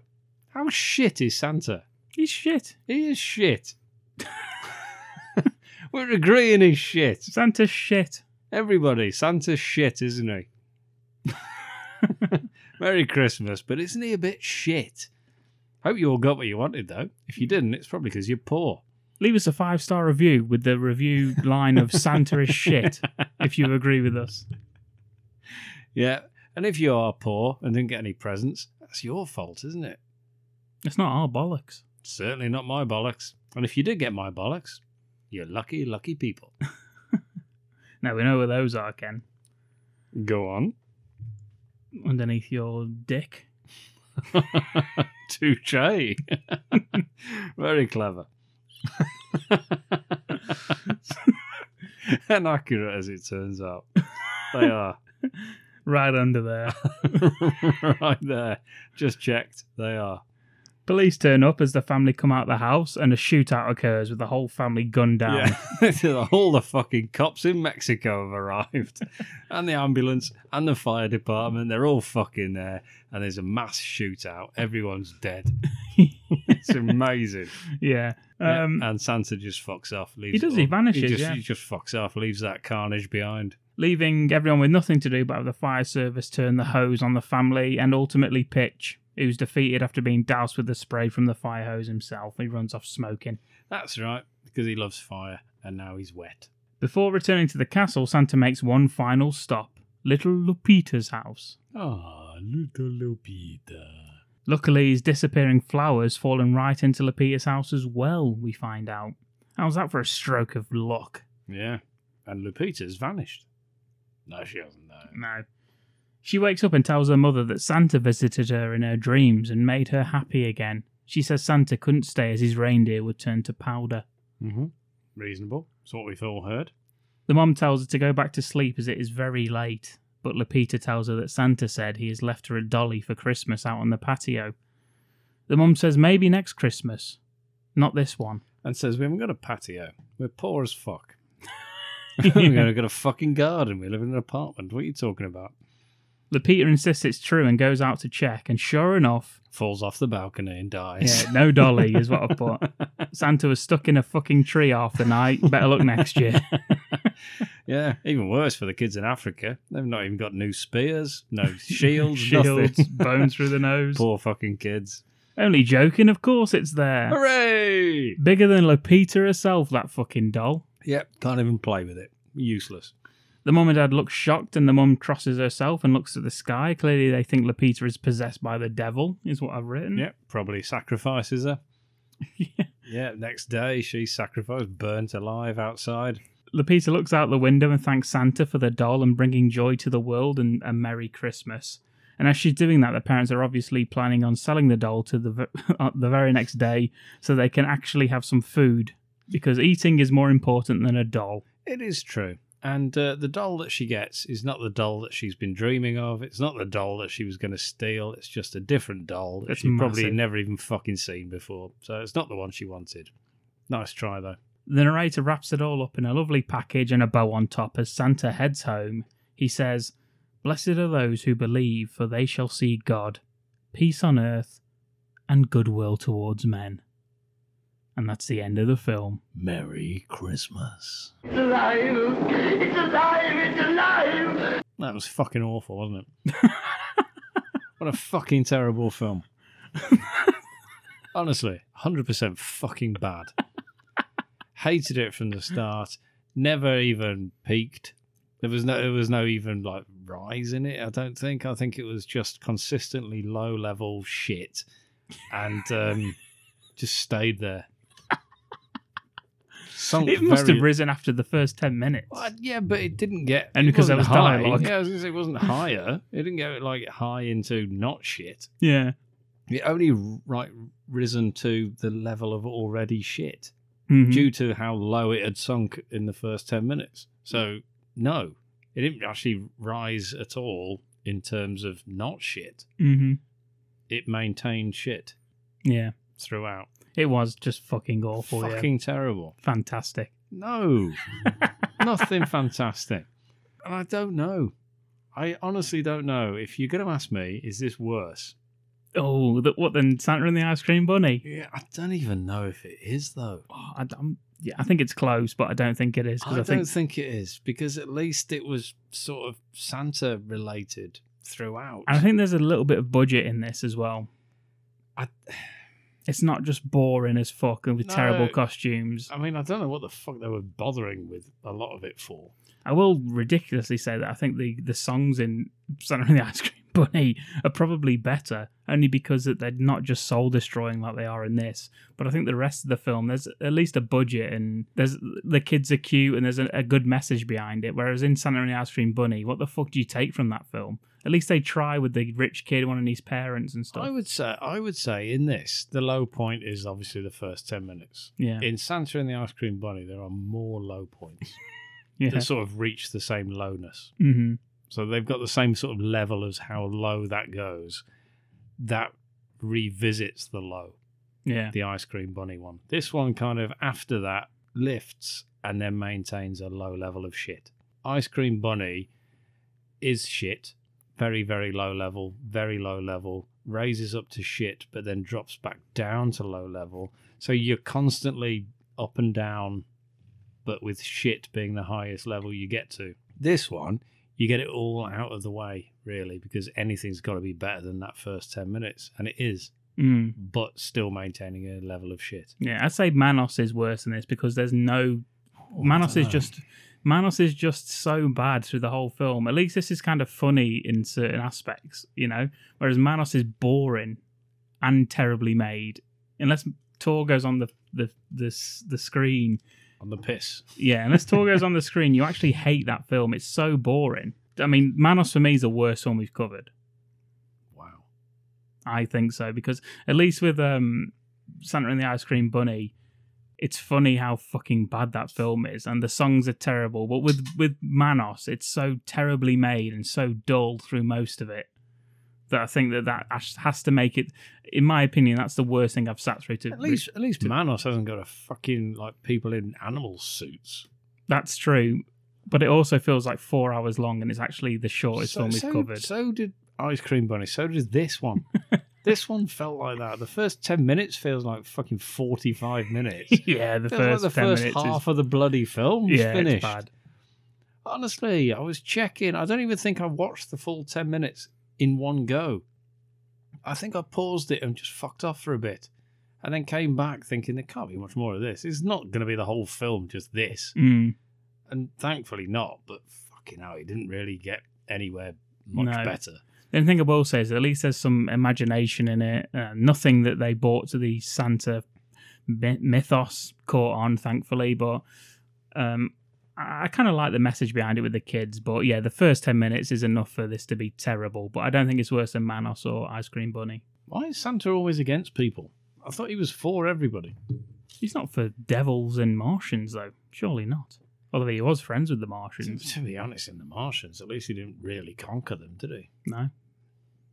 Speaker 4: How shit is Santa?
Speaker 3: He's shit.
Speaker 4: He is shit. We're agreeing he's shit.
Speaker 3: Santa's shit.
Speaker 4: Everybody, Santa's shit, isn't he? Merry Christmas, but isn't he a bit shit? Hope you all got what you wanted, though. If you didn't, it's probably because you're poor.
Speaker 3: Leave us a five star review with the review line of Santa is shit if you agree with us.
Speaker 4: Yeah. And if you are poor and didn't get any presents, that's your fault, isn't it?
Speaker 3: It's not our bollocks.
Speaker 4: Certainly not my bollocks. And if you did get my bollocks, you're lucky, lucky people.
Speaker 3: Now we know where those are, Ken.
Speaker 4: Go on.
Speaker 3: Underneath your dick.
Speaker 4: Touche. Very clever. and accurate as it turns out. They are
Speaker 3: Right under there.
Speaker 4: right there. Just checked. They are.
Speaker 3: Police turn up as the family come out the house and a shootout occurs with the whole family gunned down.
Speaker 4: Yeah. All the fucking cops in Mexico have arrived. and the ambulance and the fire department. They're all fucking there. And there's a mass shootout. Everyone's dead. it's amazing.
Speaker 3: Yeah.
Speaker 4: Yeah, uh,
Speaker 3: Um,
Speaker 4: and Santa just fucks off. Leaves
Speaker 3: he does,
Speaker 4: it
Speaker 3: he
Speaker 4: all.
Speaker 3: vanishes,
Speaker 4: He just,
Speaker 3: yeah.
Speaker 4: he just fucks off. Leaves that carnage behind.
Speaker 3: leaving everyone with nothing to do but have the fire service turn the hose on the family and ultimately Pitch, who's defeated after being doused with the spray from the fire hose himself. He runs off smoking.
Speaker 4: That's right, because he loves fire, and now he's wet.
Speaker 3: Before returning to the castle, Santa makes one final stop little Lupita's house.
Speaker 4: Ah, little Lupita.
Speaker 3: Luckily, his disappearing flowers fallen right into Lupita's house as well, we find out. How's that for a stroke of luck?
Speaker 4: Yeah, and Lupita's vanished. No, she hasn't. No.
Speaker 3: No. She wakes up and tells her mother that Santa visited her in her dreams and made her happy again. She says Santa couldn't stay as his reindeer would turn to powder.
Speaker 4: Mm-hmm. Reasonable. It's what we've all heard.
Speaker 3: The mom tells her to go back to sleep as it is very late, but Lupita tells her that Santa said he has left her a dolly for Christmas out on the patio. The mom says maybe next Christmas, not this one.
Speaker 4: And says we haven't got a patio. We're poor as fuck. We've only got a fucking garden. We live in an apartment. What are you talking about?
Speaker 3: Lupita insists it's true and goes out to check, and sure enough,
Speaker 4: Falls off the balcony and dies.
Speaker 3: yeah, no dolly is what I thought. Santa was stuck in a fucking tree half the night. Better look next year.
Speaker 4: Yeah, even worse for the kids in Africa. They've not even got new spears, no shields,
Speaker 3: shields,
Speaker 4: nothing.
Speaker 3: bones through the nose.
Speaker 4: Poor fucking kids.
Speaker 3: Only joking, of course it's there.
Speaker 4: Hooray!
Speaker 3: Bigger than Lupita herself, that fucking doll.
Speaker 4: Yep, can't even play with it. Useless.
Speaker 3: The mum and dad look shocked, and the mum crosses herself and looks at the sky. Clearly, they think Lupita is possessed by the devil, is what I've written.
Speaker 4: Yep, probably sacrifices her. yeah, next day she's sacrificed, burnt alive outside.
Speaker 3: Lupita looks out the window and thanks Santa for the doll and bringing joy to the world and a Merry Christmas. And as she's doing that, the parents are obviously planning on selling the doll to the ve- uh, the very next day so they can actually have some food because eating is more important than a doll.
Speaker 4: It is true. And uh, the doll that she gets is not the doll that she's been dreaming of. It's not the doll that she was going to steal. It's just a different doll that
Speaker 3: It's
Speaker 4: she probably
Speaker 3: massive.
Speaker 4: never even fucking seen before. So it's not the one she wanted. Nice try, though.
Speaker 3: The narrator wraps it all up in a lovely package and a bow on top as Santa heads home. He says, Blessed are those who believe, for they shall see God. Peace on earth and goodwill towards men. And that's the end of the film.
Speaker 4: Merry Christmas.
Speaker 7: It's alive! It's alive! It's alive!
Speaker 4: That was fucking awful, wasn't it? what a fucking terrible film. Honestly, 100% fucking bad. Hated it from the start. Never even peaked. There was no there was no even like rise in it, I don't think. I think it was just consistently low level shit and um, just stayed there. Sunk
Speaker 3: It must
Speaker 4: very-
Speaker 3: have risen after the first 10 minutes.
Speaker 4: well, yeah, but it didn't get.
Speaker 3: And
Speaker 4: it
Speaker 3: because there
Speaker 4: wasn't
Speaker 3: was
Speaker 4: high.
Speaker 3: dialogue.
Speaker 4: Yeah, I was gonna say it wasn't higher. It didn't go like high into not shit.
Speaker 3: Yeah.
Speaker 4: It only right risen to the level of already shit
Speaker 3: Mhm.
Speaker 4: due to how low it had sunk in the first ten minutes. So no, it didn't actually rise at all in terms of not shit.
Speaker 3: Mhm.
Speaker 4: It maintained shit
Speaker 3: Yeah.
Speaker 4: throughout.
Speaker 3: It was just fucking awful. yeah.
Speaker 4: Fucking terrible.
Speaker 3: fantastic.
Speaker 4: No, nothing fantastic. And I don't know. I honestly don't know. If you're going to ask me, is this worse?
Speaker 3: Oh, the, what then? Santa and the Ice Cream Bunny.
Speaker 4: Yeah, I don't even know if it is though.
Speaker 3: Oh, I, am yeah, I think it's close, but I don't think it is
Speaker 4: I
Speaker 3: because I,
Speaker 4: don't
Speaker 3: think
Speaker 4: think... it is because at least it was sort of Santa related throughout.
Speaker 3: and I think there's a little bit of budget in this as well.
Speaker 4: I-
Speaker 3: It's not just boring as fuck and with
Speaker 4: No.
Speaker 3: terrible costumes.
Speaker 4: I mean, I don't know what the fuck they were bothering with a lot of it for.
Speaker 3: I will ridiculously say that I think the, the songs in Santa and the Ice Cream Bunny are probably better, only because that they're not just soul destroying like they are in this. But I think the rest of the film, there's at least a budget and there's the kids are cute and there's a, a good message behind it. Whereas in Santa and the Ice Cream Bunny, what the fuck do you take from that film? At least they try with the rich kid wanting his parents and stuff.
Speaker 4: I would say, I would say, in this, the low point is obviously the first ten minutes.
Speaker 3: yeah,
Speaker 4: In Santa and the Ice Cream Bunny, there are more low points
Speaker 3: yeah.
Speaker 4: that sort of reach the same lowness.
Speaker 3: hmm
Speaker 4: So they've got the same sort of level as how low that goes. That revisits the low,
Speaker 3: yeah,
Speaker 4: the ice cream bunny one. This one kind of after that lifts and then maintains a low level of shit. Ice cream bunny is shit, very, very low level, very low level, raises up to shit, but then drops back down to low level. So you're constantly up and down, but with shit being the highest level you get to. This one you get it all out of the way, really, because anything's got to be better than that first 10 minutes. And it is,
Speaker 3: Mm.
Speaker 4: but still maintaining a level of shit.
Speaker 3: Yeah, I'd say Manos is worse than this because there's no Manos is
Speaker 4: Oh, dunno.
Speaker 3: just Manos is just so bad through the whole film. At least this is kind of funny in certain aspects, you know. Whereas Manos is boring and terribly made. Unless Tor goes on the the the, s- the screen,
Speaker 4: On the piss.
Speaker 3: yeah. Unless Tor goes on the screen, you actually hate that film. It's so boring. I mean, Manos for me is the worst film we've covered.
Speaker 4: Wow.
Speaker 3: I think so because at least with um, Santa and the Ice Cream Bunny, it's funny how fucking bad that film is, and the songs are terrible. But with with Manos, it's so terribly made and so dull through most of it that I think that that has- has to make it, in my opinion, that's the worst thing I've sat through. To
Speaker 4: At least, at least Manos hasn't got a fucking like people in animal suits.
Speaker 3: that's true, but it also feels like four hours long, and it's actually the shortest film we've
Speaker 4: so,
Speaker 3: covered.
Speaker 4: so did Ice Cream Bunny. So did this one. this one felt like that. The first 10 minutes feels like fucking 45 minutes.
Speaker 3: yeah, the first
Speaker 4: Feels like the
Speaker 3: ten
Speaker 4: first
Speaker 3: minutes is-
Speaker 4: half of the bloody film was
Speaker 3: yeah,
Speaker 4: finished.
Speaker 3: it's bad.
Speaker 4: Honestly, I was checking. I don't even think I watched the full 10 minutes in one go. I think I paused it and just fucked off for a bit. And then came back thinking there can't be much more of this. It's not going to be the whole film, just this.
Speaker 3: Mm.
Speaker 4: And thankfully not, but fucking hell, it didn't really get anywhere much
Speaker 3: No.
Speaker 4: better.
Speaker 3: The only thing I will say is at least there's some imagination in it. Uh, nothing that they bought to the Santa my- mythos caught on, thankfully. But um, I, I kind of like the message behind it with the kids. But yeah, the first 10 minutes is enough for this to be terrible. But I don't think it's worse than Manos or Ice Cream Bunny.
Speaker 4: Why is Santa always against people? I thought he was for everybody.
Speaker 3: He's not for devils and Martians, though. Surely not. Although he was friends with the
Speaker 4: To,
Speaker 3: Martians.
Speaker 4: to be honest, in The Martians, at least he didn't really conquer them, did he?
Speaker 3: No.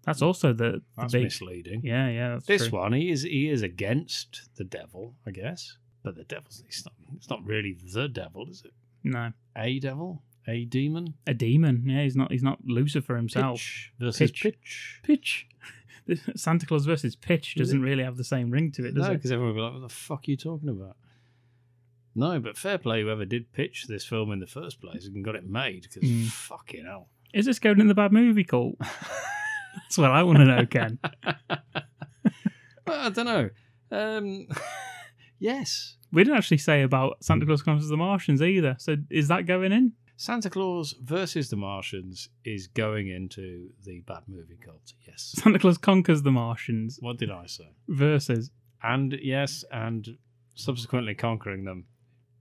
Speaker 3: That's also the, the
Speaker 4: That's
Speaker 3: big.
Speaker 4: misleading.
Speaker 3: Yeah, yeah. That's
Speaker 4: This
Speaker 3: true.
Speaker 4: one, he is he is against the devil, I guess. But the devil's it's not it's not really the devil, is it?
Speaker 3: No.
Speaker 4: A devil, a demon.
Speaker 3: A demon. Yeah, he's not. He's not Lucifer himself.
Speaker 4: Pitch versus
Speaker 3: Pitch.
Speaker 4: pitch.
Speaker 3: Pitch. Santa Claus versus Pitch doesn't really have the same ring to it, does
Speaker 4: No,
Speaker 3: it?
Speaker 4: because everyone will be like, "What the fuck are you talking about?" No, but fair play whoever did pitch this film in the first place and got it made because
Speaker 3: Mm.
Speaker 4: fucking hell.
Speaker 3: Is this going in the bad movie cult? That's what I want to know, Ken.
Speaker 4: Well, I don't know. Um, yes,
Speaker 3: we didn't actually say about Santa Claus comes to the Martians either. So is that going in?
Speaker 4: Santa Claus versus the Martians is going into the bad movie cult. Yes.
Speaker 3: Santa Claus conquers the Martians
Speaker 4: what did I say?
Speaker 3: versus
Speaker 4: and yes, and subsequently conquering them.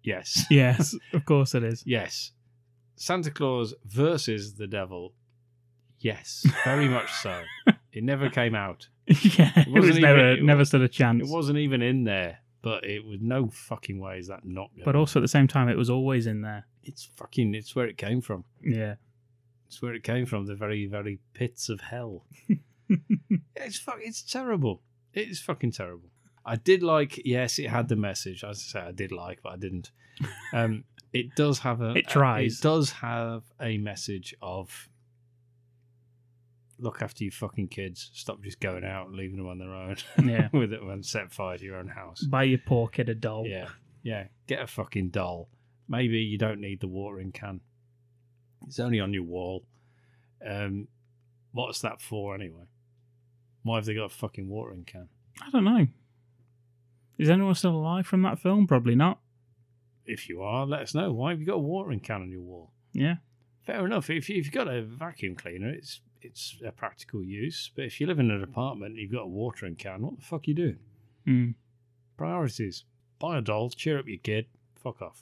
Speaker 4: Yes,
Speaker 3: yes, of course it is.
Speaker 4: yes. Santa Claus versus the devil. Yes, very much so. It never came out.
Speaker 3: yeah, it, was
Speaker 4: wasn't even-
Speaker 3: never
Speaker 4: it
Speaker 3: never
Speaker 4: was-
Speaker 3: stood a chance.
Speaker 4: It wasn't even in there, but it was no fucking way is that not.
Speaker 3: but also at the same time, it was always in there.
Speaker 4: it's fucking. It's where it came from.
Speaker 3: Yeah,
Speaker 4: It's where it came from. The very, very pits of hell. it's fuck. It's terrible. It is fucking terrible. I did like. Yes, it had the message. As I say, I did like, but I didn't. Um, it does have a.
Speaker 3: It tries.
Speaker 4: It does have a message of. Look after your fucking kids. Stop just going out and leaving them on their own.
Speaker 3: Yeah.
Speaker 4: with it and set fire to your own house.
Speaker 3: Buy your poor kid a doll.
Speaker 4: Yeah, yeah. Get a fucking doll. Maybe you don't need the watering can. It's only on your wall. Um, what's that for anyway? Why have they got a fucking watering can?
Speaker 3: I don't know. Is anyone still alive from that film? Probably not.
Speaker 4: If you are, let us know. Why have you got a watering can on your wall?
Speaker 3: Yeah.
Speaker 4: Fair enough. If, you, if you've got a vacuum cleaner, it's it's a practical use. But if you live in an apartment and you've got a watering can, what the fuck you doing?
Speaker 3: Mm.
Speaker 4: Priorities. Buy a doll. Cheer up your kid. Fuck off.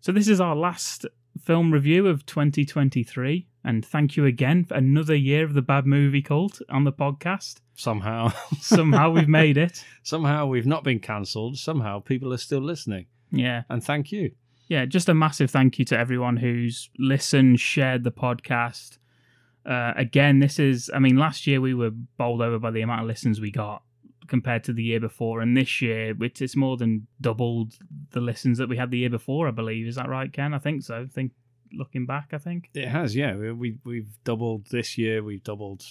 Speaker 3: So this is our last film review of 2023, and thank you again for another year of the bad movie cult on the podcast.
Speaker 4: Somehow.
Speaker 3: Somehow we've made it.
Speaker 4: Somehow we've not been cancelled. Somehow people are still listening.
Speaker 3: Yeah.
Speaker 4: And thank you.
Speaker 3: yeah, just a massive thank you to everyone who's listened, shared the podcast. Uh, again, this is, I mean, last year we were bowled over by the amount of listens we got compared to the year before. And this year, it's, it's more than doubled the listens that we had the year before, I believe. Is that right, Ken? I think so. I think looking back, I think.
Speaker 4: It has, yeah. We, we we've doubled this year. We've doubled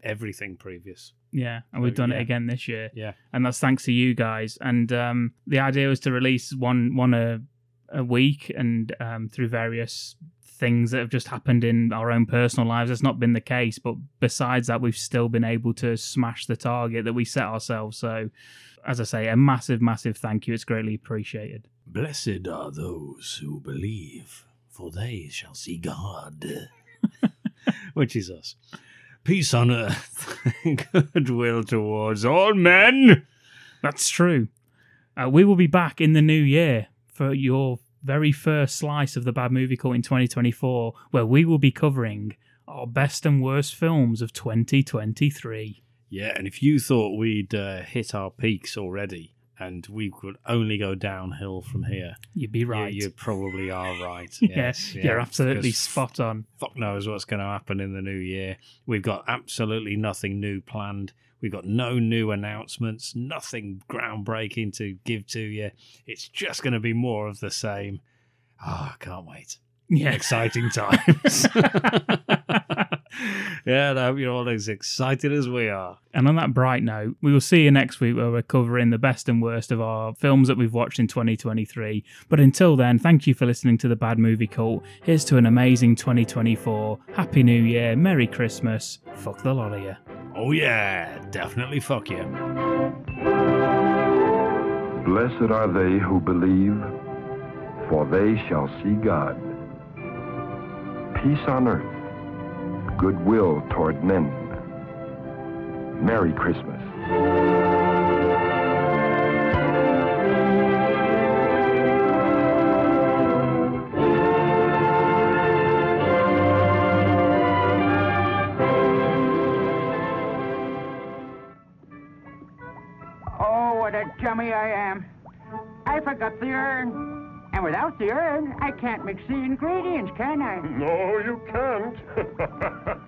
Speaker 4: everything previous.
Speaker 3: Yeah. And we've
Speaker 4: So,
Speaker 3: done it
Speaker 4: yeah.
Speaker 3: again this year.
Speaker 4: Yeah,
Speaker 3: and that's thanks to you guys. And um, the idea was to release one one a a week, and um, through various things that have just happened in our own personal lives, that's not been the case. But besides that, we've still been able to smash the target that we set ourselves. So, as I say, a massive, massive thank you. It's greatly appreciated.
Speaker 2: Blessed are those who believe, for they shall see God.
Speaker 4: which is us. Peace on earth, goodwill towards all men.
Speaker 3: That's true. Uh, we will be back in the new year for your very first slice of the Bad Movie Court in 2024, where we will be covering our best and worst films of 2023.
Speaker 4: Yeah, and if you thought we'd uh, hit our peaks already and we could only go downhill from here,
Speaker 3: You'd be
Speaker 4: you-
Speaker 3: right.
Speaker 4: You, probably are right.
Speaker 3: yes,
Speaker 4: yes, yeah,
Speaker 3: you're absolutely
Speaker 4: because
Speaker 3: spot on.
Speaker 4: fuck knows what's going to happen in the new year. We've got absolutely nothing new planned. We've got no new announcements, nothing groundbreaking to give to you. It's just going to be more of the same. Ah, can't wait.
Speaker 3: Yeah,
Speaker 4: Exciting times. yeah, and I hope you're all as excited as we are.
Speaker 3: And on that bright note, we will see you next week where we're covering the best and worst of our films that we've watched in 2023. But until then, thank you for listening to the Bad Movie Cult. Here's to an amazing 2024. Happy New Year, Merry Christmas, fuck the lot of you.
Speaker 4: Oh, yeah, definitely fuck you.
Speaker 6: Blessed are they who believe, for they shall see God. Peace on earth, goodwill toward men. Merry Christmas.
Speaker 1: Oh, what a dummy I am. I forgot the urn. And without the urn, I can't mix the ingredients, can I?
Speaker 6: No, you can't.